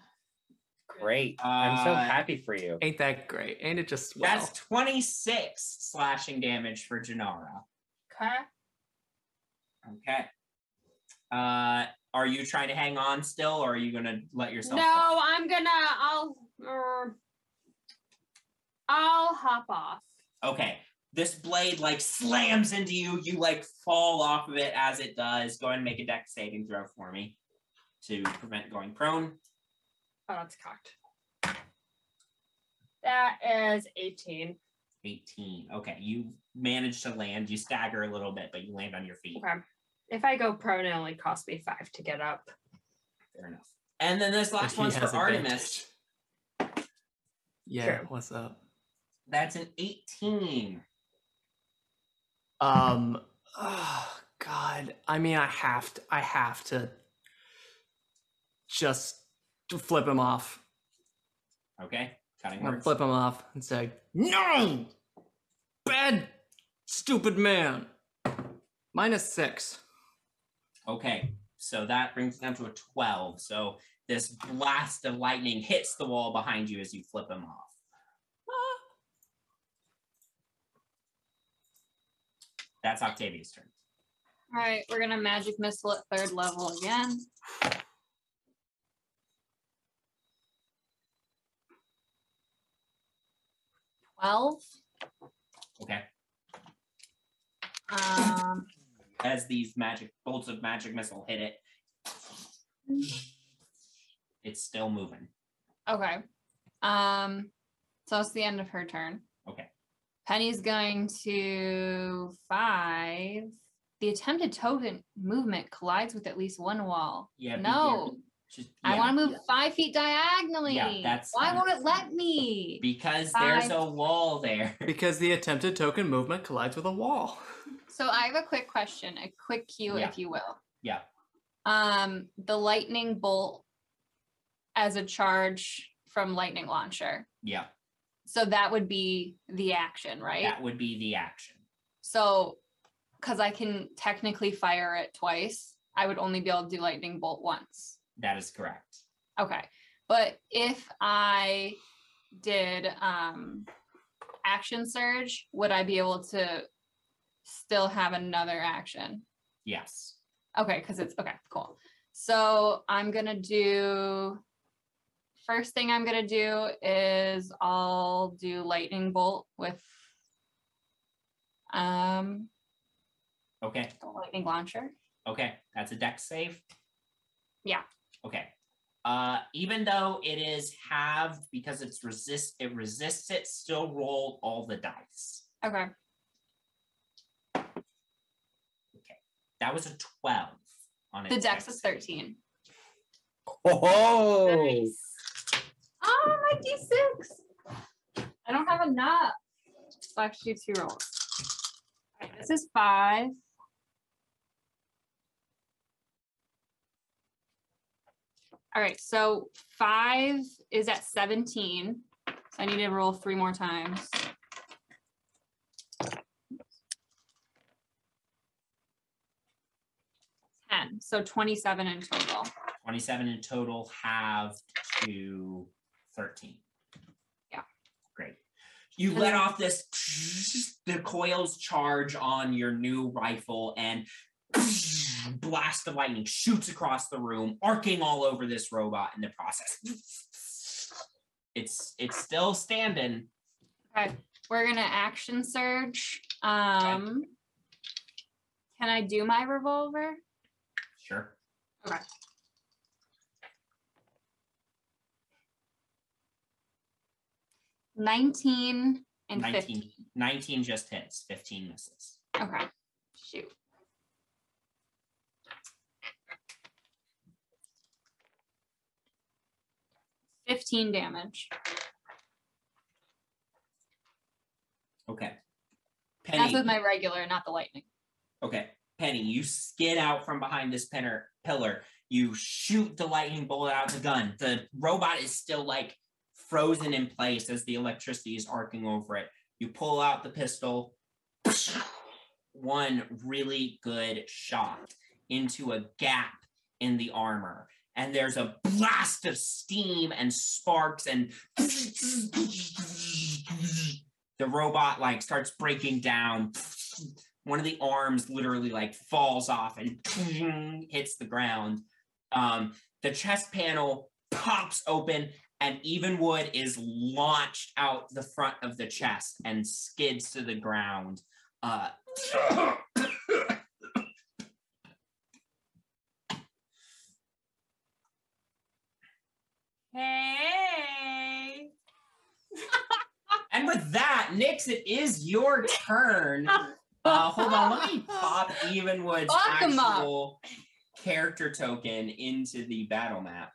[SPEAKER 6] Great! I'm so
[SPEAKER 1] Uh,
[SPEAKER 6] happy for you.
[SPEAKER 2] Ain't that great? Ain't it just swell?
[SPEAKER 1] That's 26 slashing damage for Janara.
[SPEAKER 3] Okay.
[SPEAKER 1] Okay. Uh, are you trying to hang on still, or are you gonna let yourself?
[SPEAKER 3] No, I'm gonna. I'll. er, I'll hop off.
[SPEAKER 1] Fall? Okay. This blade like slams into you. You like fall off of it as it does. Go ahead and make a deck saving throw for me to prevent going prone.
[SPEAKER 3] Oh, that's cocked. That is 18.
[SPEAKER 1] 18. Okay, you manage to land. You stagger a little bit, but you land on your feet.
[SPEAKER 3] Okay. If I go prone, it only costs me five to get up.
[SPEAKER 1] Fair enough. And then this
[SPEAKER 2] But
[SPEAKER 1] last
[SPEAKER 2] he
[SPEAKER 1] one's for
[SPEAKER 2] has advantage.
[SPEAKER 1] Artemis.
[SPEAKER 2] Yeah, what's up?
[SPEAKER 1] That's an 18.
[SPEAKER 2] Um oh, God. I mean I have to I have to just to flip him off.
[SPEAKER 1] Okay, cutting
[SPEAKER 2] I'm gonna
[SPEAKER 1] words.
[SPEAKER 2] flip him off and say, No! bed, stupid man. Minus six.
[SPEAKER 1] Okay, so that brings it down to a 12. So this blast of lightning hits the wall behind you as you flip him off. Ah. That's Octavia's turn.
[SPEAKER 5] All right, we're gonna magic missile at third level again. Twelve.
[SPEAKER 1] Okay.
[SPEAKER 5] Um,
[SPEAKER 1] As these magic bolts of magic missile hit it, it's still moving.
[SPEAKER 5] okay. Um, so it's the end of her turn.
[SPEAKER 1] Okay.
[SPEAKER 5] Penny's going to five. The attempted token movement collides with at least one wall.
[SPEAKER 1] Yeah. be
[SPEAKER 5] No,
[SPEAKER 1] careful. Just,
[SPEAKER 5] I
[SPEAKER 1] yeah.
[SPEAKER 5] want to move five feet diagonally.
[SPEAKER 1] Yeah, that's-
[SPEAKER 5] Why won't it let me?
[SPEAKER 1] Because
[SPEAKER 5] Bye.
[SPEAKER 1] there's a wall there.
[SPEAKER 2] Because the attempted token movement collides with a wall.
[SPEAKER 5] So I have a quick question, a quick cue,
[SPEAKER 1] Yeah.
[SPEAKER 5] if you will.
[SPEAKER 1] Yeah.
[SPEAKER 5] Um, the lightning bolt as a charge from lightning launcher.
[SPEAKER 1] Yeah.
[SPEAKER 5] So that would be the action, right?
[SPEAKER 1] That would be the action.
[SPEAKER 5] So, because I can technically fire it twice, I would only be able to do lightning bolt once.
[SPEAKER 1] That is correct.
[SPEAKER 5] Okay. But if I did um, action surge, would I be able to still have another action?
[SPEAKER 1] Yes.
[SPEAKER 5] Okay, because it's okay, cool. So I'm gonna do first thing I'm gonna do is I'll do lightning bolt with um
[SPEAKER 1] Okay.
[SPEAKER 5] the lightning launcher.
[SPEAKER 1] Okay. That's a deck save.
[SPEAKER 5] Yeah.
[SPEAKER 1] Okay. Uh, even though it is halved because it's resist, it resists it. Still roll all the dice.
[SPEAKER 5] Okay.
[SPEAKER 1] That was a twelve on it.
[SPEAKER 5] The dex is 13.
[SPEAKER 6] Oh,
[SPEAKER 4] Nice.
[SPEAKER 5] Oh my D6. I don't have enough. So I have to do two rolls. All right, this is five. All right, so five is at 17. So I need to roll three more times. Ten. So 27 in total.
[SPEAKER 1] Twenty-seven in total, halved to thirteen.
[SPEAKER 5] Yeah.
[SPEAKER 1] Great. You let off this. The coils charge on your new rifle and. Blast of lightning shoots across the room, arcing all over this robot in the process. It's it's still standing,
[SPEAKER 5] Okay, we're gonna action surge. Um, can I do my revolver?
[SPEAKER 1] Sure.
[SPEAKER 5] Okay. Nineteen and
[SPEAKER 1] 19,
[SPEAKER 5] fifteen.
[SPEAKER 1] 19 just hits, 15 misses.
[SPEAKER 5] Okay, shoot. Fifteen damage.
[SPEAKER 1] Okay.
[SPEAKER 5] That's
[SPEAKER 1] Penny,
[SPEAKER 5] with my regular, not the lightning.
[SPEAKER 1] okay. Penny, you skid out from behind this pinner, pillar. You shoot the lightning bolt out the gun. The robot is still like frozen in place as the electricity is arcing over it. You pull out the pistol. One really good shot into a gap in the armor. And there's a blast of steam and sparks and the robot like starts breaking down. One of the arms literally like falls off and hits the ground. Um, the chest panel pops open, and Evenwood is launched out the front of the chest and skids to the ground. Uh,
[SPEAKER 4] Hey.
[SPEAKER 1] and with that, Nix, it is your turn. Uh, hold on, let me pop Evenwood's
[SPEAKER 5] Fuck 'em up.
[SPEAKER 1] actual character token into the battle map.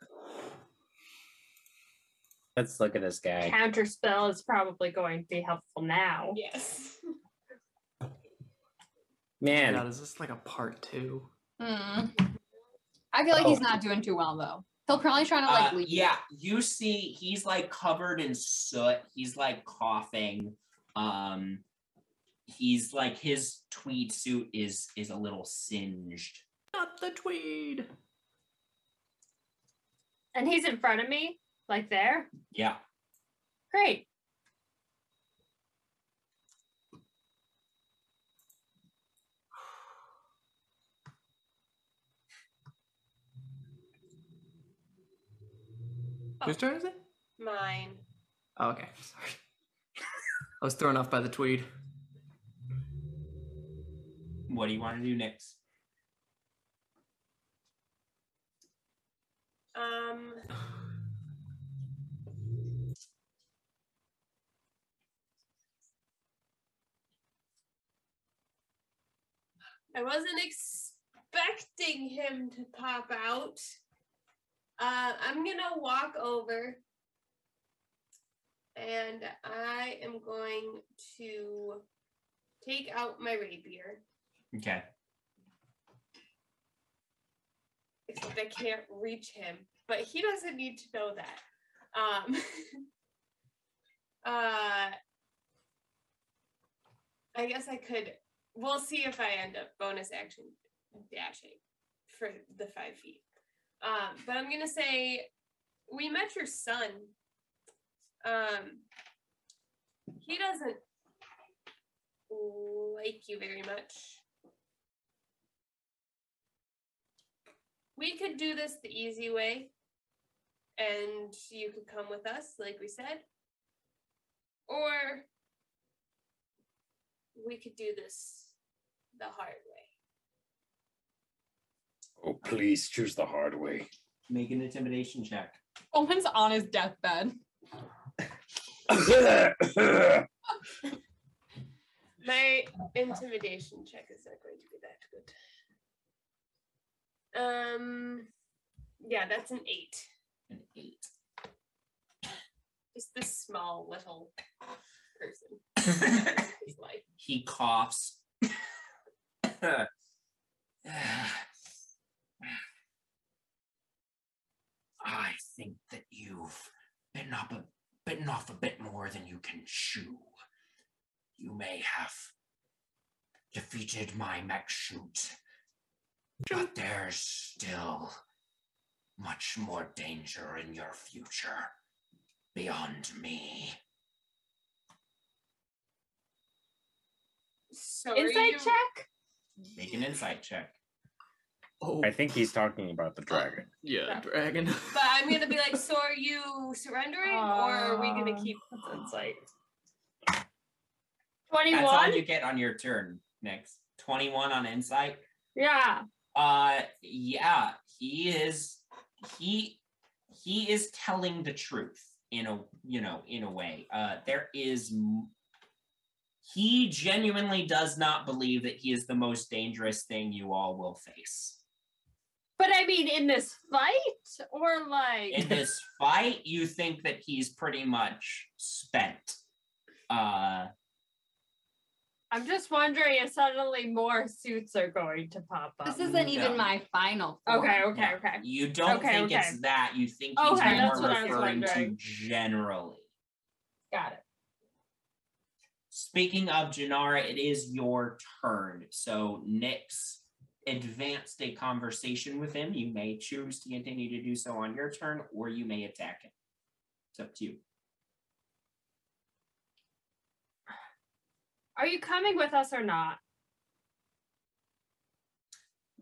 [SPEAKER 6] let's look at this guy.
[SPEAKER 3] Counter spell is probably going to be helpful now.
[SPEAKER 4] Yes.
[SPEAKER 2] And God,
[SPEAKER 6] Man,
[SPEAKER 2] is this like a part two?
[SPEAKER 5] Hmm. I feel like he's
[SPEAKER 6] Oh.
[SPEAKER 5] not doing too well though. He'll probably try to like
[SPEAKER 1] Uh,
[SPEAKER 5] leave.
[SPEAKER 1] yeah, you see, he's like covered in soot. He's like coughing. Um, he's like his tweed suit is is a little singed.
[SPEAKER 2] Not the tweed.
[SPEAKER 3] And he's in front of me, like there.
[SPEAKER 1] Yeah.
[SPEAKER 3] Great.
[SPEAKER 2] Whose turn is it?
[SPEAKER 4] Mine.
[SPEAKER 2] Oh, okay. Sorry. I was thrown off by the tweed.
[SPEAKER 1] What do you want to do next?
[SPEAKER 4] Um. I wasn't expecting him to pop out. Uh, I'm gonna walk over and I am going to take out my rapier.
[SPEAKER 1] Okay.
[SPEAKER 4] Except I can't reach him, but he doesn't need to know that. Um, uh, I guess I could. We'll see if I end up bonus action dashing for the five feet. Um, but I'm gonna say we met your son. Um, he doesn't like you very much. We could do this the easy way, and you could come with us, like we said, or we could do this the hard way.
[SPEAKER 7] Oh, please choose the hard way.
[SPEAKER 1] Make an intimidation check.
[SPEAKER 5] Owen's on his deathbed.
[SPEAKER 7] That's
[SPEAKER 4] My intimidation check is not going to be that good. Um, yeah, that's an eight.
[SPEAKER 1] An eight.
[SPEAKER 4] Just this small little person. He's like,
[SPEAKER 1] he coughs. I think that you've bitten off a bitten off a bit more than you can chew. You may have defeated my mech shoot, but there's still much more danger in your future beyond me.
[SPEAKER 4] so are
[SPEAKER 3] Inside
[SPEAKER 4] you-
[SPEAKER 3] check.
[SPEAKER 1] Make an insight check.
[SPEAKER 2] Oh,
[SPEAKER 7] I think he's talking about the dragon.
[SPEAKER 2] yeah, dragon.
[SPEAKER 4] But I'm gonna be like, so are you surrendering, or are we gonna
[SPEAKER 5] Uh,
[SPEAKER 4] keep?
[SPEAKER 3] Inside.
[SPEAKER 1] That's all
[SPEAKER 3] 21?
[SPEAKER 1] you get on your turn next. 21 on insight.
[SPEAKER 3] Yeah.
[SPEAKER 1] Uh yeah, he is he he is telling the truth in a you know, in a way. Uh there is m- he genuinely does not believe that he is the most dangerous thing you all will face.
[SPEAKER 3] But I mean, in this fight? Or like.
[SPEAKER 1] In this fight, you think that he's pretty much spent. Uh
[SPEAKER 3] I'm just wondering if suddenly more suits are going to pop up.
[SPEAKER 5] This isn't even
[SPEAKER 1] no.
[SPEAKER 5] my final. form.
[SPEAKER 3] okay, okay,
[SPEAKER 1] Yeah.
[SPEAKER 3] okay.
[SPEAKER 1] You don't
[SPEAKER 3] Okay,
[SPEAKER 1] think
[SPEAKER 3] okay.
[SPEAKER 1] it's that. You think he's
[SPEAKER 3] Okay,
[SPEAKER 5] that's
[SPEAKER 1] more
[SPEAKER 5] what I was
[SPEAKER 1] referring to
[SPEAKER 3] wondering.
[SPEAKER 1] generally.
[SPEAKER 3] Got it.
[SPEAKER 1] Speaking of Janara, it is your turn. So Nyx advanced a conversation with him. You may choose to continue to do so on your turn, or you may attack him. It's up to you.
[SPEAKER 3] Are you coming with us or not?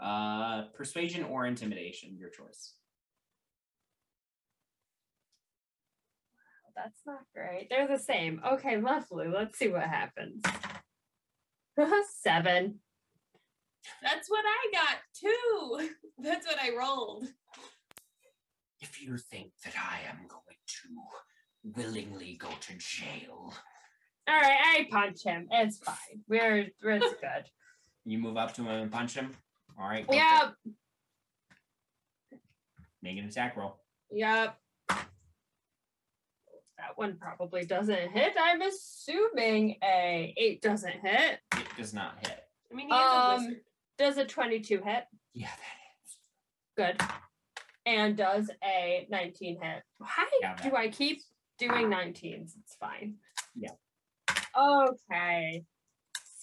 [SPEAKER 1] Uh, persuasion or intimidation, your choice.
[SPEAKER 3] That's not great. They're the same. Okay, lovely. Let's see what happens. Seven.
[SPEAKER 4] That's what I got too. That's what I rolled.
[SPEAKER 1] If you think that I am going to willingly go to jail,
[SPEAKER 3] All right, I punch him. It's fine. We're, we're it's good.
[SPEAKER 1] you move up to him and punch him. All right. go for it.
[SPEAKER 3] Yep.
[SPEAKER 1] Make an attack roll.
[SPEAKER 3] Yep. That one probably doesn't hit. I'm assuming a eight doesn't hit.
[SPEAKER 1] It does not hit.
[SPEAKER 4] I mean, he is a
[SPEAKER 3] Um,
[SPEAKER 4] wizard.
[SPEAKER 3] Does a 22 hit?
[SPEAKER 1] Yeah, that is.
[SPEAKER 3] Good. And does a 19 hit? Why
[SPEAKER 1] Yeah,
[SPEAKER 3] do I keep doing 19s? It's fine.
[SPEAKER 1] Yeah.
[SPEAKER 3] Okay.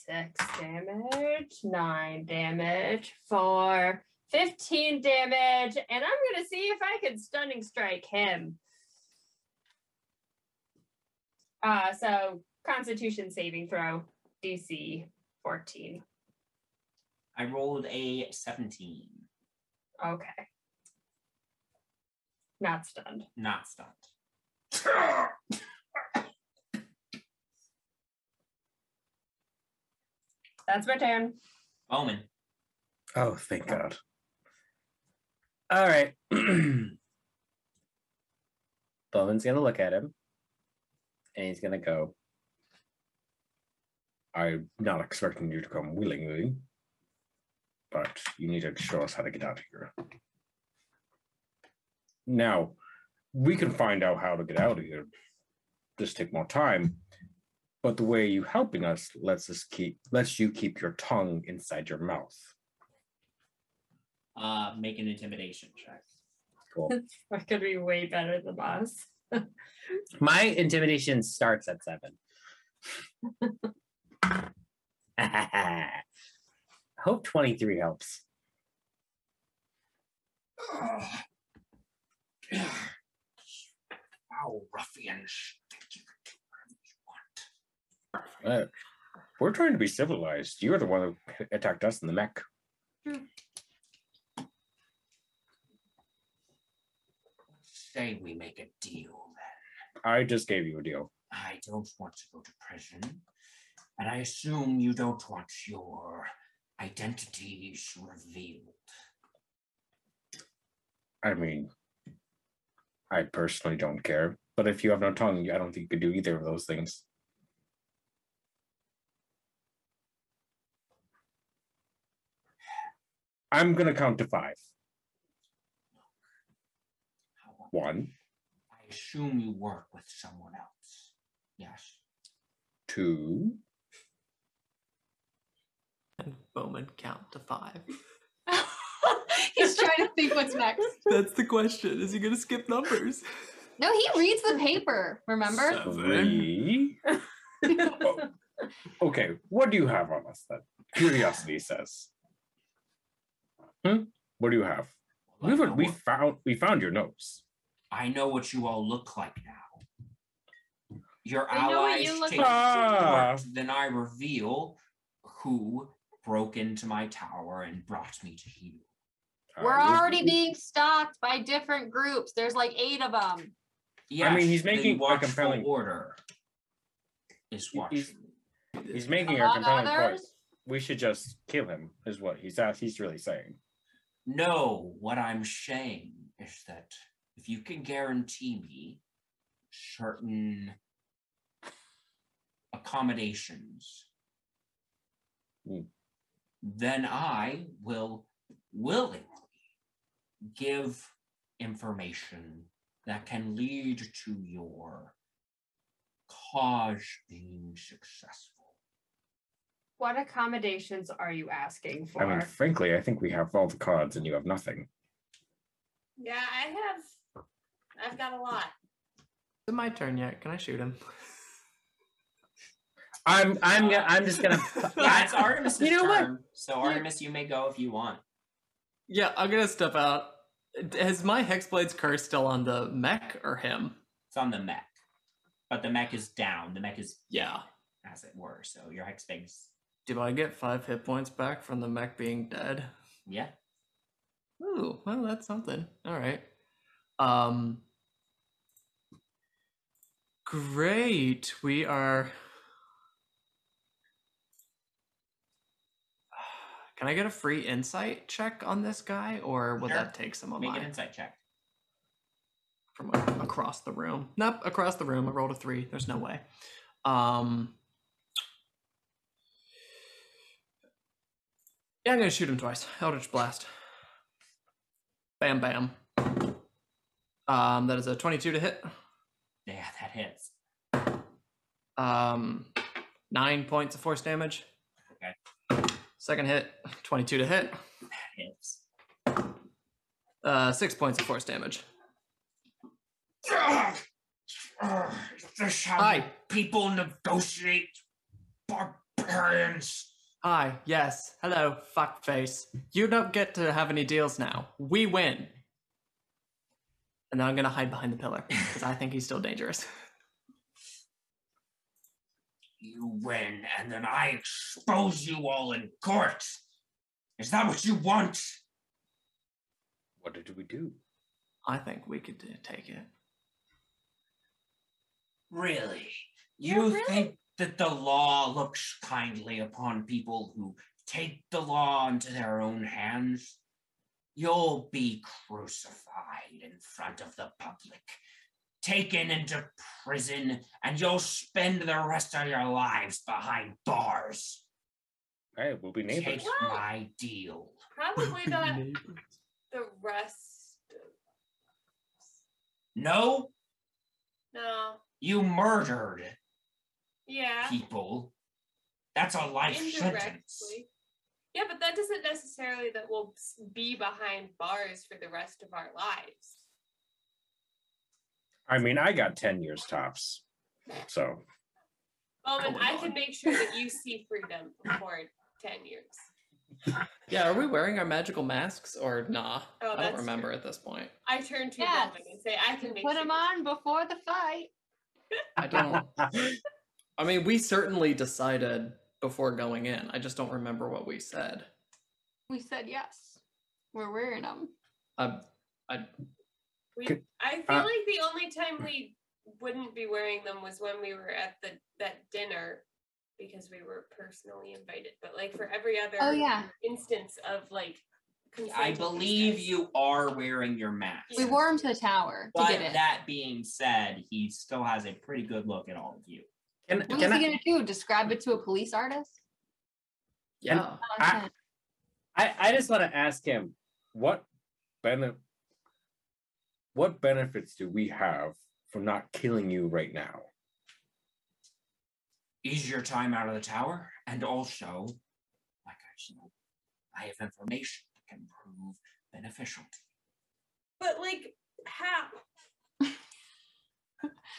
[SPEAKER 3] six damage, nine damage, four, 15 damage, and I'm gonna see if I can stunning strike him. Uh so constitution saving throw, DC 14.
[SPEAKER 1] I rolled a 17,
[SPEAKER 3] Okay. Not stunned.
[SPEAKER 1] not stunned.
[SPEAKER 3] That's my turn.
[SPEAKER 1] Bowman.
[SPEAKER 7] Oh, thank God.
[SPEAKER 6] All right. Bowman's gonna look at him, and he's gonna go.
[SPEAKER 7] I'm not expecting you to come willingly, but you need to show us how to get out of here. Now, we can find out how to get out of here. Just take more time. But the way you helping us lets us keep lets you keep your tongue inside your mouth.
[SPEAKER 1] Uh, make an intimidation check.
[SPEAKER 7] Cool.
[SPEAKER 3] That's gonna be way better than us.
[SPEAKER 6] My intimidation starts at seven. I hope twenty-three helps.
[SPEAKER 1] Wow, ruffians.
[SPEAKER 7] Uh, we're trying to be civilized. You're the one who attacked us in the mech.
[SPEAKER 1] Say we make a deal then.
[SPEAKER 7] I just gave you a deal.
[SPEAKER 1] I don't want to go to prison, and I assume you don't want your identities revealed.
[SPEAKER 7] I mean, I personally don't care. But if you have no tongue, I don't think you could do either of those things. I'm gonna count to five.
[SPEAKER 1] How-
[SPEAKER 7] One,
[SPEAKER 1] I assume you work with someone else. Yes.
[SPEAKER 7] two,
[SPEAKER 2] And Bowman count to five.
[SPEAKER 5] He's trying to think what's next.
[SPEAKER 2] That's the question. Is he gonna skip numbers?
[SPEAKER 5] No, he reads the paper, remember?
[SPEAKER 2] Seven.
[SPEAKER 7] three. Oh, okay, what do you have on us then? Curiosity says. Hmm? What do you have? We,
[SPEAKER 1] Well, I
[SPEAKER 7] were,
[SPEAKER 1] know
[SPEAKER 7] we
[SPEAKER 1] what-
[SPEAKER 7] found we found your nose.
[SPEAKER 1] I know what you all look like now. Your
[SPEAKER 4] I know what
[SPEAKER 1] allies
[SPEAKER 4] you look
[SPEAKER 1] take
[SPEAKER 4] like.
[SPEAKER 7] Ah.
[SPEAKER 1] part, then I reveal who broke into my tower and brought me to you.
[SPEAKER 5] We're
[SPEAKER 7] I was-
[SPEAKER 5] already being stalked by different groups. There's like eight of them.
[SPEAKER 1] Yes,
[SPEAKER 7] he's
[SPEAKER 1] the
[SPEAKER 7] making a
[SPEAKER 1] watchful
[SPEAKER 7] compelling-
[SPEAKER 1] order. Is
[SPEAKER 7] He- he's-
[SPEAKER 1] watchful.
[SPEAKER 7] He's making a
[SPEAKER 5] Among
[SPEAKER 7] compelling point.
[SPEAKER 5] others,
[SPEAKER 7] We should just kill him, is what he's asked. He's really saying.
[SPEAKER 1] No, what I'm saying is that if you can guarantee me certain accommodations,
[SPEAKER 7] Hmm.
[SPEAKER 1] then I will willingly give information that can lead to your cause being successful.
[SPEAKER 3] What accommodations are you asking for?
[SPEAKER 7] I mean, frankly, I think we have all the cards and you have nothing.
[SPEAKER 4] Yeah, I have. I've got a lot.
[SPEAKER 2] Is it my turn yet? Can I shoot him?
[SPEAKER 6] I'm I'm gonna, I'm just gonna.
[SPEAKER 1] Yeah, it's Artemis's
[SPEAKER 6] You know what?
[SPEAKER 1] turn. So Artemis, you may go if you want.
[SPEAKER 2] yeah, I'm gonna step out. Is my Hexblade's curse still on the mech or him?
[SPEAKER 1] It's on the mech. But the mech is down. The mech is
[SPEAKER 2] Yeah.
[SPEAKER 1] as it were. So your hex base.
[SPEAKER 2] Do I get five hit points back from the mech being dead?
[SPEAKER 1] Yeah.
[SPEAKER 2] Ooh, well, that's something. All right. Um, great. We are. Can I get a free insight check on this guy, or will
[SPEAKER 1] Sure.
[SPEAKER 2] that take some of
[SPEAKER 1] Make an
[SPEAKER 2] mine
[SPEAKER 1] insight check.
[SPEAKER 2] from a- across the room? Nope, across the room. I rolled a three. There's no way. Um, yeah, I'm gonna shoot him twice. Eldritch blast. Bam, bam. Um, that is a 22 to hit.
[SPEAKER 1] Yeah, that hits.
[SPEAKER 2] Um, nine points of force damage.
[SPEAKER 1] Okay.
[SPEAKER 2] Second hit, 22 to hit.
[SPEAKER 1] That hits.
[SPEAKER 2] Uh, six points of force damage.
[SPEAKER 1] Ugh! Ugh, This how
[SPEAKER 2] Hi.
[SPEAKER 1] people negotiate barbaric
[SPEAKER 10] Barbarians.
[SPEAKER 2] Hi, yes, hello, fuckface. You don't get to have any deals now. We win. And then I'm gonna hide behind the pillar because I think he's still dangerous.
[SPEAKER 10] You win, and then I expose you all in court. Is that what you want?
[SPEAKER 7] What did we do?
[SPEAKER 2] I think we could uh, take it.
[SPEAKER 10] Really? You think that the law looks kindly upon people who take the law into their own hands? You'll be crucified in front of the public, taken into prison, and you'll spend the rest of your lives behind bars.
[SPEAKER 7] Hey, we'll be neighbors.
[SPEAKER 10] Take my deal.
[SPEAKER 4] Probably not the rest.
[SPEAKER 10] No,
[SPEAKER 4] No.
[SPEAKER 10] you murdered
[SPEAKER 4] Yeah.
[SPEAKER 10] people. That's a life sentence.
[SPEAKER 4] Indirectly. Yeah, but that doesn't necessarily that we'll s- be behind bars for the rest of our lives.
[SPEAKER 7] I mean, I got 10 years tops. So,
[SPEAKER 4] Bowman,
[SPEAKER 2] Going
[SPEAKER 4] I
[SPEAKER 2] on.
[SPEAKER 4] can make sure that you see freedom before 10 years.
[SPEAKER 2] Yeah, are we wearing our magical masks or nah?
[SPEAKER 4] Oh,
[SPEAKER 2] I
[SPEAKER 4] that's
[SPEAKER 2] don't remember at this point.
[SPEAKER 4] I turn to
[SPEAKER 5] Yes.
[SPEAKER 4] Bowman and say, I can make
[SPEAKER 5] Put
[SPEAKER 4] sure.
[SPEAKER 5] them on before the fight.
[SPEAKER 2] I don't. I mean, we certainly decided before going in. I just don't remember what we said.
[SPEAKER 5] We said yes. We're wearing them.
[SPEAKER 2] I, I,
[SPEAKER 4] We,
[SPEAKER 7] Could-
[SPEAKER 4] I feel
[SPEAKER 7] uh,
[SPEAKER 4] like the only time we wouldn't be wearing them was when we were at the that dinner because we were personally invited. But like for every other
[SPEAKER 5] Oh, yeah.
[SPEAKER 4] instance of like
[SPEAKER 1] I
[SPEAKER 4] consenting these
[SPEAKER 1] believe
[SPEAKER 4] guys.
[SPEAKER 1] you are wearing your mask.
[SPEAKER 5] We wore them to the tower to
[SPEAKER 1] But
[SPEAKER 5] get in.
[SPEAKER 1] that being said, he still has a pretty good look at all of you.
[SPEAKER 6] Can,
[SPEAKER 5] what
[SPEAKER 6] can
[SPEAKER 5] was
[SPEAKER 6] I,
[SPEAKER 5] he gonna do? Describe it to a police artist?
[SPEAKER 2] yeah.
[SPEAKER 7] I- I, I just want to ask him what benefit what benefits do we have for not killing you right now?
[SPEAKER 10] ease your time out of the tower, and also, like I said, I have information that can prove beneficial. to
[SPEAKER 4] But like how?
[SPEAKER 10] you.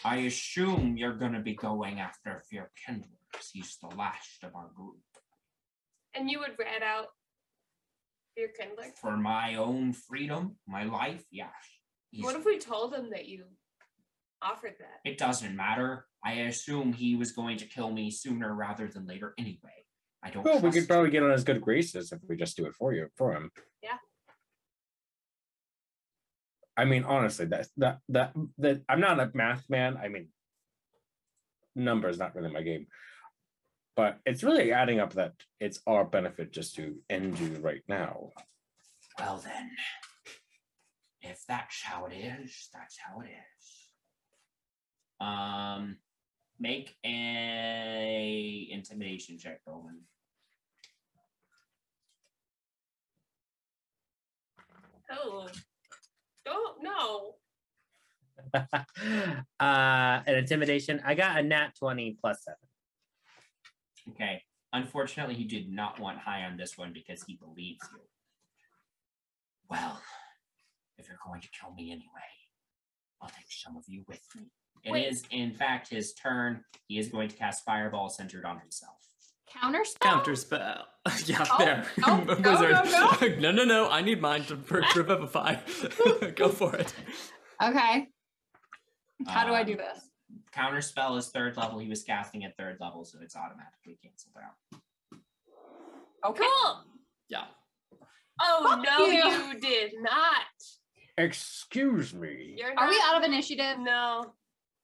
[SPEAKER 10] I assume you're going to be going after Fear Kindler, because he's the last of our group.
[SPEAKER 4] And you would rat out your kindler.
[SPEAKER 10] For my own freedom, my life, yes. He's-
[SPEAKER 4] What if we told him that you offered that?
[SPEAKER 10] it doesn't matter. I assume he was going to kill me sooner rather than later anyway. I don't
[SPEAKER 7] Well, we
[SPEAKER 10] trust
[SPEAKER 7] could probably get on his good graces if we just do it for you for him.
[SPEAKER 4] Yeah.
[SPEAKER 7] I mean, honestly, that that that that I'm not a math man. I mean, numbers not really my game, but it's really adding up that it's our benefit just to end you right now.
[SPEAKER 10] Well then, if that's how it is, that's how it is.
[SPEAKER 1] Um, make a intimidation check, Bowman.
[SPEAKER 4] Oh, don't know.
[SPEAKER 6] uh, an intimidation? I got a nat 20 plus seven.
[SPEAKER 1] Okay. Unfortunately, he did not want high on this one because he believes you.
[SPEAKER 10] Well, if you're going to kill me anyway, I'll take some of you with me.
[SPEAKER 1] It is,
[SPEAKER 4] Wait.
[SPEAKER 1] in fact, his turn. He is going to cast Fireball centered on himself.
[SPEAKER 5] Counter spell?
[SPEAKER 2] Counter spell. yeah,
[SPEAKER 5] Oh,
[SPEAKER 2] there.
[SPEAKER 5] no, no, no,
[SPEAKER 2] no, no, no. I need mine to re- revivify. Go for it.
[SPEAKER 5] Okay. How do I do
[SPEAKER 1] Um,
[SPEAKER 5] this?
[SPEAKER 1] Counter spell is third level. He was casting at third level, so it's automatically canceled out.
[SPEAKER 5] Okay.
[SPEAKER 4] Cool.
[SPEAKER 2] Yeah.
[SPEAKER 4] Oh
[SPEAKER 5] Fuck
[SPEAKER 4] no,
[SPEAKER 5] you.
[SPEAKER 4] you. did not.
[SPEAKER 7] Excuse me.
[SPEAKER 4] You're not.
[SPEAKER 5] Are we out of initiative?
[SPEAKER 4] No.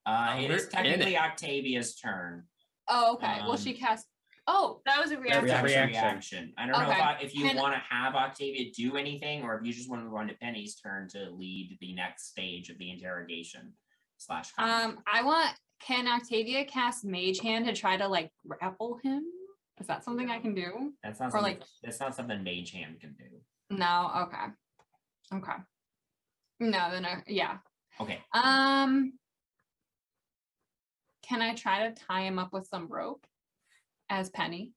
[SPEAKER 1] Uh,
[SPEAKER 2] Oh,
[SPEAKER 1] it
[SPEAKER 2] we're
[SPEAKER 1] is
[SPEAKER 2] in
[SPEAKER 1] technically
[SPEAKER 2] it.
[SPEAKER 1] Octavia's turn.
[SPEAKER 5] Oh, okay. well,
[SPEAKER 1] Um,
[SPEAKER 5] she cast. Oh,
[SPEAKER 4] That was a reaction.
[SPEAKER 7] reaction.
[SPEAKER 1] Reaction. reaction. I don't know if,
[SPEAKER 5] Okay.
[SPEAKER 1] I, if you
[SPEAKER 5] Can-
[SPEAKER 1] want to have Octavia do anything, or if you just want to run to Penny's turn to lead the next stage of the interrogation slash.
[SPEAKER 5] um, I want. Can Octavia cast Mage Hand to try to like grapple him? Is that something I can do?
[SPEAKER 1] That's not
[SPEAKER 5] Or
[SPEAKER 1] something,
[SPEAKER 5] like-
[SPEAKER 1] that's not something Mage Hand can do.
[SPEAKER 5] No. Okay. Okay. No. Then I, yeah.
[SPEAKER 1] Okay,
[SPEAKER 5] Um. Can I try to tie him up with some rope as Penny?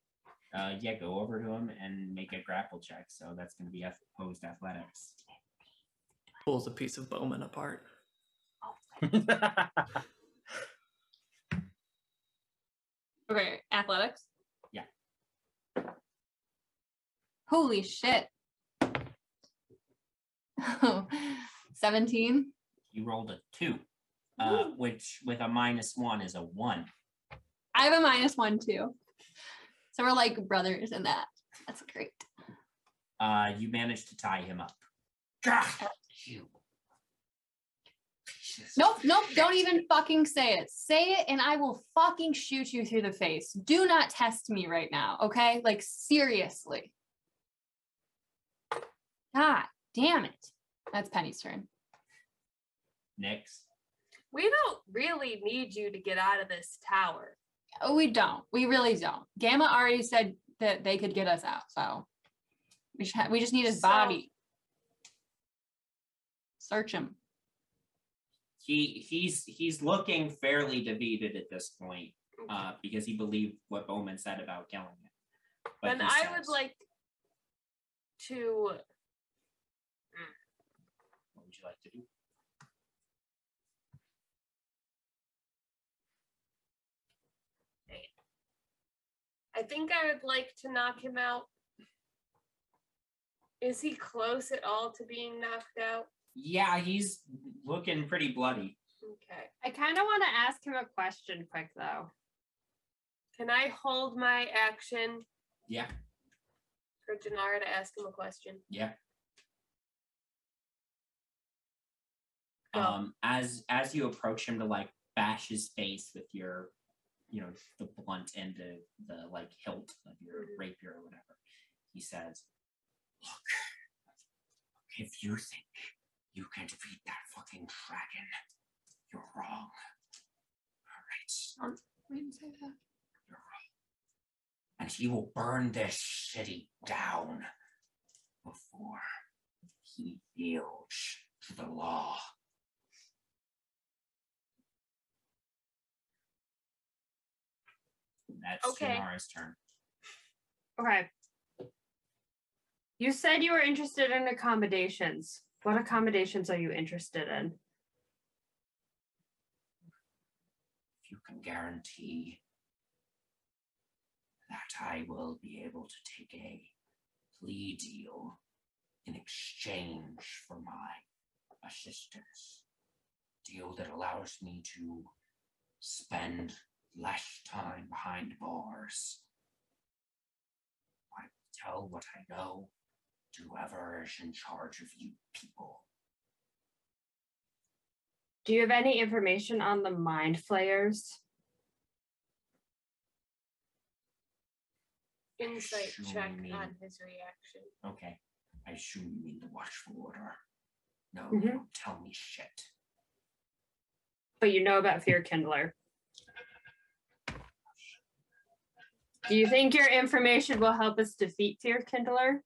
[SPEAKER 1] uh, yeah, go over to him and make a grapple check. So that's going to be ath- opposed athletics.
[SPEAKER 2] Pulls a piece of Bowman apart.
[SPEAKER 5] Okay. Athletics.
[SPEAKER 1] Yeah.
[SPEAKER 5] Holy shit. 17.
[SPEAKER 1] You rolled a two, uh, which with a minus one is a one.
[SPEAKER 5] I have a minus one too. So we're like brothers in that. That's great.
[SPEAKER 1] Uh, you managed to tie him up. God, you.
[SPEAKER 5] Nope, nope, don't even fucking say it. Say it and I will fucking shoot you through the face. Do not test me right now, okay? Like seriously. God damn it. That's Penny's turn.
[SPEAKER 1] Next.
[SPEAKER 4] We don't really need you to get out of this tower.
[SPEAKER 5] Oh, we don't. We really don't. Gamma already said that they could get us out, so we just, ha- we just need his
[SPEAKER 4] So-
[SPEAKER 5] body. Search him.
[SPEAKER 1] He he's he's looking fairly defeated at this point uh, because he believed what Bowman said about killing him.
[SPEAKER 4] then
[SPEAKER 1] But he
[SPEAKER 4] I would
[SPEAKER 1] says-
[SPEAKER 4] like to
[SPEAKER 1] What would you like to do?
[SPEAKER 4] I think I would like to knock him out. Is he close at all to being knocked out?
[SPEAKER 1] Yeah, he's looking pretty bloody.
[SPEAKER 4] Okay.
[SPEAKER 3] I kind of want to ask him a question quick though.
[SPEAKER 4] Can I hold my action
[SPEAKER 1] Yeah,
[SPEAKER 4] for Janara to ask him a question?
[SPEAKER 1] yeah.
[SPEAKER 4] Go.
[SPEAKER 1] Um, as as you approach him to like bash his face with your, you know, the blunt end of the like hilt of your rapier or whatever, he says,
[SPEAKER 10] If you think you can defeat that fucking dragon, you're wrong. All right.
[SPEAKER 5] We didn't say that.
[SPEAKER 10] And he will burn this city down before he yields to the law.
[SPEAKER 1] "That's
[SPEAKER 4] Okay.
[SPEAKER 1] Janara's turn."
[SPEAKER 3] Okay. You said you were interested in accommodations. What accommodations are you interested in?
[SPEAKER 10] If you can guarantee that I will be able to take a plea deal in exchange for my assistance, deal that allows me to spend less time behind bars. I will tell what I know to whoever is in charge of you people.
[SPEAKER 3] Do you have any information on the mind flayers?
[SPEAKER 4] Insight check
[SPEAKER 10] Assuming-
[SPEAKER 4] on his reaction.
[SPEAKER 10] Okay. I assume you mean the watchful order. No,
[SPEAKER 3] Mhm.
[SPEAKER 10] you don't tell me shit.
[SPEAKER 3] But you know about Fear Kindler. Do you think your information will help us defeat Fear Kindler?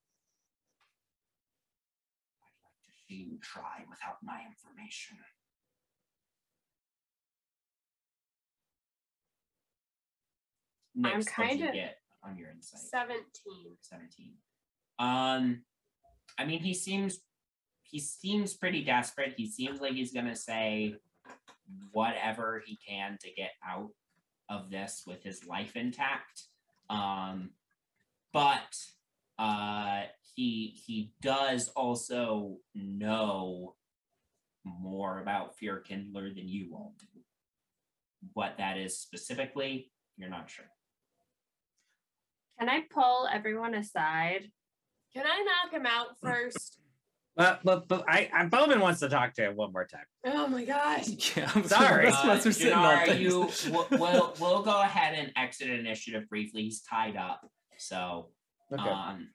[SPEAKER 10] to see you try without my information.
[SPEAKER 1] Next, what'd you
[SPEAKER 3] kinda-
[SPEAKER 1] get on your insight.
[SPEAKER 4] 17.
[SPEAKER 1] 17 um i mean he seems he seems pretty desperate he seems like he's gonna say whatever he can to get out of this with his life intact um but uh he he does also know more about fear kindler than you all do what that is specifically you're not sure
[SPEAKER 3] Can I pull everyone aside?
[SPEAKER 4] Can I knock him out
[SPEAKER 2] Mm.
[SPEAKER 4] first?
[SPEAKER 6] But but but I, I Bowman wants to talk to him one more time.
[SPEAKER 4] oh my god.
[SPEAKER 2] Yeah, I'm
[SPEAKER 6] Sorry.
[SPEAKER 2] Sorry.
[SPEAKER 1] Uh, Janara, you we'll, we'll we'll go ahead and exit initiative briefly. He's tied up, so
[SPEAKER 7] Okay.
[SPEAKER 1] um,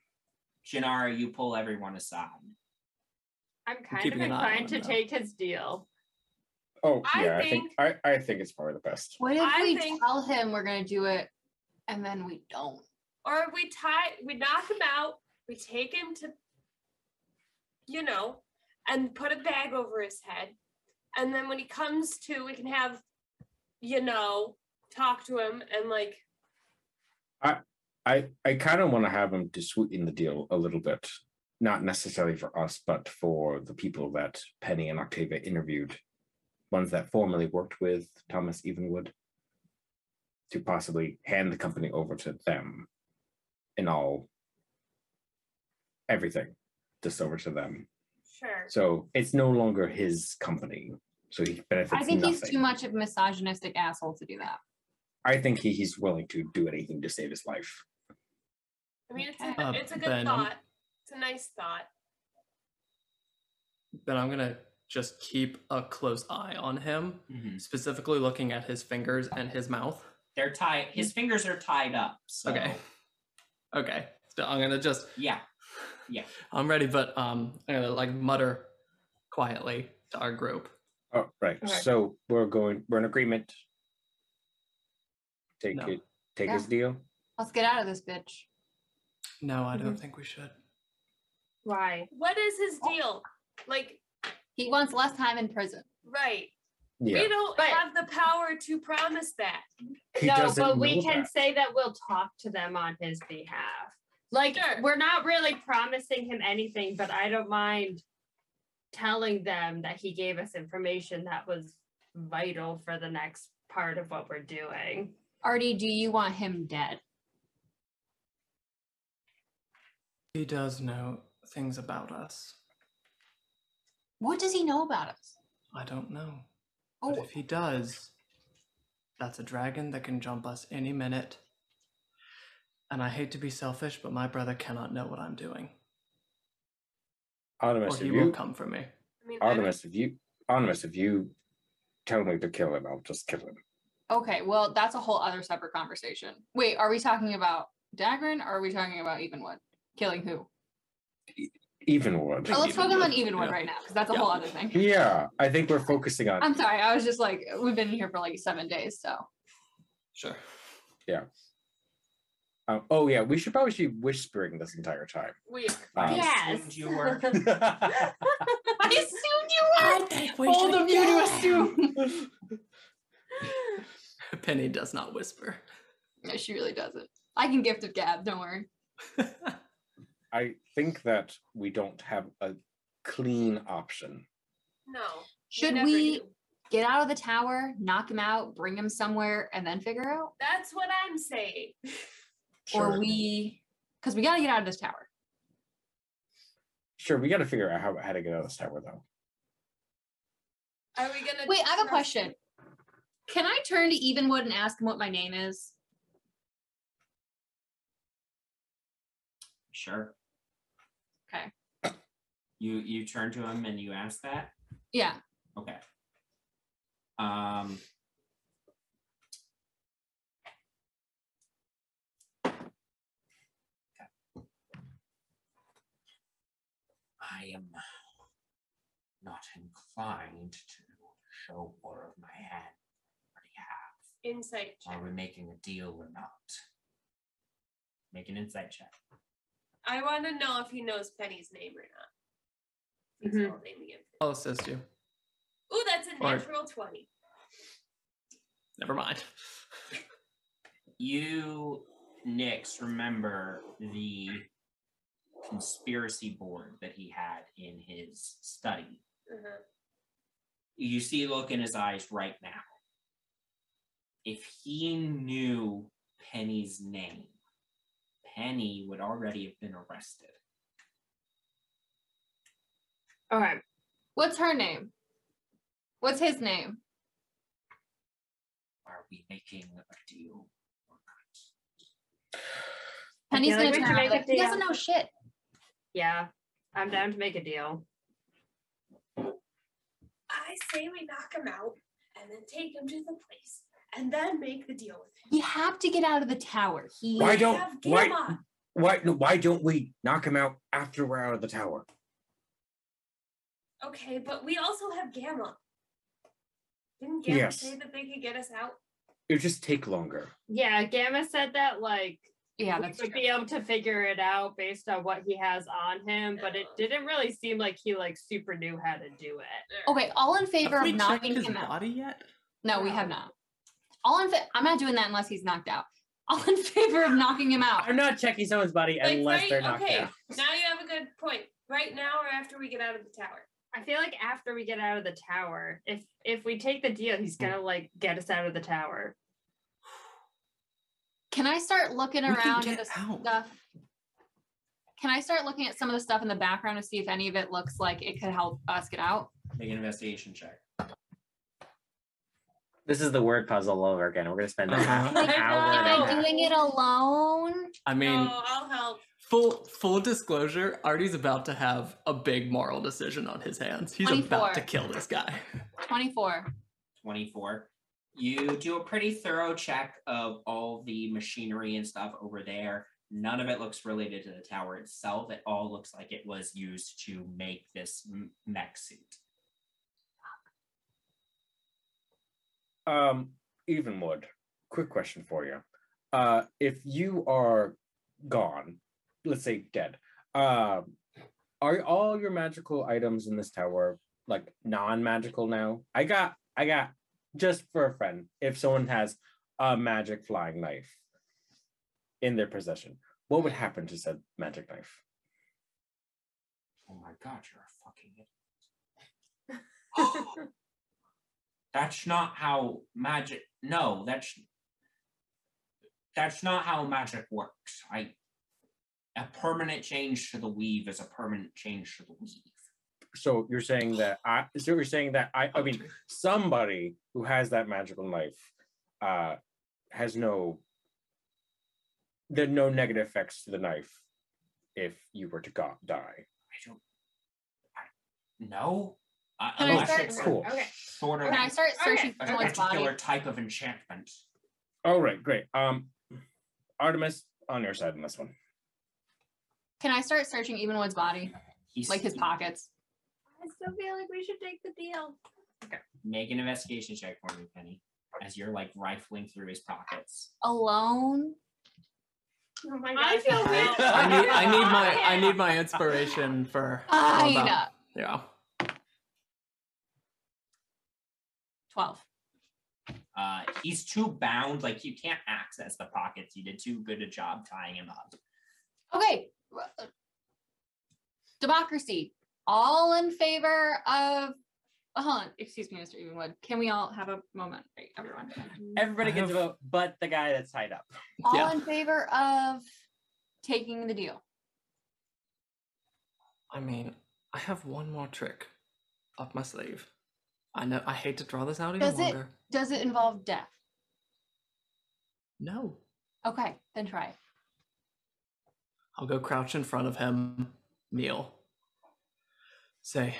[SPEAKER 1] Janara, you pull everyone aside.
[SPEAKER 3] I'm kind of
[SPEAKER 2] keeping an eye
[SPEAKER 3] inclined
[SPEAKER 2] on
[SPEAKER 3] to
[SPEAKER 2] him, though.
[SPEAKER 3] take his deal.
[SPEAKER 7] oh
[SPEAKER 4] I
[SPEAKER 7] yeah, I think I, I think it's probably the best.
[SPEAKER 5] What if
[SPEAKER 4] I
[SPEAKER 5] we
[SPEAKER 4] think-
[SPEAKER 5] tell him we're gonna do it and then we don't?
[SPEAKER 4] Or we tie we knock him out, we take him to you know, and put a bag over his head. And then when he comes to, we can have, you know, talk to him and like
[SPEAKER 7] I I kind of want to have him to sweeten the deal a little bit, not necessarily for us, but for the people that Penny and Octavia interviewed, ones that formerly worked with Thomas Evenwood, to possibly hand the company over to them, in all everything just over to them.
[SPEAKER 4] Sure.
[SPEAKER 7] So it's no longer his company. So he benefits.
[SPEAKER 5] I think he's
[SPEAKER 7] nothing.
[SPEAKER 5] too much of a misogynistic asshole to do that.
[SPEAKER 7] I think he, he's willing to do anything to save his life.
[SPEAKER 4] I mean, it's
[SPEAKER 2] Uh,
[SPEAKER 4] a, it's a good
[SPEAKER 2] Ben, I'm-
[SPEAKER 4] thought. It's a nice thought.
[SPEAKER 2] then I'm gonna just keep a close eye on him,
[SPEAKER 1] Mhm.
[SPEAKER 2] specifically looking at his fingers and his mouth.
[SPEAKER 1] They're tied. His fingers are tied up. So
[SPEAKER 2] Okay. Okay. So I'm gonna just
[SPEAKER 1] yeah, yeah.
[SPEAKER 2] I'm ready, but um I'm gonna like mutter quietly to our group.
[SPEAKER 7] Oh, right.
[SPEAKER 4] Okay.
[SPEAKER 7] So we're going. We're in agreement. Take
[SPEAKER 2] No.
[SPEAKER 7] it. Take
[SPEAKER 5] Yeah.
[SPEAKER 7] his deal.
[SPEAKER 5] Let's get out of this bitch.
[SPEAKER 2] No, I
[SPEAKER 5] Mm-hmm.
[SPEAKER 2] don't think we should.
[SPEAKER 3] Why?
[SPEAKER 4] What is his deal? Like,
[SPEAKER 5] He wants less time in prison.
[SPEAKER 4] right.
[SPEAKER 7] Yeah.
[SPEAKER 4] We don't
[SPEAKER 3] But-
[SPEAKER 4] have the power to promise that.
[SPEAKER 7] He
[SPEAKER 3] no,
[SPEAKER 7] doesn't
[SPEAKER 3] but we
[SPEAKER 7] know
[SPEAKER 3] can
[SPEAKER 7] that.
[SPEAKER 3] say that we'll talk to them on his behalf. Like
[SPEAKER 4] Sure.
[SPEAKER 3] we're not really promising him anything, but I don't mind telling them that he gave us information that was vital for the next part of what we're doing.
[SPEAKER 5] Artie, do you want him dead?
[SPEAKER 2] He does know things about us.
[SPEAKER 5] What does he know about us?
[SPEAKER 2] I don't know. But
[SPEAKER 5] Oh,
[SPEAKER 2] if he does, that's a dragon that can jump us any minute. And I hate to be selfish, but my brother cannot know what I'm doing. Or
[SPEAKER 7] Artemis,
[SPEAKER 2] he
[SPEAKER 7] if
[SPEAKER 2] will
[SPEAKER 7] you,
[SPEAKER 2] come for me.
[SPEAKER 4] I mean, I don't-
[SPEAKER 7] Artemis, if you, Artemis, if you tell me to kill him, I'll just kill him.
[SPEAKER 5] okay. Well, that's a whole other separate conversation. Wait, are we talking about Dagrin or are we talking about Evenwood? Killing who?
[SPEAKER 7] Even would.
[SPEAKER 5] Oh, let's focus on Evenwood
[SPEAKER 2] yeah.
[SPEAKER 5] right now because that's a
[SPEAKER 2] Yeah.
[SPEAKER 5] whole other thing.
[SPEAKER 7] Yeah, I think we're focusing on.
[SPEAKER 5] I'm sorry. I was just like, we've been here for like seven days. So
[SPEAKER 2] Sure.
[SPEAKER 7] um, oh yeah, we should probably should whispering this entire time.
[SPEAKER 4] we
[SPEAKER 7] Um,
[SPEAKER 3] yes.
[SPEAKER 1] assumed you were.
[SPEAKER 5] I assumed you were. Bold of you to assume.
[SPEAKER 2] Penny does not whisper.
[SPEAKER 5] no, she really doesn't. I can gift of gab. Don't worry.
[SPEAKER 7] I think that we don't have a clean option.
[SPEAKER 4] no.
[SPEAKER 5] Should
[SPEAKER 4] never
[SPEAKER 5] we
[SPEAKER 4] do.
[SPEAKER 5] get out of the tower, knock him out, bring him somewhere, and then figure out?
[SPEAKER 4] That's what I'm saying.
[SPEAKER 5] Or
[SPEAKER 7] Sure.
[SPEAKER 5] we, because we got to get out of this tower.
[SPEAKER 7] Sure, we got to figure out how, how to get out of this tower, though.
[SPEAKER 4] Are we gonna?
[SPEAKER 5] Wait, I have a
[SPEAKER 4] trust-
[SPEAKER 5] question. Can I turn to Evenwood and ask him what my name is?
[SPEAKER 1] Sure.
[SPEAKER 5] Okay.
[SPEAKER 1] You you turn to him and you ask that.
[SPEAKER 5] Yeah.
[SPEAKER 1] Okay. Um. I am not inclined to show more of my hand. I
[SPEAKER 4] Insight
[SPEAKER 1] already have.
[SPEAKER 4] check.
[SPEAKER 1] Are we making a deal or not? Make an insight check.
[SPEAKER 4] I want to know if he knows Penny's name or not. He's
[SPEAKER 5] Mm-hmm.
[SPEAKER 3] Mhm.
[SPEAKER 4] all naming it.
[SPEAKER 2] I'll assist Oh, you.
[SPEAKER 4] Ooh, that's a
[SPEAKER 2] Or-
[SPEAKER 4] natural twenty.
[SPEAKER 2] Never mind.
[SPEAKER 1] you Nix remember the conspiracy board that he had in his study.
[SPEAKER 4] Uh-huh.
[SPEAKER 1] You see a look in his eyes right now. If he knew Penny's name, Penny would already have been arrested.
[SPEAKER 3] Okay.
[SPEAKER 5] What's her name? What's his name?
[SPEAKER 1] Are we making a deal or not?
[SPEAKER 3] I
[SPEAKER 5] Penny's gonna
[SPEAKER 3] feel like
[SPEAKER 5] turn
[SPEAKER 3] we should
[SPEAKER 5] around
[SPEAKER 3] make
[SPEAKER 5] like,
[SPEAKER 3] a
[SPEAKER 5] He doesn't
[SPEAKER 3] deal."
[SPEAKER 5] know shit.
[SPEAKER 3] Yeah. I'm down to make a deal.
[SPEAKER 4] I say we knock him out and then take him to the place and then make the deal with him.
[SPEAKER 5] We have to get out of the tower. He
[SPEAKER 7] Why
[SPEAKER 4] We
[SPEAKER 7] don't-
[SPEAKER 4] have
[SPEAKER 7] why-
[SPEAKER 4] Gamma.
[SPEAKER 7] Why? no, Why don't we knock him out after we're out of the tower?
[SPEAKER 4] Okay, but we also have Gamma. Didn't Gamma
[SPEAKER 7] Yes.
[SPEAKER 4] say that they could get us out?
[SPEAKER 7] It would just take longer.
[SPEAKER 3] Yeah, Gamma said that like
[SPEAKER 5] Yeah,
[SPEAKER 3] we
[SPEAKER 5] that's
[SPEAKER 3] would
[SPEAKER 5] true.
[SPEAKER 3] be able to figure it out based on what he has on him, but it didn't really seem like he like super knew how to do it.
[SPEAKER 5] Okay, all in favor
[SPEAKER 2] Have we
[SPEAKER 5] of
[SPEAKER 2] checked
[SPEAKER 5] knocking
[SPEAKER 2] his
[SPEAKER 5] him out.
[SPEAKER 2] body yet?
[SPEAKER 5] No, we have not. All in fa- I'm not doing that unless he's knocked out. All in favor of knocking him out.
[SPEAKER 6] I'm not checking someone's body
[SPEAKER 4] Like,
[SPEAKER 6] unless
[SPEAKER 4] right-
[SPEAKER 6] they're knocked
[SPEAKER 4] okay,
[SPEAKER 6] out.
[SPEAKER 4] now you have a good point. Right now or after we get out of the tower?
[SPEAKER 3] I feel like after we get out of the tower, if if we take the deal, he's gonna like get us out of the tower.
[SPEAKER 5] Can I start looking
[SPEAKER 2] We can
[SPEAKER 5] around
[SPEAKER 2] get
[SPEAKER 5] at this
[SPEAKER 2] out.
[SPEAKER 5] stuff? Can I start looking at some of the stuff in the background to see if any of it looks like it could help us get out?
[SPEAKER 1] Make an investigation check.
[SPEAKER 6] This is the word puzzle all over again. We're gonna spend an hour.
[SPEAKER 5] Am
[SPEAKER 2] Uh-huh.
[SPEAKER 6] and a
[SPEAKER 5] I
[SPEAKER 6] half.
[SPEAKER 5] doing it alone?
[SPEAKER 2] I mean,
[SPEAKER 4] no, I'll help.
[SPEAKER 2] full full disclosure, Artie's about to have a big moral decision on his hands. He's
[SPEAKER 5] 24.
[SPEAKER 2] about to kill this guy.
[SPEAKER 5] 24.
[SPEAKER 1] 24. You do a pretty thorough check of all the machinery and stuff over there. None of it looks related to the tower itself. It all looks like it was used to make this m- mech suit.
[SPEAKER 7] Um, Evenwood, quick question for you. Uh, if you are gone, let's say dead, um, are all your magical items in this tower like non-magical now? I got, I got just for a friend. If someone has a magic flying knife in their possession, what would happen to said magic knife?
[SPEAKER 10] Oh my god, you're a fucking
[SPEAKER 1] Oh,
[SPEAKER 10] idiot. that's not how magic no, that's that's not how magic works. I a permanent change to the weave is a permanent change to the weave.
[SPEAKER 7] So you're saying that I, so you're saying that I, I mean, somebody who has that magical knife uh has no there are no negative effects to the knife if you were to go- die
[SPEAKER 10] I don't I, no. Uh,
[SPEAKER 5] Can I
[SPEAKER 10] unless
[SPEAKER 5] start-
[SPEAKER 10] it's
[SPEAKER 7] cool
[SPEAKER 3] Okay.
[SPEAKER 10] sort of
[SPEAKER 5] Can I start searching
[SPEAKER 10] a
[SPEAKER 5] for someone's body?
[SPEAKER 10] particular type of enchantment.
[SPEAKER 7] all right great um artemis on your side on this one
[SPEAKER 5] Can I start searching Evenwood's body?
[SPEAKER 1] He's
[SPEAKER 5] Like his pockets?
[SPEAKER 3] I still feel like we should take the deal.
[SPEAKER 1] Make an investigation check for me, Penny, as you're like rifling through his pockets.
[SPEAKER 5] Alone?
[SPEAKER 3] Oh my
[SPEAKER 4] I
[SPEAKER 3] gosh.
[SPEAKER 4] feel
[SPEAKER 3] Kyle.
[SPEAKER 4] bad.
[SPEAKER 2] I need I need my I need my inspiration for all
[SPEAKER 5] Fine.
[SPEAKER 2] that. yeah.
[SPEAKER 5] 12.
[SPEAKER 1] Uh, he's too bound, like you can't access the pockets. You did too good a job tying him up.
[SPEAKER 5] Okay. Democracy. All in favor of. Oh, hold on. Excuse me, Mr. Evenwood. Can we all have a moment? Right, everyone.
[SPEAKER 6] Everybody
[SPEAKER 2] I
[SPEAKER 6] gets a
[SPEAKER 2] have-
[SPEAKER 6] vote, but the guy that's tied up.
[SPEAKER 5] All
[SPEAKER 2] Yeah.
[SPEAKER 5] in favor of taking the deal.
[SPEAKER 2] I mean, I have one more trick up my sleeve. I know I hate to draw this out even
[SPEAKER 5] Does it-
[SPEAKER 2] longer.
[SPEAKER 5] Does it involve death?
[SPEAKER 2] No.
[SPEAKER 5] Okay, then try it.
[SPEAKER 2] I'll go crouch in front of him, kneel. Say,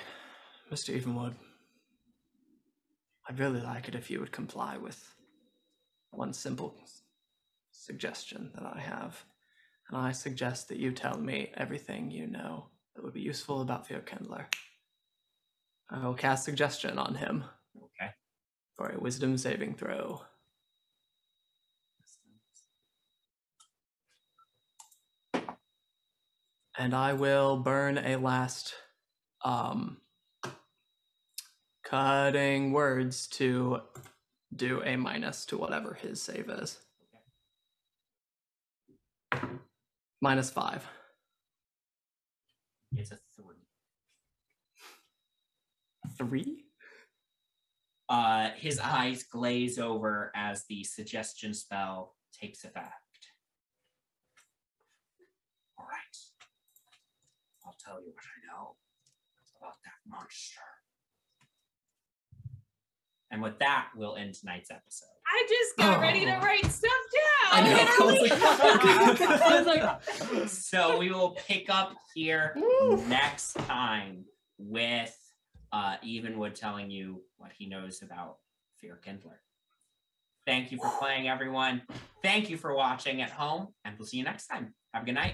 [SPEAKER 2] Mr. Evenwood, I'd really like it if you would comply with one simple s- suggestion that I have. And I suggest that you tell me everything you know that would be useful about Theo Kendler. I will cast suggestion on him
[SPEAKER 1] Okay.
[SPEAKER 2] for a wisdom saving throw. and I will burn a last um cutting words to do a minus to whatever his save is. Minus five.
[SPEAKER 1] It's a three.
[SPEAKER 2] Three?
[SPEAKER 1] Uh, his eyes glaze over as the suggestion spell takes effect. All right. I'll tell you what I know about that monster. And with that, we'll end tonight's episode.
[SPEAKER 4] I just got ready to
[SPEAKER 2] Oh.
[SPEAKER 4] write stuff
[SPEAKER 2] I
[SPEAKER 4] down.
[SPEAKER 2] know.
[SPEAKER 4] and
[SPEAKER 2] I was like, I was like,
[SPEAKER 1] so we will pick up here next time with uh, Evenwood telling you what he knows about Fear Kindler. Thank you for playing, everyone. Thank you for watching at home, and we'll see you next time. Have a good night.